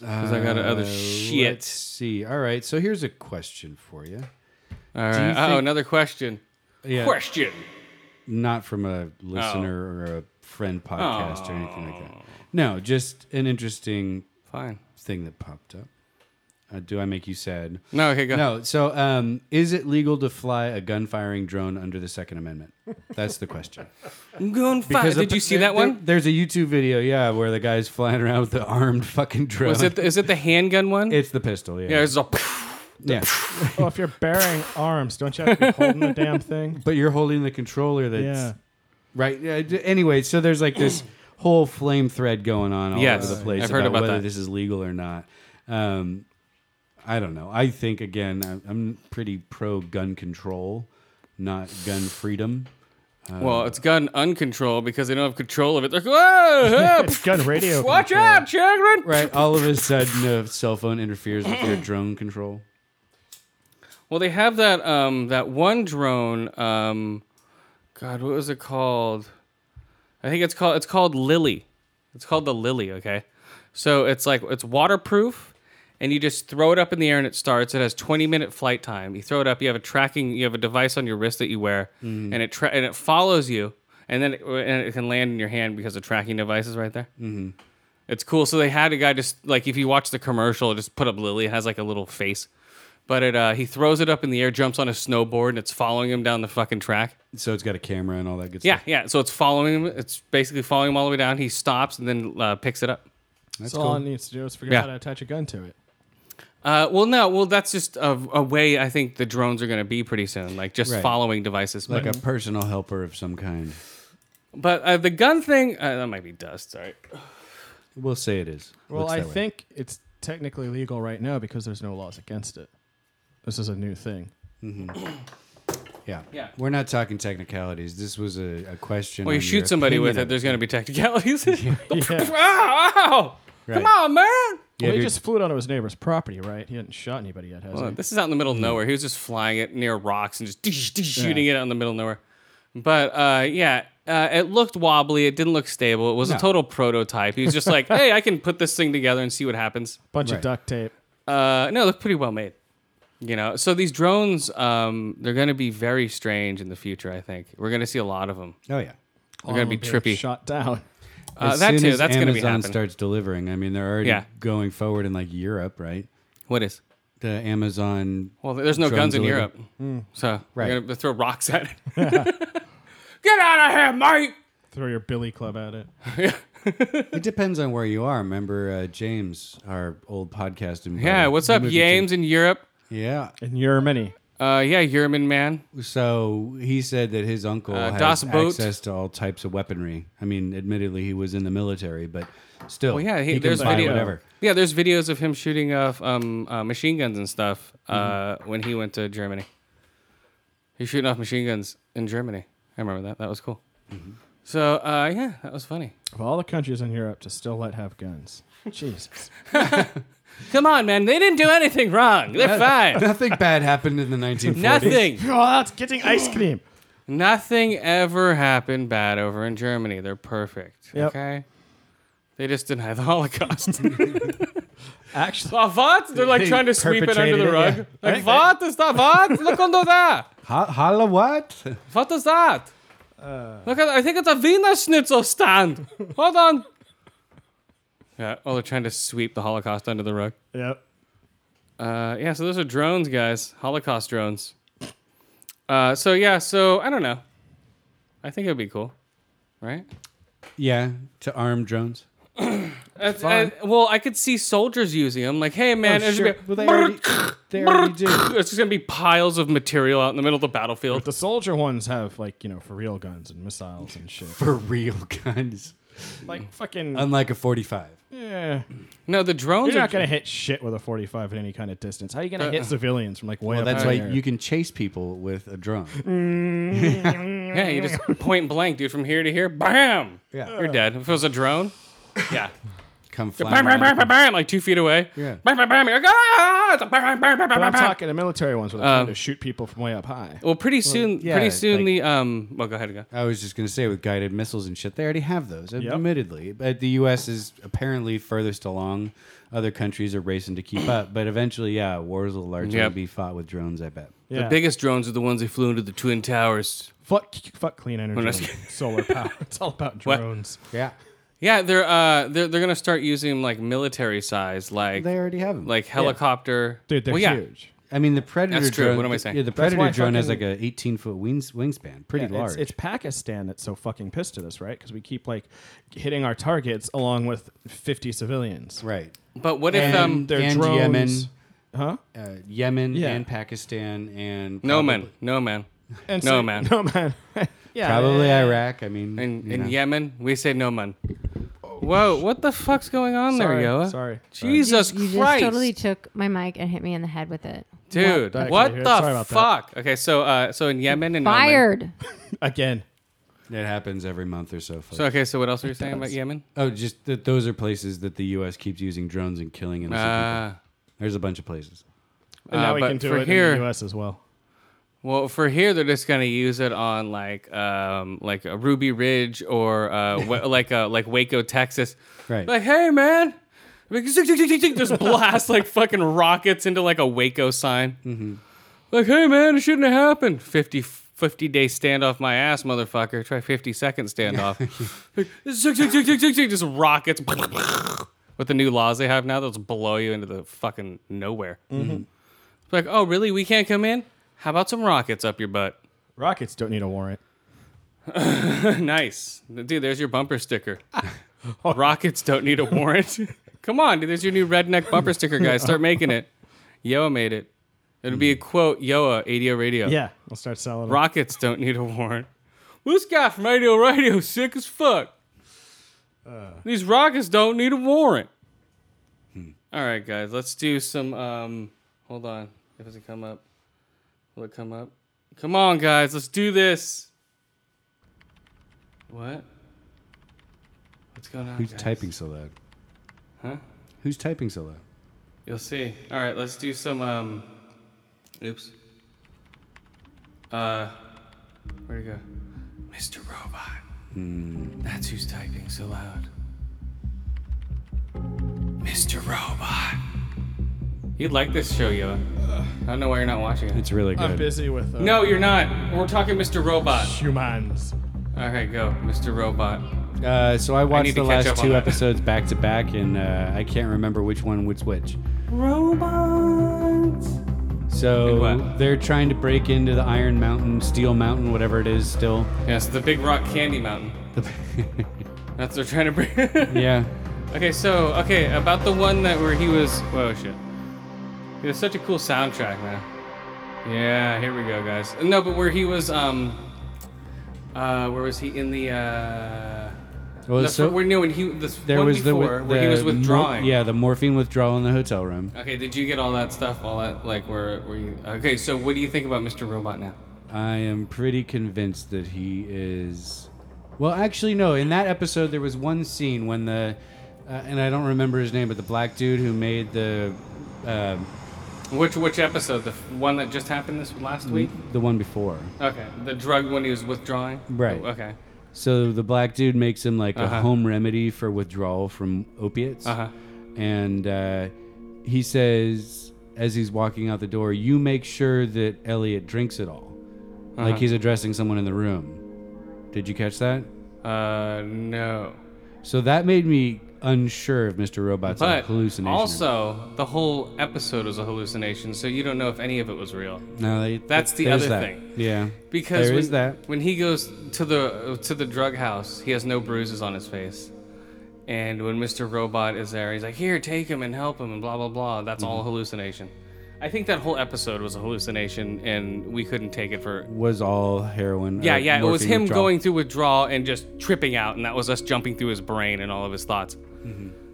Because I got other shit. Uh, Let's see. All right. So here's a question for you. All you right. Oh, think- another question. Yeah, Question. not from a listener Oh. or a friend podcast or anything like that. No, just an interesting Fine. thing that popped up. Uh, do I make you sad? No, okay, go. No. So, um, is it legal to fly a gun firing drone under the Second Amendment? That's the question. I'm going fi- Because Did appa- you see there- that there- one? there's a YouTube video, yeah, where the guy's flying around with the armed fucking drone. Was it? The, is it the handgun one? it's the pistol, yeah. yeah, it's a. Yeah. Well, Oh, if you're bearing arms, don't you have to be holding the damn thing? But you're holding the controller that's Yeah. right. Yeah, d- Anyway, so there's like this whole flame thread going on all Yes, over the place I've heard about whether that. this is legal or not. Um, I don't know. I think again, I'm, I'm pretty pro gun control, not gun freedom. Uh, Well, it's gun uncontrolled because they don't have control of it. They're like, whoa, It's gun radio. watch control. out, children! Right. All of a sudden, a cell phone interferes with your drone control. Well, they have that um that one drone. Um, God, what was it called? I think it's called it's called Lily. It's called the Lily. Okay, so it's like it's waterproof, and you just throw it up in the air and it starts. It has 20 minute flight time. You throw it up. You have a tracking. You have a device on your wrist that you wear, and it tra- and it follows you, and then it, and it can land in your hand because the tracking device is right there. Mm-hmm. It's cool. So they had a guy just like if you watch the commercial, just put up Lily. It has like a little face. But it, uh, he throws it up in the air, jumps on a snowboard, and it's following him down the fucking track. So it's got a camera and all that good Yeah, stuff. yeah. So it's following him. It's basically following him all the way down. He stops and then uh, picks it up. That's all it needs to do is figure Yeah. out how to attach a gun to it. Uh, well, no, well that's just a, a way I think the drones are going to be pretty soon, like just Right. following devices. Like Like a personal helper of some kind. but uh, the gun thing, uh, that might be dust. Sorry. We'll say it is. Well, Looks I that way. think it's technically legal right now because there's no laws against it. This is a new thing. Yeah. Yeah. We're not talking technicalities. This was a, a question. Well, you on your shoot somebody opinion with it, of there's going to be technicalities. Yeah. Ow, ow. Come Right. on, man! Yeah, well, he dude. just flew it onto his neighbor's property, right? He hadn't shot anybody yet, has Well, he? Uh, this is out in the middle of nowhere. He was just flying it near rocks and just dish, dish, shooting it out in the middle of nowhere. But uh, yeah, uh, it looked wobbly. It didn't look stable. It was a No. total prototype. He was just like, hey, I can put this thing together and see what happens. Bunch Right. of duct tape. Uh, no, they're pretty well made. You know, so these drones, um, they're going to be very strange in the future. I think we're going to see a lot of them. Oh yeah. They're going to All be of them trippy. Shot down. Uh, As that soon too. as That's going to be Amazon happening. starts delivering. I mean, they're already Yeah. going forward in like Europe, right? What is? The Amazon. Well, there's no Drone guns in delivery. Europe, so Hmm. Right. we're going to throw rocks at it. Get out of here, mate! Throw your billy club at it. it depends on where you are. Remember uh, James, our old podcast. and- Yeah, uh, what's up, movie too. Yames in Europe? Yeah. And you're many. Uh, yeah, Yerman man. So he said that his uncle Uh, has Das Boot. access to all types of weaponry. I mean, admittedly, he was in the military, but still, Well, yeah, he, he can there's buy video. whatever. Yeah, there's videos of him shooting off um, uh, machine guns and stuff uh, Mm-hmm. when he went to Germany. He's shooting off machine guns in Germany. I remember that. That was cool. Mm-hmm. So uh, yeah, that was funny. Of all the countries in Europe to still let have guns. Jesus. Come on, man. They didn't do anything wrong. They're fine. Nothing bad happened in the 1940s. Nothing. oh, that's getting ice cream. Nothing ever happened bad over in Germany. They're perfect. Yep. Okay. They just deny the Holocaust. Actually, Well, Ah, what? They're like They trying to sweep it under perpetrated the it, rug. yeah. Like, what is that? What? Look under there. Ho- Holla what? What is that? Uh. Look at, I think it's a Wiener Schnitzel stand. Hold on. Yeah, well, they're trying to sweep the Holocaust under the rug. yep. Uh, yeah, so those are drones, guys. Holocaust drones. Uh, so, yeah, so I don't know. I think it would be cool, right? Yeah, to arm drones. That's- I- well, I could see soldiers using them. Like, hey, man, it's gonna be- Oh, Well, they already, they already do. it's just going to be piles of material out in the middle of the battlefield. The soldier ones have, like, you know, for real guns and missiles and shit. For real guns. Like, fucking. Unlike a 45. yeah. No, the drones Um, are You're Uh, not going to hit shit with a 45 at any kind of distance. How are you going to hit civilians from, like, way Well, up that's in why the air? you can chase people with a drone. Yeah, you just point blank, dude, from here to here, bam, Yeah. you're dead. If it was a drone, yeah, Come bam, flying. bam, bam, around. bam, bam, like two feet away, Yeah. bam, bam, bam, you're like, ah, it's a bam, bam, bam, bam, But I'm bam, bam. talking the military ones where they're Um, trying to shoot people from way up high. Well, pretty soon, yeah, pretty soon like- the um, well, go ahead, and go. I was just going to say with guided missiles and shit, they already have those, Yep. admittedly. But the U.S. is apparently furthest along. Other countries are racing to keep up. But eventually, yeah, wars will largely Yep. be fought with drones, I bet. Yeah. The biggest drones are the ones that flew into the twin towers. fuck, fuck clean energy, that's- and solar power. It's all about What? drones. Yeah. Yeah, they're uh they're they're gonna start using 'em like military size, like They already have them. like helicopter. Dude, they're well, yeah. huge. I mean, the predator. That's true. Drone, What am I saying? Yeah, the That's predator why drone has like fucking- a 18 foot wings, wingspan, pretty Yeah, large. It's, it's Pakistan that's so fucking pissed at us, right? Because we keep like hitting our targets along with 50 civilians. right. But what if um they're and drones. Yemen, Huh? uh, Yemen, Yeah. and Pakistan, and no probably- man, no man, And No, so- man. No man. yeah. Probably Iraq. I mean, in you in know. Yemen we say no man. Whoa, what the fuck's going on Sorry, there, Yoa? sorry. Jesus You just Christ, totally took my mic and hit me in the head with it. dude, Don't what actually the hear it. Sorry about that. fuck? Okay, so uh, so in Yemen and Oman- Fired. Again. It happens every month or so. Folks. So okay, so what else were you saying about Yemen? oh, just that those are places that the U.S. keeps using drones and killing innocent people. Uh, There's a bunch of places. And Uh, now we but can do for it here- in the U.S. as well. well, for here they're just gonna use it on like um like a Ruby Ridge or uh wa- like uh like Waco, Texas. Right. Like, hey man, like, zick, zick, zick, zick, zick, just blast like fucking rockets into like a Waco sign. Like, hey man, it shouldn't have happened. 50, 50 day standoff my ass, motherfucker. Try 50 second standoff. Like, zick, zick, zick, zick, zick, zick, just rockets. With the new laws they have now, they'll just blow you into the fucking nowhere. It's like, oh really? We can't come in? How about some rockets up your butt? Rockets don't need a warrant. nice. Dude, there's your bumper sticker. Rockets don't need a warrant. Come on, dude. There's your new redneck bumper sticker, guys. Start making it. Yoa made it. It'll be a quote, Yoa, ADO Radio. Yeah, we'll start selling. them. Rockets don't need a warrant. Well, this guy from ADO Radio is sick as fuck. Uh. These rockets don't need a warrant. Hmm. All right, guys. Let's do some. Um, hold on. If it doesn't come up, will it come up? Come on, guys. Let's do this. What? What's going on? Who's guys? typing so loud? Huh? Who's typing so loud? You'll see. All right, let's do some. Um, oops. Uh, where'd it go? Mr. Robot. That's who's typing so loud. Mr. Robot. You'd like this show, yo. I don't know why you're not watching it. It's really I'm good. busy with uh, No, you're not. We're talking Mr. Robot. humans. All right, go, Mr. Robot. Uh, so I watched need the to catch last up on two that. episodes back to back, and uh, I can't remember which one was which. Robots. So And what? they're trying to break into the Iron Mountain, Steel Mountain, whatever it is. Still, Yes, the Big Rock Candy Mountain. That's what they're trying to bring. yeah. Okay, so okay about the one that where he was. Whoa, shit! It was such a cool soundtrack, man. Yeah, here we go, guys. No, but where he was, um, uh, where was he in the? Uh, Well, the so fir- where no, when he this there one was the, before where he was the mor- withdrawing. yeah, the morphine withdrawal in the hotel room. Okay, did you get all that stuff? All that like where where you? Okay, so what do you think about Mr. Robot now? I am pretty convinced that he is. Well, actually, no. In that episode, there was one scene when the, uh, and I don't remember his name, but the black dude who made the, uh, Which which episode? The f- one that just happened this last week? the one before. Okay, the drug when he was withdrawing. Right. Okay. So the black dude makes him like Uh-huh. a home remedy for withdrawal from opiates. Uh huh. and uh, he says as he's walking out the door, "You make sure that Elliot drinks it all." Like he's addressing someone in the room. Did you catch that? Uh no. So that made me unsure if Mr. Robot's a But hallucination. or also, the whole episode was a hallucination, so you don't know if any of it was real. not. no, they- that's the there's other that. thing. Yeah, Because There when, is that. when he goes to the to the drug house, he has no bruises on his face. And when Mr. Robot is there, he's like, "Here, take him and help him," and blah blah blah. That's Mm-hmm. all hallucination. I think that whole episode was a hallucination, and we couldn't take it for. was all heroin. or Yeah, yeah, it was morphine him withdrawal. going through withdrawal and just tripping out, and that was us jumping through his brain and all of his thoughts.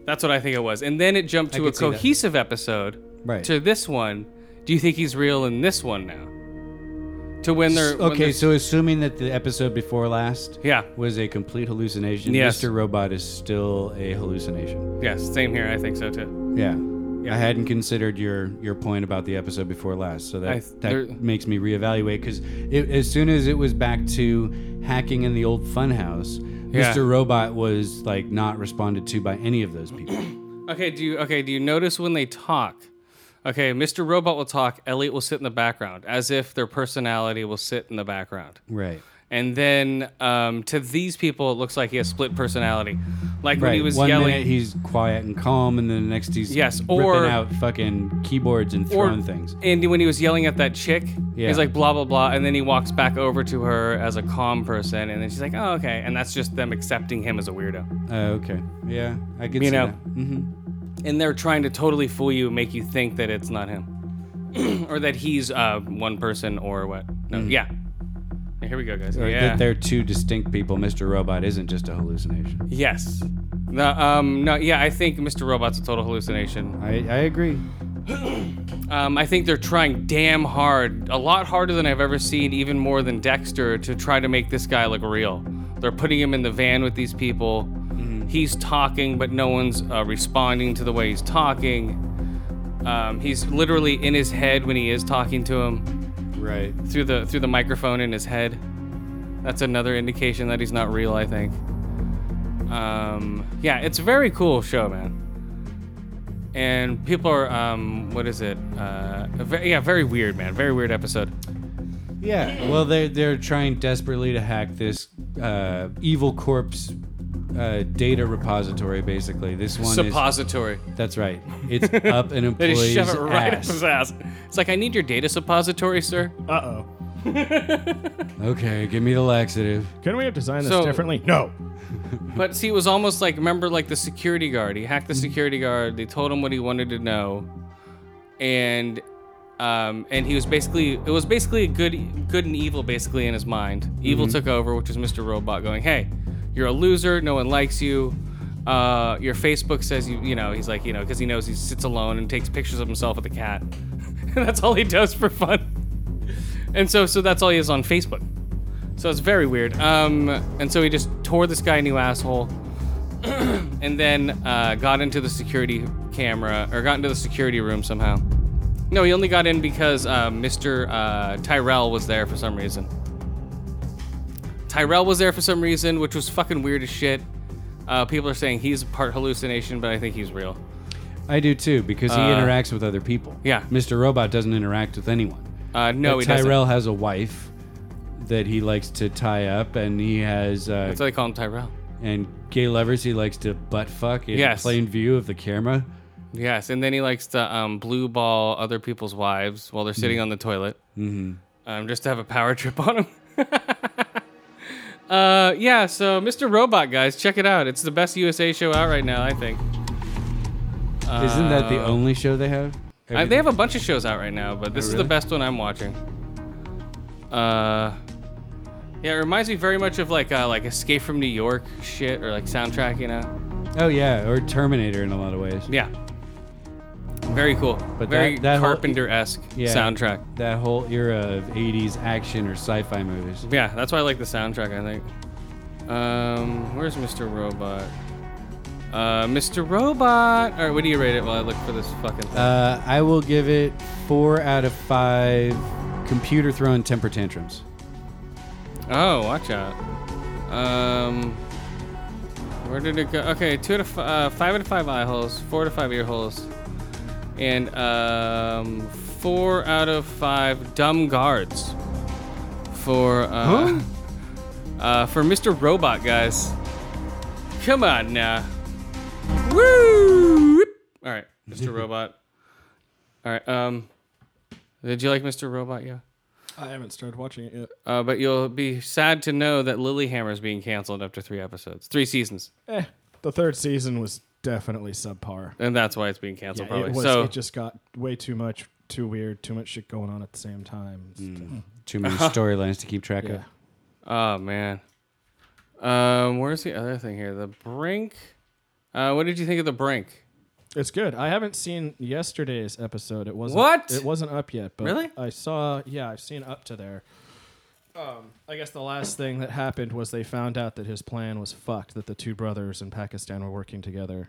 That's what I think it was. And then it jumped to a Mm-hmm. could see that. cohesive episode right. to this one, do you think he's real in this one now? To when they're when okay, they're- so assuming that the episode before last yeah, was a complete hallucination, Yes. Mr. Robot is still a hallucination. yes, same here. I think so too. Yeah. Yeah. I hadn't considered your your point about the episode before last, so that I- that there- makes me reevaluate because as soon as it was back to hacking in the old funhouse, Yeah. Mr. Robot was like not responded to by any of those people. Okay, do you okay? Do you notice when they talk? Okay, Mr. Robot will talk. Elliot will sit in the background, as if their personality will sit in the background. right. And then um, to these people, it looks like he has split personality. Like when he was One yelling. minute he's quiet and calm, and then the next he's Yes, ripping or- out fucking keyboards and or throwing things. And when he was yelling at that chick, Yeah. he's like blah blah blah, and then he walks back over to her as a calm person, and then she's like, "Oh, okay," and that's just them accepting him as a weirdo. Oh, okay. Yeah, I can You see know. that. Mhm. And they're trying to totally fool you, and make you think that it's not him, or that he's uh, one person or what? No, yeah. Here we go, guys. Or yeah. Mm, That they're two distinct people. Mr. Robot isn't just a hallucination. yes. No, um, no, yeah. I think Mr. Robot's a total hallucination. I, I agree. Um, I think they're trying damn hard, a lot harder than I've ever seen, even more than Dexter, to try to make this guy look real. They're putting him in the van with these people. He's talking, but no one's uh, responding to the way he's talking. Um, he's literally in his head when he is talking to him Right. through the through the microphone in his head. That's another indication that he's not real. I think. Um, yeah, it's a very cool show, man. And people are, um, what is it? Uh, ve- yeah, very weird, man. Very weird episode. Yeah. Well, they're they're trying desperately to hack this uh, evil corpse uh, data repository. Basically, this one is suppository. that's right. It's up an They just employee's shove it right up ass. his ass. It's like, I need your data suppository, sir. Uh oh. Okay, give me the laxative. Couldn't we have designed this So- differently? No. But see, it was almost like remember, like the security guard. He hacked the security guard. They told him what he wanted to know, and um, and he was basically it was basically a good good and evil basically in his mind. Evil took over, which was Mr. Robot going, "Hey, you're a loser. No one likes you." Uh, your Facebook says you, you know, he's like, you know, because he knows he sits alone and takes pictures of himself with a cat. and that's all he does for fun. And so, so that's all he is on Facebook. So it's very weird. Um, and so he just tore this guy a new asshole, and then uh, got into the security camera or got into the security room somehow. No, he only got in because uh, Mr. Uh, Tyrell was there for some reason. Tyrell was there for some reason, which was fucking weird as shit. Uh, people are saying he's part hallucination, but I think he's real. I do too because he Uh, interacts with other people. yeah. Mr. Robot doesn't interact with anyone. Uh, no, But he doesn't. Tyrell has a wife that he likes to tie up, and he has uh, That's why they call him Tyrell. and gay lovers he likes to butt fuck in Yes. plain view of the camera. Yes, and then he likes to um, blue ball other people's wives while they're Mm. sitting on the toilet, mm-hmm. um, just to have a power trip on him. uh, yeah, so Mr. Robot, guys, check it out. It's the best USA show out right now, I think. Isn't that the Uh, only show they have? Oh, I, they have a bunch of shows out right now, but this is the really? best one I'm watching. Uh, yeah, it reminds me very much of like uh, like Escape from New York shit or like soundtrack, you know? oh yeah, or Terminator in a lot of ways. Yeah, very cool. But very that- that whole- Carpenter-esque Yeah. soundtrack. That whole era of '80s action or sci-fi movies. Yeah, that's why I like the soundtrack. I think. Um, where's Mr. Robot? Uh, Mr. Robot. All right, what do you rate it while I look for this fucking thing? Uh, I will give it four out of five. Computer throwing temper tantrums. oh, watch out. Um, where did it go? Okay, two out of f- uh, five out of five eye holes, four out of five ear holes, and um, four out of five dumb guards for uh, uh, for Mr. Robot, guys. Come on now. Woo! All right, Mr. Robot. All right. Um, did you like Mr. Robot? Yeah. I haven't started watching it yet. Uh, but you'll be sad to know that Lilyhammer is being canceled after three episodes, three seasons, Eh, the third season was definitely subpar. and that's why it's being canceled. it probably. was. so it just got way too much, too weird, too much shit going on at the same time. Hmm. It's- Mm. Too many storylines to keep track of. Yeah. Oh man. Um, where's the other thing here? The Brink. Uh, what did you think of the Brink? It's good. I haven't seen yesterday's episode. It wasn't. What? It wasn't up yet. But Really? I saw. Yeah, I've seen up to there. Um, I guess the last thing that happened was they found out that his plan was fucked. That the two brothers in Pakistan were working together.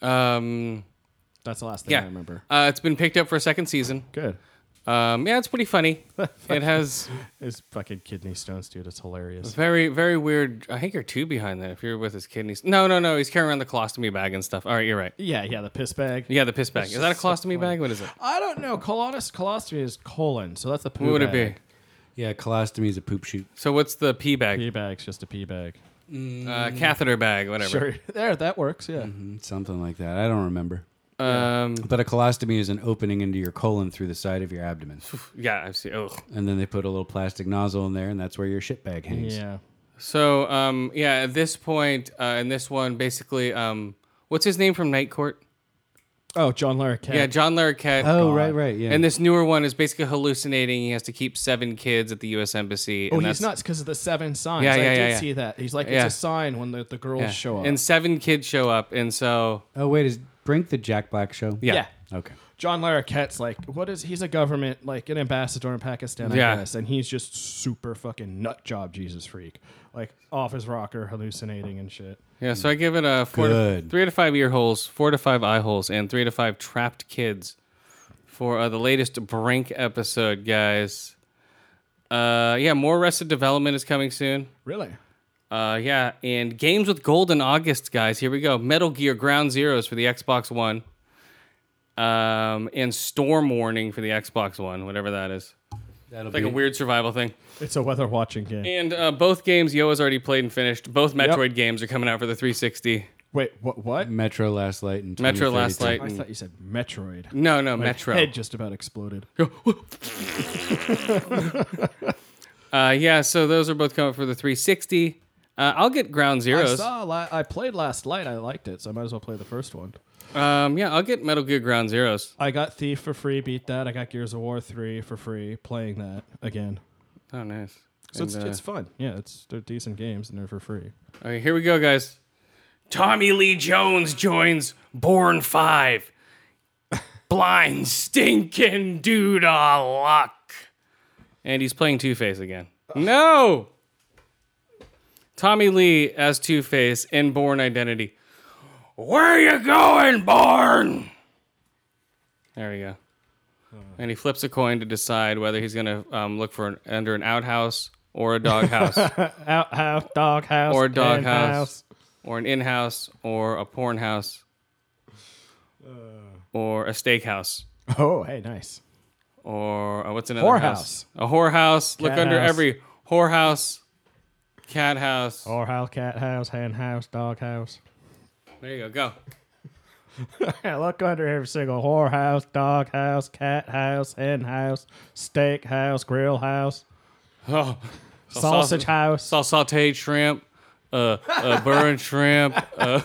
Um, That's the last thing yeah, I remember. Uh, it's been picked up for a second season. Good. Um, yeah, it's pretty funny. it has His fucking kidney stones, dude. It's hilarious. very, very weird. I think you're two behind that. If you're with his kidneys, no, no, no. He's carrying around the colostomy bag and stuff. All right, you're right. Yeah, yeah. The piss bag. Yeah, the piss bag. Is that a just so colostomy bag? What is it? I don't know. Colonus, colostomy is colon, so that's the poo What would it bag. be? Yeah, colostomy is a poop shoot. So what's the pee bag? Pee bag's just a pee bag. uh, catheter bag, whatever. Mm-hmm. Sure. There, that works. Yeah. Mhm, Something like that. I don't remember. Um, But a colostomy is an opening into your colon through the side of your abdomen. yeah, I've seen. Oh, And then they put a little plastic nozzle in there, and that's where your shit bag hangs. Yeah. so um, yeah. At this point, uh, in this one, basically, um, what's his name from Night Court? Oh, John Larroquette. Yeah, John Larroquette. Oh, right, right. Yeah. And this newer one is basically hallucinating. He has to keep seven kids at the U.S. embassy. Oh, and he's that's- nuts because of the seven signs. Yeah, I yeah, did yeah, yeah. see that. He's like, it's Yeah. a sign when the, the girls yeah. show up. And seven kids show up, and so oh, wait. Is Brink the Jack Black show? yeah. yeah. Okay. John Larroquette's like, what is? He's a government, like an ambassador in Pakistan, I Yeah. guess, and he's just super fucking nut job Jesus freak, like off his rocker, hallucinating and shit. Yeah, so I give it a four to, Good. three to five ear holes, four to five eye holes, and three to five trapped kids for uh, the latest Brink episode, guys. Uh, yeah, more Arrested Development is coming soon. Really? Uh, yeah, and games with gold in August, guys. Here we go. Metal Gear Ground Zeroes for the Xbox One, um, and Storm Warning for the Xbox One, whatever that is. That'll Like be a weird survival thing. It's a weather watching game. And uh, both games Yoa's already played and finished. Both Metroid games are coming out for the 360. Wait, what? What? Metro Last Light and Metro Last 2032. Light. I and- thought you said Metroid. No, no, Metro. Head just about exploded. Uh, yeah, so those are both coming for the 360. Uh, I'll get Ground I Zeroes. saw. La- I played last night. I liked it, so I might as well play the first one. Um, yeah, I'll get Metal Gear Ground Zeroes. I got Thief for free. Beat that. I got Gears of War three for free. Playing that again. Oh, nice. So it's, And, uh, it's fun. Yeah, it's they're decent games and they're for free. Okay, here we go, guys. Tommy Lee Jones joins Born Five. Blind stinking dude luck. And he's playing Two Face again. No! Tommy Lee as Two Face in Born Identity. Where you going, Born? There we go. And he flips a coin to decide whether he's going to um, look for an, under an outhouse or a doghouse. Out house, dog house, or a in dog house, or an in-house, or a porn house, or a steakhouse, Oh, hey, nice. or uh, what's another Whorehouse. house? A whorehouse. Look Cat under house. every whorehouse, cat house. Or house, cat house, hen house, dog house. There you go. Go. Look under every single whore house, dog house, cat house, hen house, steak house, grill house, Oh, sausage house. Saw sauteed shrimp, uh, uh burned shrimp, uh,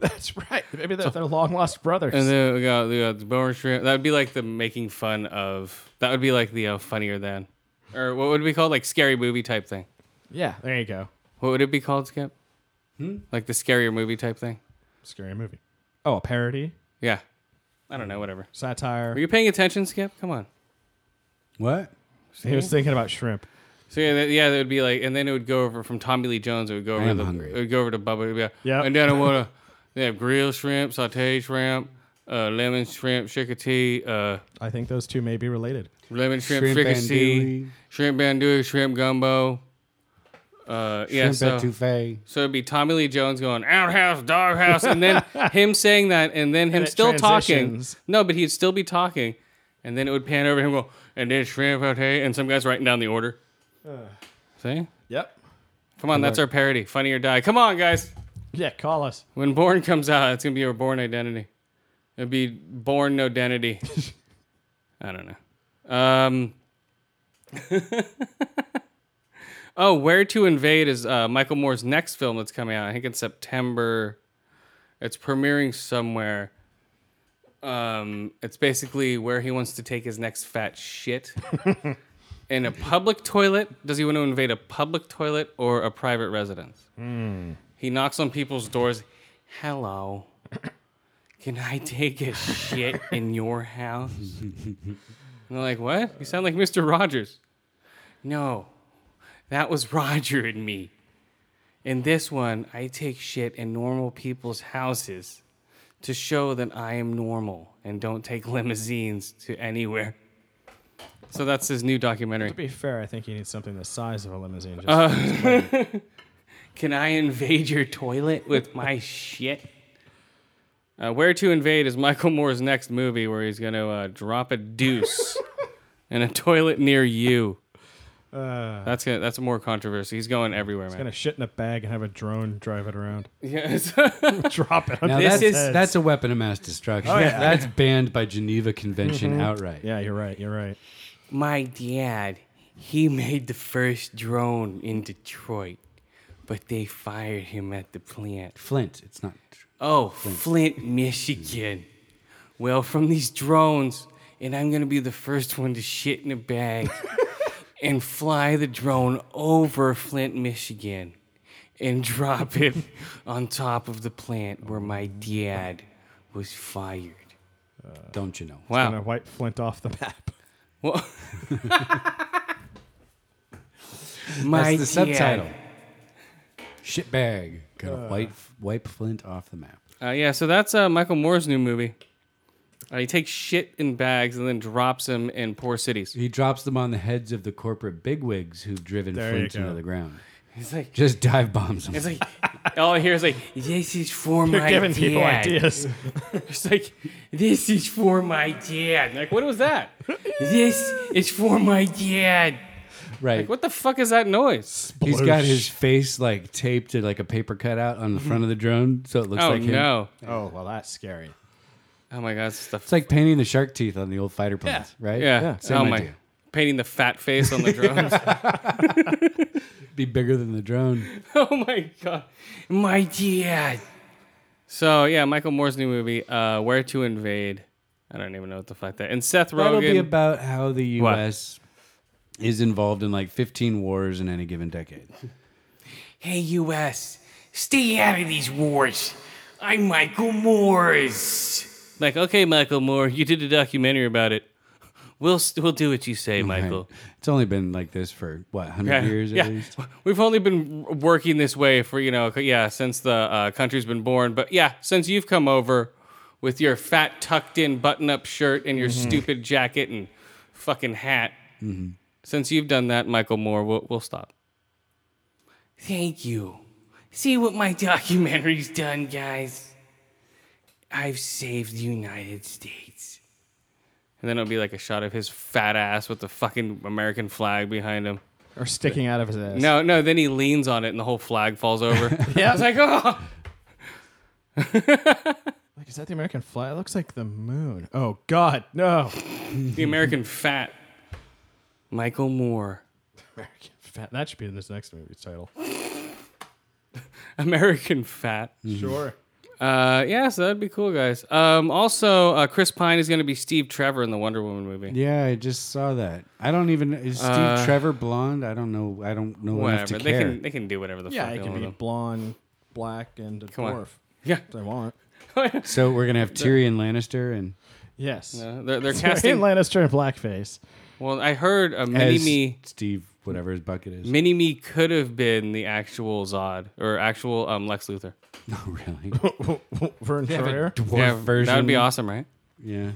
That's right. Maybe they're, they're long lost brothers. and then we got, we got the burned shrimp. That would be like the making fun of. That would be like the uh, funnier than, or what would it be called? Like scary movie type thing. yeah, there you go. What would it be called, Skip? Hmm? Like the scarier movie type thing? Scary movie. Oh, a parody, Yeah. I don't know, whatever. satire. Are you paying attention, Skip? Come on. What? He was thinking about shrimp. So yeah, that, yeah, that would be like, and then it would go over from Tommy Lee Jones. It would go over am to the, hungry. it would go over to Bubba. It would be like, Yep. And then I want to. They have grilled shrimp, sauteed shrimp, uh, lemon shrimp chickadee, uh, I think those two may be related. lemon shrimp, Shrimp fricassee, andouille. shrimp andouille, shrimp gumbo. Uh, yeah, Shrimp so, etouffee. so it'd be Tommy Lee Jones going outhouse, doghouse, and then him saying that, and then him it still transitions. talking. No, but he'd still be talking, and then it would pan over to him go, and then shrimp okay, and some guys writing down the order. See, Yep. come on, that's our parody, funny or die. Come on, guys. Yeah, call us. When Born comes out, it's gonna be our Born identity. It'd be Born no identity. I don't know. Um. oh, Where to Invade is uh, Michael Moore's next film that's coming out. I think in September. It's premiering somewhere. Um, it's basically where he wants to take his next fat shit. in a public toilet. Does he want to invade a public toilet or a private residence? He knocks on people's doors. Hello. Can I take a shit in your house? And they're like, What? You sound like Mr. Rogers. No, that was Roger and me. In this one, I take shit in normal people's houses to show that I am normal and don't take limousines to anywhere. So that's his new documentary. To be fair, I think he needs something the size of a limousine. Just Can I invade your toilet with my shit? Uh, Where to Invade is Michael Moore's next movie where he's going to uh, drop a deuce in a toilet near you. Uh, That's gonna, that's more controversy. He's going everywhere, man. gonna shit in a bag and have a drone drive it around. Yes. Drop it. Now on that's, people's is, heads. that's a weapon of mass Oh, destruction. yeah. That's banned by Geneva Convention outright. Mm-hmm. yeah. You're right. You're right. My dad, he made the first drone in Detroit, but they fired him at the plant. Flint, it's not. tr- Oh, Flint, Michigan. Well, from these drones, and I'm going to be the first one to shit in a bag and fly the drone over Flint, Michigan and drop it on top of the plant where my dad was fired. Don't you know? And I Wow. wipe Flint off the map. Well- That's my the subtitle. Shitbag. Gotta Uh. wipe, wipe Flint off the map. Uh, yeah, so that's uh, Michael Moore's new movie. Uh, he takes shit in bags and then drops them in poor cities. He drops them on the heads of the corporate bigwigs who've driven There you Flint go. into the ground. He's like, Just dive bombs them. it's like, all I hear is like, this is for You're my giving dad. people ideas. It's like, this is for my dad. Like, what was that? this is for my dad. right. Like, what the fuck is that noise? He's got his face like taped to like a paper cutout on the front of the drone, so it looks Oh like him. no! oh well, that's scary. Oh my god, it's the It's like painting the shark teeth on the old fighter planes, right? yeah. Same oh my, idea. painting the fat face on the drones. Be bigger than the drone. Oh my god, my dad. So yeah, Michael Moore's new movie, uh, Where to Invade. I don't even know what the fuck that. And Seth That'll be Rogen. about how the What? U.S. is involved in like 15 wars in any given decade. hey U.S., stay out of these wars. I'm Michael Moore's. Like, okay, Michael Moore, you did a documentary about it. We'll st- we'll do what you say, Michael. Right. It's only been like this for what 100 Yeah, years at yeah. least. We've only been w- working this way for you know, c- yeah, since the uh, country's been born. But yeah, since you've come over with your fat tucked in button up shirt and your Mm-hmm. stupid jacket and fucking hat, since you've done that, Michael Moore, we'll, we'll stop. Thank you. See what my documentary's done, guys. I've saved the United States. And then it'll be like a shot of his fat ass with the fucking American flag behind him. Or sticking out of his ass. No, no. Then he leans on it, and the whole flag falls over. yeah, I was like, oh, Like, is that the American flag? It looks like the moon. Oh God, no! the American fat. Michael Moore, American fat. That should be in this next movie's title. American fat. Sure. Uh, yeah, so that'd be cool, guys. Um, also, uh, Chris Pine is gonna be Steve Trevor in the Wonder Woman movie. Yeah, I just saw that. I don't even is Steve Uh, Trevor blonde. I don't know. I don't know enough to Whatever. They care. can they can do whatever the Yeah, fuck they it can want. be with blonde, black, and a Come on. dwarf. Yeah. If they want. So we're gonna have Tyrion Lannister and Yes. them. Uh, they're, they're Tyrion casting. Lannister in blackface. Well, I heard a mini as me. Steve whatever his bucket is. Mini me could have been the actual Zod or actual um, Lex Luthor. No, Oh, really. Vern Troyer. Dwarf Yeah, that would version. be awesome, right? Yeah.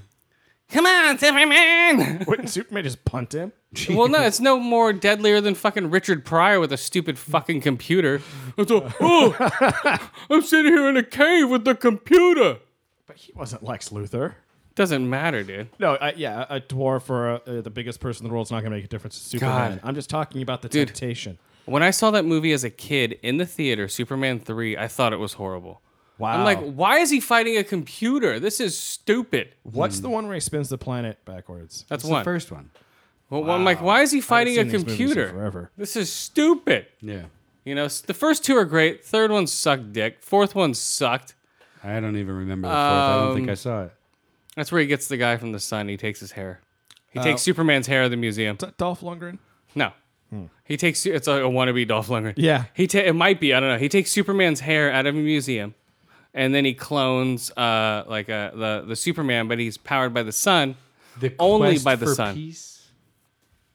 Come on, Superman! Wouldn't Superman just punt him? Well, no, it's no more deadlier than fucking Richard Pryor with a stupid fucking computer. It's all, oh, I'm sitting here in a cave with the computer. But he wasn't Lex Luthor. Doesn't matter, dude. No, I, yeah, a dwarf or a, uh, the biggest person in the world's not going to make a difference to Superman. God. I'm just talking about the Dude. temptation. When I saw that movie as a kid in the theater, Superman 3, I thought it was horrible. Wow. I'm like, why is he fighting a computer? This is stupid. what's the one where he spins the planet backwards? That's It's the one. first one. well, I'm like, why is he fighting a seen these movies in computer? forever. This is stupid. Yeah. You know, s- the first two are great. Third one sucked dick. Fourth one sucked. I don't even remember the fourth. I don't Um, think I saw it. That's where he gets the guy from the sun. He takes his hair. He takes Oh. Superman's hair at the museum. Is that Dolph Lundgren? No. He takes it's a, a wannabe Dolph Lundgren. Yeah. He ta- it might be, I don't know. He takes Superman's hair out of a museum and then he clones uh like uh the the Superman but he's powered by the sun. The Only Quest by the for sun. Peace?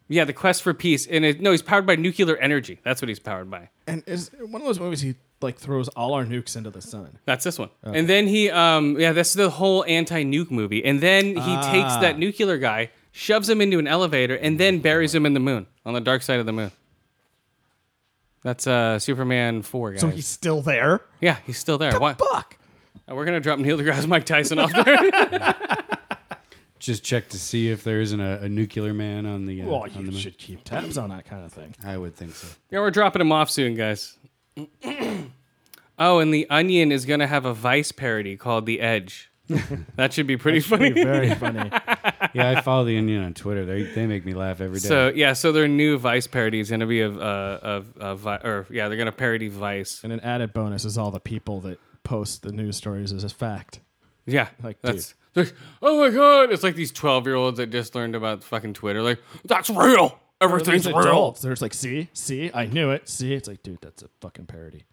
Yeah, the quest for peace and it, no, he's powered by nuclear energy. That's what he's powered by. And is one of those movies he like throws all our nukes into the sun. That's this one. And then he um yeah, that's the whole anti-nuke movie. And then he takes that nuclear guy, shoves him into an elevator and then buries him in the moon on the dark side of the moon. That's uh Superman 4 guys. So he's still there. yeah, he's still there. Why? Fuck. Uh, We're gonna drop Neil deGrasse Mike Tyson off there. just check to see if there isn't a, a nuclear man on the. Uh, Oh, Well, on the you moon? should keep tabs on that kind of thing. I would think so. Yeah, we're dropping him off soon, guys. oh, and the Onion is gonna have a Vice parody called The Edge. that should be pretty funny. Very funny. Yeah, I follow the Indian on Twitter. They they make me laugh every day. So yeah, so their new Vice parody is gonna be of uh of, of Vi- or yeah, they're gonna parody Vice. and an added bonus is all the people that post the news stories as a fact. Yeah, Like, that's like oh my god, it's like these twelve year olds that just learned about fucking Twitter. Like that's real, everything's There's real. adults. There's like, see, see, I knew it. See, it's like, dude, that's a fucking parody.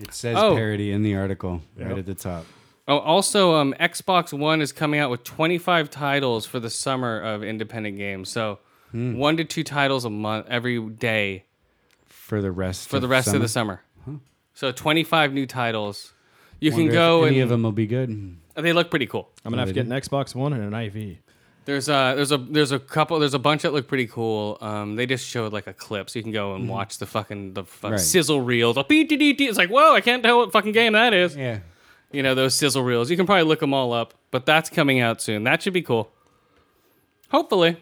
it says Oh. parody in the article right at the top. Oh, also, um, Xbox One is coming out with 25 titles for the summer of independent games. So, one to two titles a month every day For the rest. for the rest of the summer. So, 25 new titles. You Wonder can go if any and of them will be good. they look pretty cool. I'm gonna have to get an Xbox One and an IV. There's a there's a there's a couple there's a bunch that look pretty cool. Um, they just showed like a clip, so you can go and watch the fucking the fuck Mm-hmm. Right. sizzle reels. The beep, dee, dee, dee. It's like whoa, I can't tell what fucking game that is. Yeah. you know those sizzle reels. You can probably look them all up, but that's coming out soon. That should be cool. Hopefully.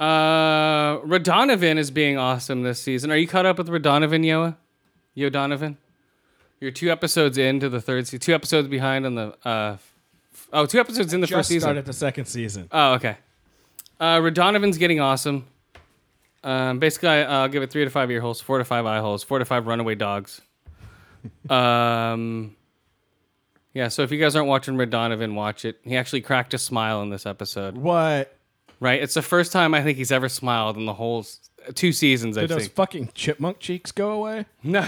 Uh Radonovan is being awesome this season. Are you caught up with Radonovan, Yoa? Yo Donovan? You're two episodes into the third season. Two episodes behind on the uh f- Oh, two episodes in the first Just season. started the second season. Oh, okay. Uh, Radonovan's getting awesome. Um, basically, I, I'll give it three to five ear holes, four to five eye holes, four to five runaway dogs. um, yeah, so if you guys aren't watching Radonovan, watch it. He actually cracked a smile in this episode, What? right? It's the first time I think he's ever smiled in the whole s- two seasons, I Did those think. fucking chipmunk cheeks go away? no.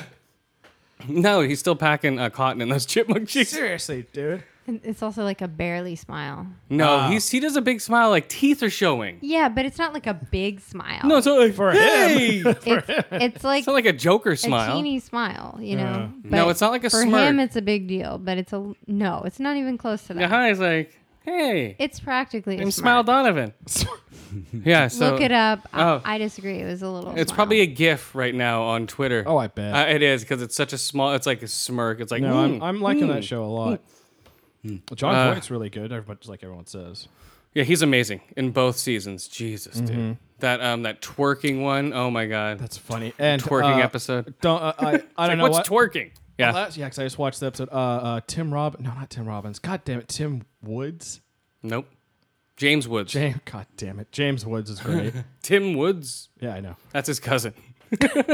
No, he's still packing uh, cotton in those chipmunk cheeks. Seriously, dude. And It's also like a barely smile. No, Ah. he's, he does a big smile, like teeth are showing. Yeah, but it's not like a big smile. No, it's not like, for hey! it's it's, it's like not like a Joker smile. a teeny smile, you know. But No, it's not like a for smirk. him. It's a big deal, but it's a no. It's not even close to that. Yeah, hi, he's like, hey, It's practically. I'm a Smile smirk. Donovan. yeah, so Look it up. I- Oh. I, disagree. It was a little. It's smile. probably a GIF right now on Twitter. Oh, I bet. Uh, it is because it's such a small. It's like a smirk. It's like no, "Mm." I'm, I'm liking that show a lot. John Uh, Voight's really good. Everybody, like everyone says. yeah, he's amazing in both seasons. Jesus, dude, that um that twerking one. Oh my god, Mm-hmm. That's funny. And twerking uh, episode. Don't uh, I? I don't know What's what. twerking? Yeah, Last, yeah, 'cause I just watched the episode. Uh, uh, Tim Rob, no, not Tim Robbins. God damn it, Tim Woods. nope. James Woods. James, God damn it, James Woods is great. Tim Woods. yeah, I know. That's his cousin.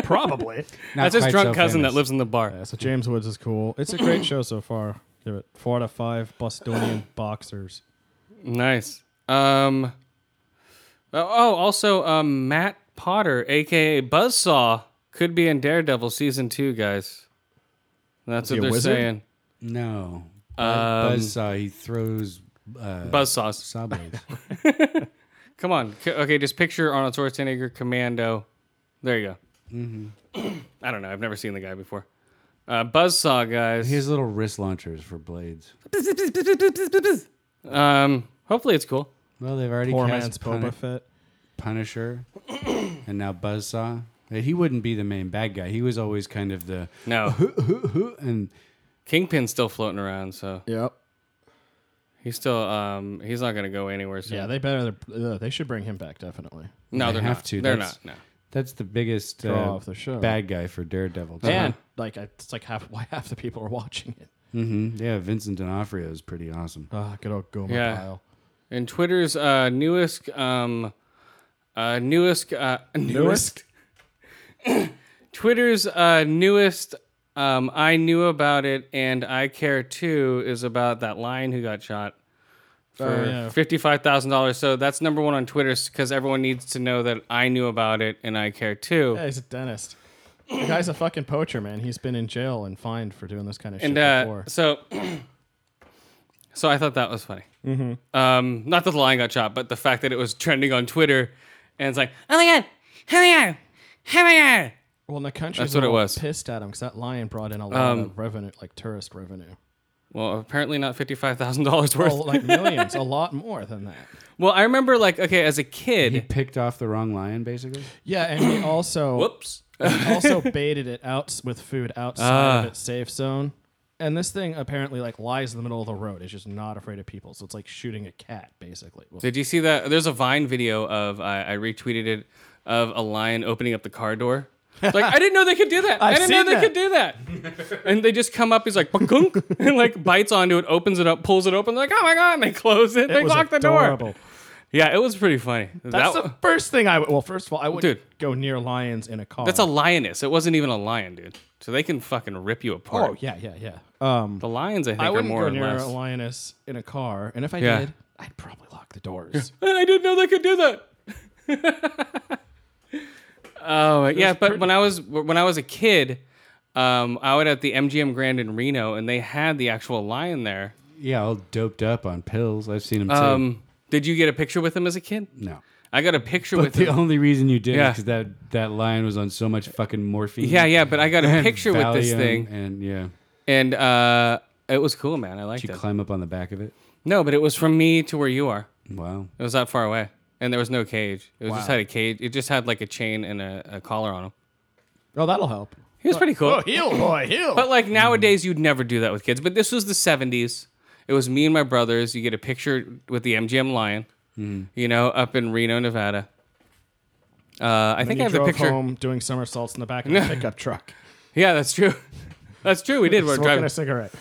Probably. That's his drunk cousin that lives in the bar. Yeah, so James Woods is cool. It's a great show so far. Give it four out of five. Bostonian boxers. Nice. Um. Oh, oh, also, um, Matt Potter, aka Buzzsaw, could be in Daredevil season two, guys. That's Is what he a they're wizard? saying. No. Um, Buzzsaw. He throws. Uh, Buzzsaws. saw blades. Come on. C- Okay, just picture Arnold Schwarzenegger, Commando. There you go. Mm-hmm. I don't know. I've never seen the guy before. Uh, Buzzsaw, guys. he has little wrist launchers for blades. um, hopefully it's cool. Well, they've already Poor man's cast Puni- Boba Fett. Punisher, and now Buzzsaw. Uh, He wouldn't be the main bad guy. He was always kind of the No, and Kingpin's still floating around, so Yep. he's still um he's not gonna go anywhere. Soon. Yeah, they better. Uh, they should bring him back definitely. no, They they're have not. to. They're That's- not. No. that's the biggest Draw uh, off the show. bad guy for Daredevil. too. And like, I- it's like half why half the people are watching it. Mhm. yeah, Vincent D'Onofrio is pretty awesome. Ah, good old Goma Yeah. pile. And Twitter's uh, newest, um, uh, newest, uh, newest, Twitter's uh, newest. Um, I knew about it, and I care too. Is about that lion who got shot for Oh, yeah. fifty-five thousand dollars. So that's number one on Twitter because everyone needs to know that I knew about it and I care too. Yeah, he's a dentist. The guy's a fucking poacher, man. He's been in jail and fined for doing this kind of and shit uh, before. so, so I thought that was funny. Mm-hmm. Um, not that the lion got shot, but the fact that it was trending on Twitter, and it's like, oh my god, oh my god, oh my god. Well, in the country, That's what it was. Pissed at him because that lion brought in a lot Um, of revenue, like tourist revenue. Well, apparently not fifty-five thousand dollars worth. Well, like millions, a lot more than that. well, I remember like okay, as a He kid. picked off the wrong lion, basically. Yeah, and he also Whoops. Ah. he also baited it out s- with food outside of its safe zone. And this thing apparently like lies in the middle of the road. It's just not afraid of people. So it's like shooting a cat, basically. Well, Did you see that? There's a Vine video of I I retweeted it of a lion opening up the car door. It's like I didn't know they could do that. I I've didn't know seen they could do that. and they just come up. He's like, "Pakunk," and like bites onto it, opens it up, pulls it open. Like, oh my god! And they close it. they was lock the door. adorable. Yeah, it was pretty funny. That That's wa- the first thing I would. Well, first of all, I wouldn't Dude. go near lions in a car. that's a lioness. It wasn't even a lion, dude. So they can fucking rip you apart. Oh yeah, yeah, yeah. Um, The lions, I think, I are wouldn't more go or near less. a lioness in a car, and if I Yeah. did, I'd probably lock the doors. I didn't know they could do that. oh yeah, but when I was when I was a kid, um, I would at the MGM Grand in Reno, and they had the actual lion there. Yeah, all doped up on pills. I've seen him too. Um, did you get a picture with him as a kid? no. I got a picture But with the him. only reason you did Yeah. is 'cause that, that lion was on so much fucking morphine. yeah, yeah, but I got a and picture with this Valium thing, And yeah, and uh, it was cool, man. I liked did you it. climb up on the back of it? no, but it was from me to where you are. Wow. It was that far away, and there was no cage. It was just had a cage. It just had like a chain and a, a collar on him. oh, that'll help. He was pretty cool. Oh, Heel boy, heel. But like nowadays, you'd never do that with kids. But this was the '70s. It was me and my brothers. You get a picture with the MGM lion, Hmm. you know, up in Reno, Nevada. Uh, I think you I have the drove picture. home doing somersaults in the back of a pickup truck, Yeah, that's true. That's true. We did. We're smoking driving. a cigarette.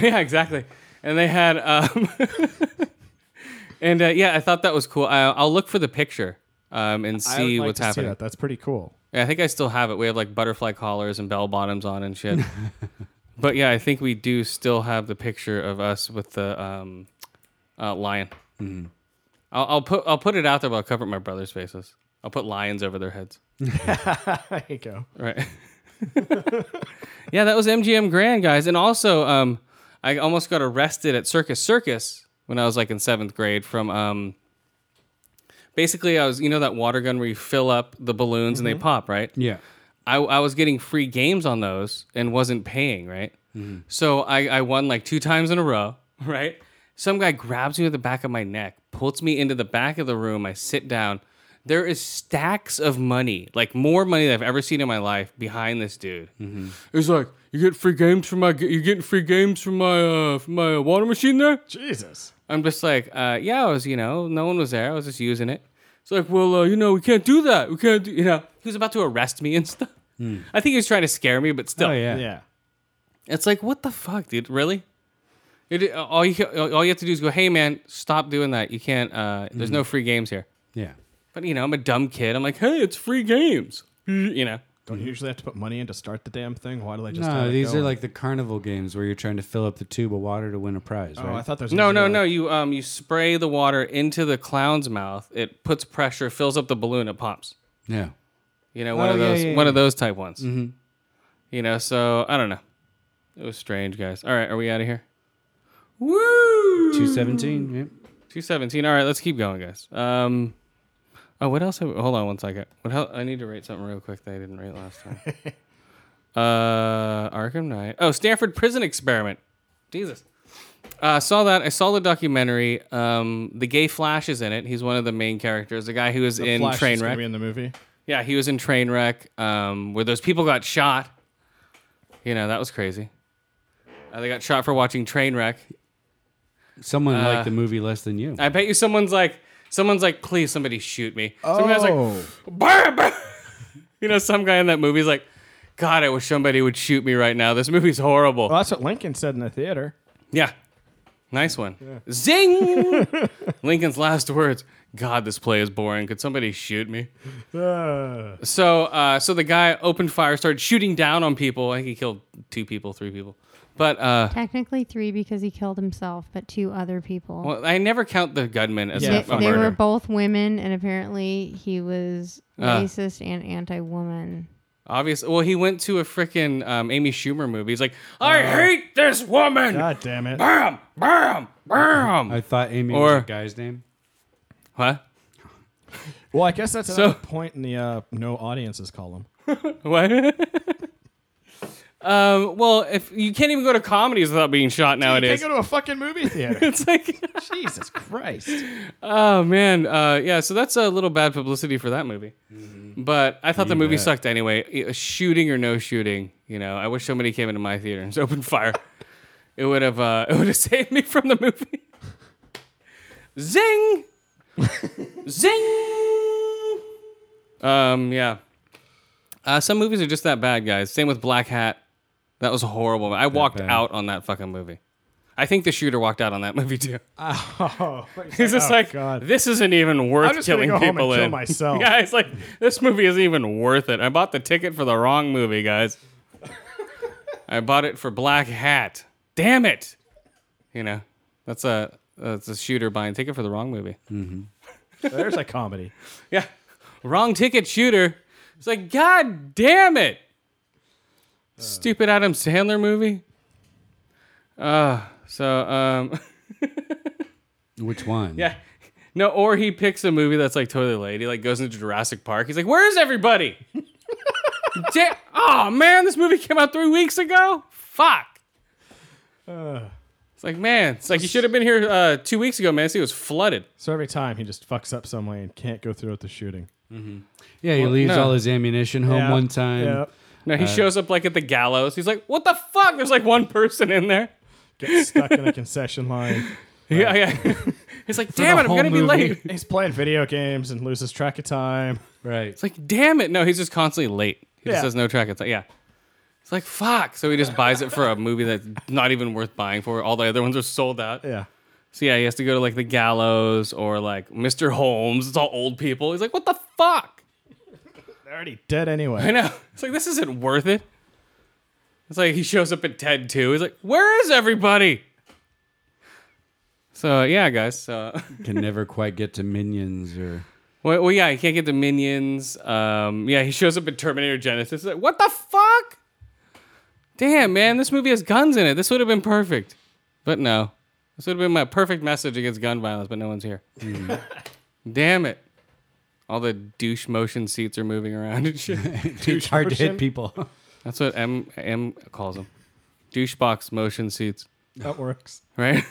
yeah, exactly. And they had. Um, and uh, yeah, I thought that was cool. I, I'll look for the picture um, and I see would like what's to see happening. that. That's pretty cool. Yeah, I think I still have it. We have like butterfly collars and bell bottoms on and shit. but yeah, I think we do still have the picture of us with the um, uh, lion. Mm-hmm. I'll, I'll put I'll put it out there, but I'll cover my brother's faces. I'll put lions over their heads. There you go. Right. yeah, that was MGM Grand, guys. And also, um, I almost got arrested at Circus Circus when I was like in seventh grade from um, basically I was you know that water gun where you fill up the balloons Mm-hmm. and they pop, right? Yeah. I, I was getting free games on those and wasn't paying, right? So uh, I, I won like two times in a row, right? Some guy grabs me with the back of my neck, pulls me into the back of the room. I sit down. There is stacks of money, like more money than I've ever seen in my life, behind this dude. Mm-hmm. It's like you get free games from my, you're getting free games from my, uh, from my uh, water machine there. Jesus. I'm just like, uh, yeah, I was, you know, no one was there. I was just using it. It's like, well, uh, you know, we can't do that. We can't do, you know. Hmm. He was about to arrest me and stuff. I think he was trying to scare me, but still. Oh, yeah. Yeah. It's like, what the fuck, dude? Really? It, all you uh, all you have to do is go, hey man, stop doing that. You can't. Mm. Uh, there's no free games here. Yeah. But you know, I'm a dumb kid. I'm like, hey, it's free games. You know. Don't you usually have to put money in to start the damn thing? Why do they just? have No, it these are going? like the carnival games where you're trying to fill up the tube of water to win a prize, Oh, I right? thought there's No, no, no. You um you spray the water into the clown's mouth. It puts pressure, fills up the balloon, it pops. yeah. You know, one Oh, of yeah, those yeah, Mm-hmm. one yeah. of those type ones. You know, so I don't know. It was strange, guys. All right, are we out of here? Woo! 217. Yeah. Two seventeen. All right, let's keep going, guys. Um, oh, what else? Have, hold on one second. What hel- I need to rate something real quick that I didn't rate last time. uh, Arkham Knight. Oh, Stanford Prison Experiment. Jesus. Uh, saw that. I saw the documentary. Um, the gay Flash is in it. He's one of the main characters. The guy who was in Flash is gonna Trainwreck. be in the movie. Yeah, he was in Trainwreck, um, where those people got shot. You know, that was crazy. Uh, they got shot for watching Trainwreck. Someone liked the movie less than you. I bet you someone's like, someone's like, please, somebody shoot me. Some guy's Oh. like, "Brr, brr." you know, some guy in that movie's like, God, I wish somebody would shoot me right now. This movie's horrible. Well, that's what Lincoln said in the theater. Yeah. Nice one. Zing! Lincoln's last words. God, this play is boring. Could somebody shoot me? So, uh, so the guy opened fire, started shooting down on people. I think he killed two people, three people. But uh, Technically three because he killed himself, but two other people. well, I never count the gunman as They, a, a they were murder. both women, and apparently he was Ah. racist and anti-woman. Obviously, well, he went to a freaking um, Amy Schumer movie. He's like, I hate this woman. God damn it. Bam, bam, bam. I thought Amy Or- was the guy's name. What? Well, I guess that's So- another point in the uh, no audiences column. What? um, well, if you can't even go to comedies without being shot nowadays. to a fucking movie theater. Oh, It's like, Jesus Christ. oh man, uh, yeah. So that's a little bad publicity for that movie. But I thought the movie Mm-hmm. bet. sucked uh, anyway. I- Shooting or no shooting, you know. I wish somebody came into my theater and just opened fire. It would have uh, it would have saved me from the movie. Zing, zing. Um, yeah. Uh, some movies are just that bad, guys. Same with Black Hat. That was horrible. I walked bad. out on that fucking movie. I think the shooter walked out on that movie too. Oh, He's just like, this isn't even worth I'm just gonna killing go home people and kill in. myself. yeah, it's like this movie isn't even worth it. I bought the ticket for the wrong movie, guys. I bought it for Black Hat. Damn it! You know, that's a that's a shooter buying ticket for the wrong movie. There's a comedy. Yeah, wrong ticket shooter. It's like, god damn it! Uh. Stupid Adam Sandler movie. Uh, so um. Which one? Yeah. No, or he picks a movie that's like totally late. He like goes into Jurassic Park. He's like, "Where is everybody?" da- oh man, this movie came out three weeks ago. Fuck. it's like man, it's like you should have been here uh, two weeks ago, man. See, it was flooded. So every time he just fucks up some way and can't go through with the shooting. Yeah, he leaves no. all his ammunition home Yeah. one time. Yep. No, Uh. he shows up like at the gallows. He's like, "What the fuck?" There's like one person in there. Gets stuck in a concession line. Yeah, yeah. He's like, "Damn the it, I'm whole gonna be movie. late." He's playing video games and loses track of time. Right. It's like, "Damn it!" No, he's just constantly late. He Yeah. just has no track. It's like, yeah. It's like fuck. So he just buys it for a movie that's not even worth buying for. All the other ones are sold out. Yeah. So yeah, he has to go to like the gallows or like Mr. Holmes. It's all old people. He's like, what the fuck? They're already dead anyway. I know. It's like this isn't worth it. It's like he shows up at TED too. He's like, where is everybody? So yeah, guys. So Can never quite get to minions or well, well, yeah, he can't get the minions. Um, yeah, he shows up at Terminator Genesis. Like, what the fuck? Damn, man, this movie has guns in it. This would have been perfect, but no. This would have been my perfect message against gun violence, but no one's here. Damn it! All the douche motion seats are moving around and shit. it's hard to hit people. That's what M M calls them. Douche box motion seats, That works. right?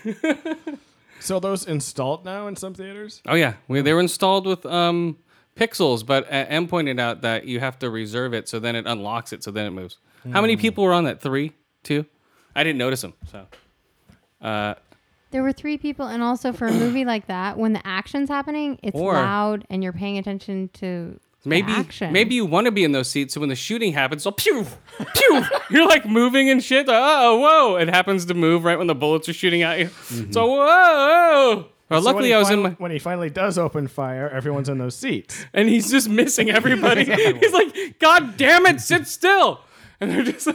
So those installed now in some theaters? Oh yeah, we, they were installed with um, pixels, but uh, M pointed out that you have to reserve it, so then it unlocks it, so then it moves. How many people were on that? Three, two? I didn't notice them. So, uh, There were three people, and also for a movie like that, when the action's happening, it's Or- loud and you're paying attention to the maybe action. maybe you want to be in those seats, so when the shooting happens, so pew pew, you're like moving and shit. Oh whoa! It happens to move right when the bullets are shooting at you. So whoa! Well, So when luckily he I was in finally- my When he finally does open fire, everyone's in those seats. and he's just missing everybody. he's like, God damn it, sit still. And they're just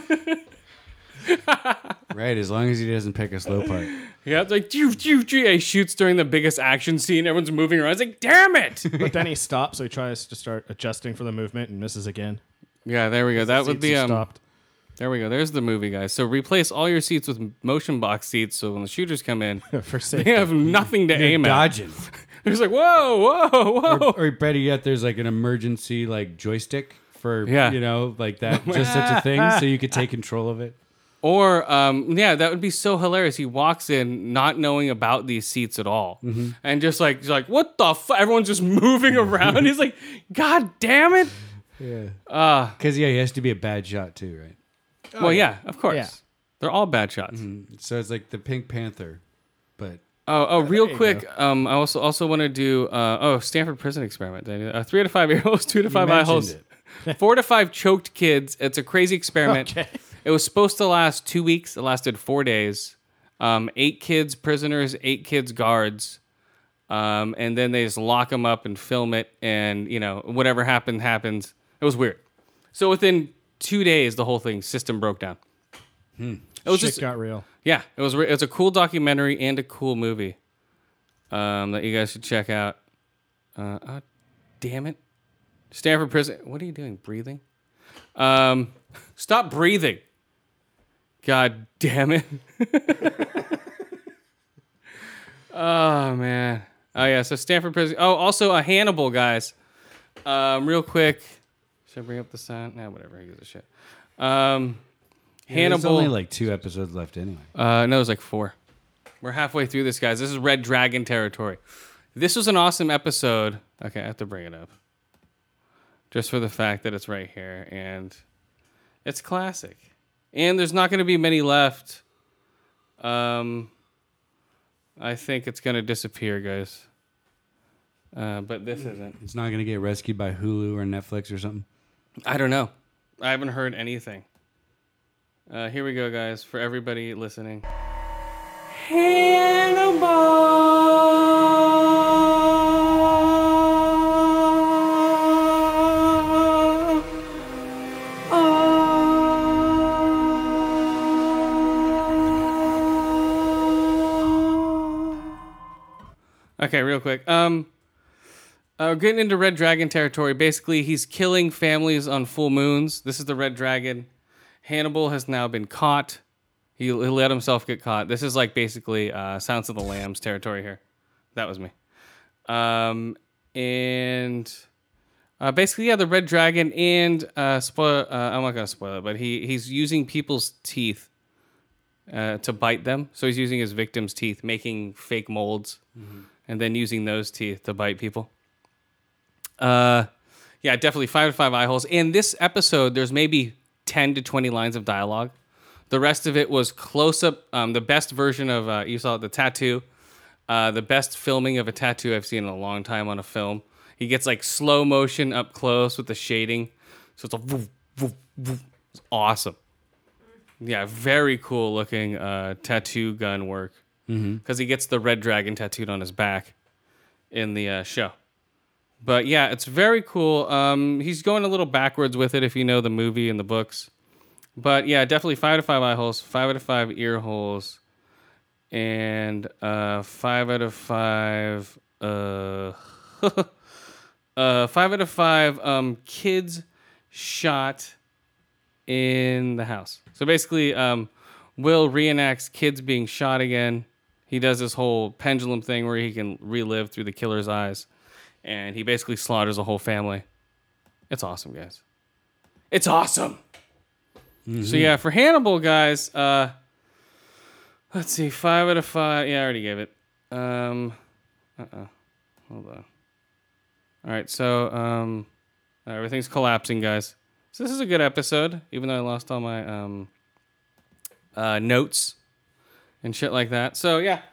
right, as long as he doesn't pick a slow part. Yeah, it's like choo choo choo. Yeah, he shoots during the biggest action scene. Everyone's moving around. It's like, damn it! But then he stops, so he tries to start adjusting for the movement and misses again. yeah, there we go. That would Seats be are um. stopped. There we go. There's the movie, guys. So replace all your seats with motion box seats. So when the shooters come in, For they safety. have nothing to aim at. Dodging. It's like, whoa, whoa, whoa. Or better yet, there's like an emergency like joystick for Yeah. you know, like that just such a thing. So you could take control of it. Or um, yeah, that would be so hilarious. He walks in not knowing about these seats at all, Mm-hmm. and just like he's like, what the? Fu-? Everyone's just moving around. he's like, God damn it! Yeah. Uh, Because yeah, he has to be a bad shot too, right? well, yeah, of course. Oh, Yeah. Mm-hmm. They're all bad shots. So it's like the Pink Panther, but Oh, oh, real quick. Um, I also also want to do uh, oh Stanford prison experiment. Did I do that? Uh, three out of five ear holes, two to five eye holes, mentioned four to five choked kids. It's a crazy experiment. It was supposed to last two weeks. It lasted four days. Um, eight kids prisoners, eight kids guards, um, and then they just lock them up and film it, and you know whatever happened happens. It was weird. So within two days, the whole thing system broke down. It was Shit just got real. yeah, it was re- it's a cool documentary and a cool movie um, that you guys should check out. Uh, oh, damn it, Stanford Prison. What are you doing? Breathing? Um, stop breathing. God damn it. oh man. Oh yeah. So Stanford Prison. Oh, also a Hannibal, guys. Um, real quick. Should I bring up the sign? Nah, whatever. Who gives a shit? Um, There's Hannibal. only like two episodes left anyway. Uh, no, it was like four. We're halfway through this, guys. This is Red Dragon territory. This was an awesome episode. Okay, I have to bring it up. Just for the fact that it's right here and it's classic. And there's not going to be many left. Um, I think it's gonna disappear, guys. Uh, but this isn't. It's not going to get rescued by Hulu or Netflix or something. I don't know. I haven't heard anything. Uh, here we go, guys. For everybody listening. Okay, real quick. Um, uh, we're getting into Red Dragon territory. Basically, he's killing families on full moons. This is the Red Dragon. Hannibal has now been caught. He, he let himself get caught. This is like basically uh, Sounds of the Lambs territory here. That was me. Um, and uh, basically, yeah, the Red Dragon and uh, spoil. Uh, I'm not gonna spoil it, but he he's using people's teeth uh, to bite them. So he's using his victims' teeth, making fake molds, and then using those teeth to bite people. Uh, yeah, definitely five to five eye holes. In this episode, there's maybe ten to twenty lines of dialogue. The rest of it was close up. Um, the best version of uh, you saw the tattoo. Uh, the best filming of a tattoo I've seen in a long time on a film. He gets like slow motion up close with the shading, so it's a woof, woof, woof. It's awesome. Yeah, very cool looking uh, tattoo gun work because he gets the red dragon tattooed on his back in the uh, show. But yeah, it's very cool. Um, he's going a little backwards with it if you know the movie and the books. But yeah, definitely five out of five eye holes, five out of five ear holes, and uh, five out of five. Uh, uh, five out of five um, kids shot in the house. So basically, um, Will reenacts kids being shot again. He does this whole pendulum thing where he can relive through the killer's eyes, and he basically slaughters a whole family. It's awesome, guys. It's awesome. So yeah, for Hannibal, guys. Uh, let's see, five out of five. Yeah, I already gave it. Um, uh oh, hold on. All right, so um, everything's collapsing, guys. So this is a good episode, even though I lost all my um, uh, notes and shit like that. So yeah,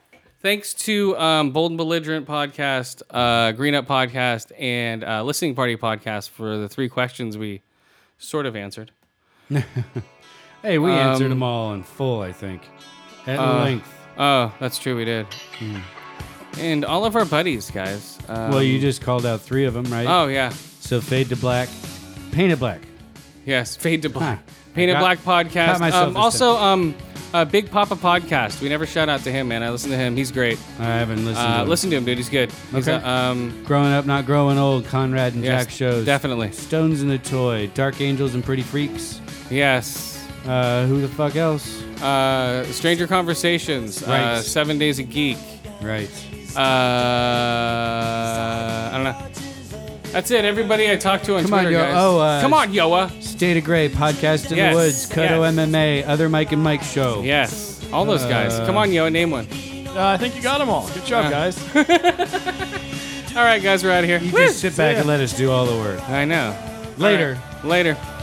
thanks to um, Bold and Belligerent podcast, uh, Green Up podcast, and uh, Listening Party podcast for the three questions we sort of answered. Hey, we answered them all in full, I think, at length. Oh, that's true, we did. And all of our buddies, guys. Um, Hmm. well, you just called out three of them, right? Oh yeah, So fade to black, painted black. yes. Fade to black. Huh. Painted I got- Black podcast. got myself Um, this also, um, uh, Big Papa podcast. We never shout out to him, man. I listen to him. He's great. I haven't listened. to Uh, 'em. listen to him, dude. He's good. He's, Okay. uh, um, Growing up, not growing old. Conrad and Yes, Jack shows definitely. Stones in the toy, Dark Angels and Pretty Freaks. yes. Uh, who the fuck else? Uh, Stranger Conversations. Uh, Right. Seven Days a Geek. Right. Uh, I don't know. That's it. Everybody I talked to on Come on, Twitter, yo. guys. Oh, uh, Come on, Yoa. State of Grey podcast in Yes, the woods, Kodo yes. MMA, other Mike and Mike show. Yes. All those guys. Uh, Come on, Yoa. Name one. Uh, I think you got them all. Good job, guys. All right, guys. We're out of here. You Woo! just sit back and let us do all the work. I know. Later. All right. Later.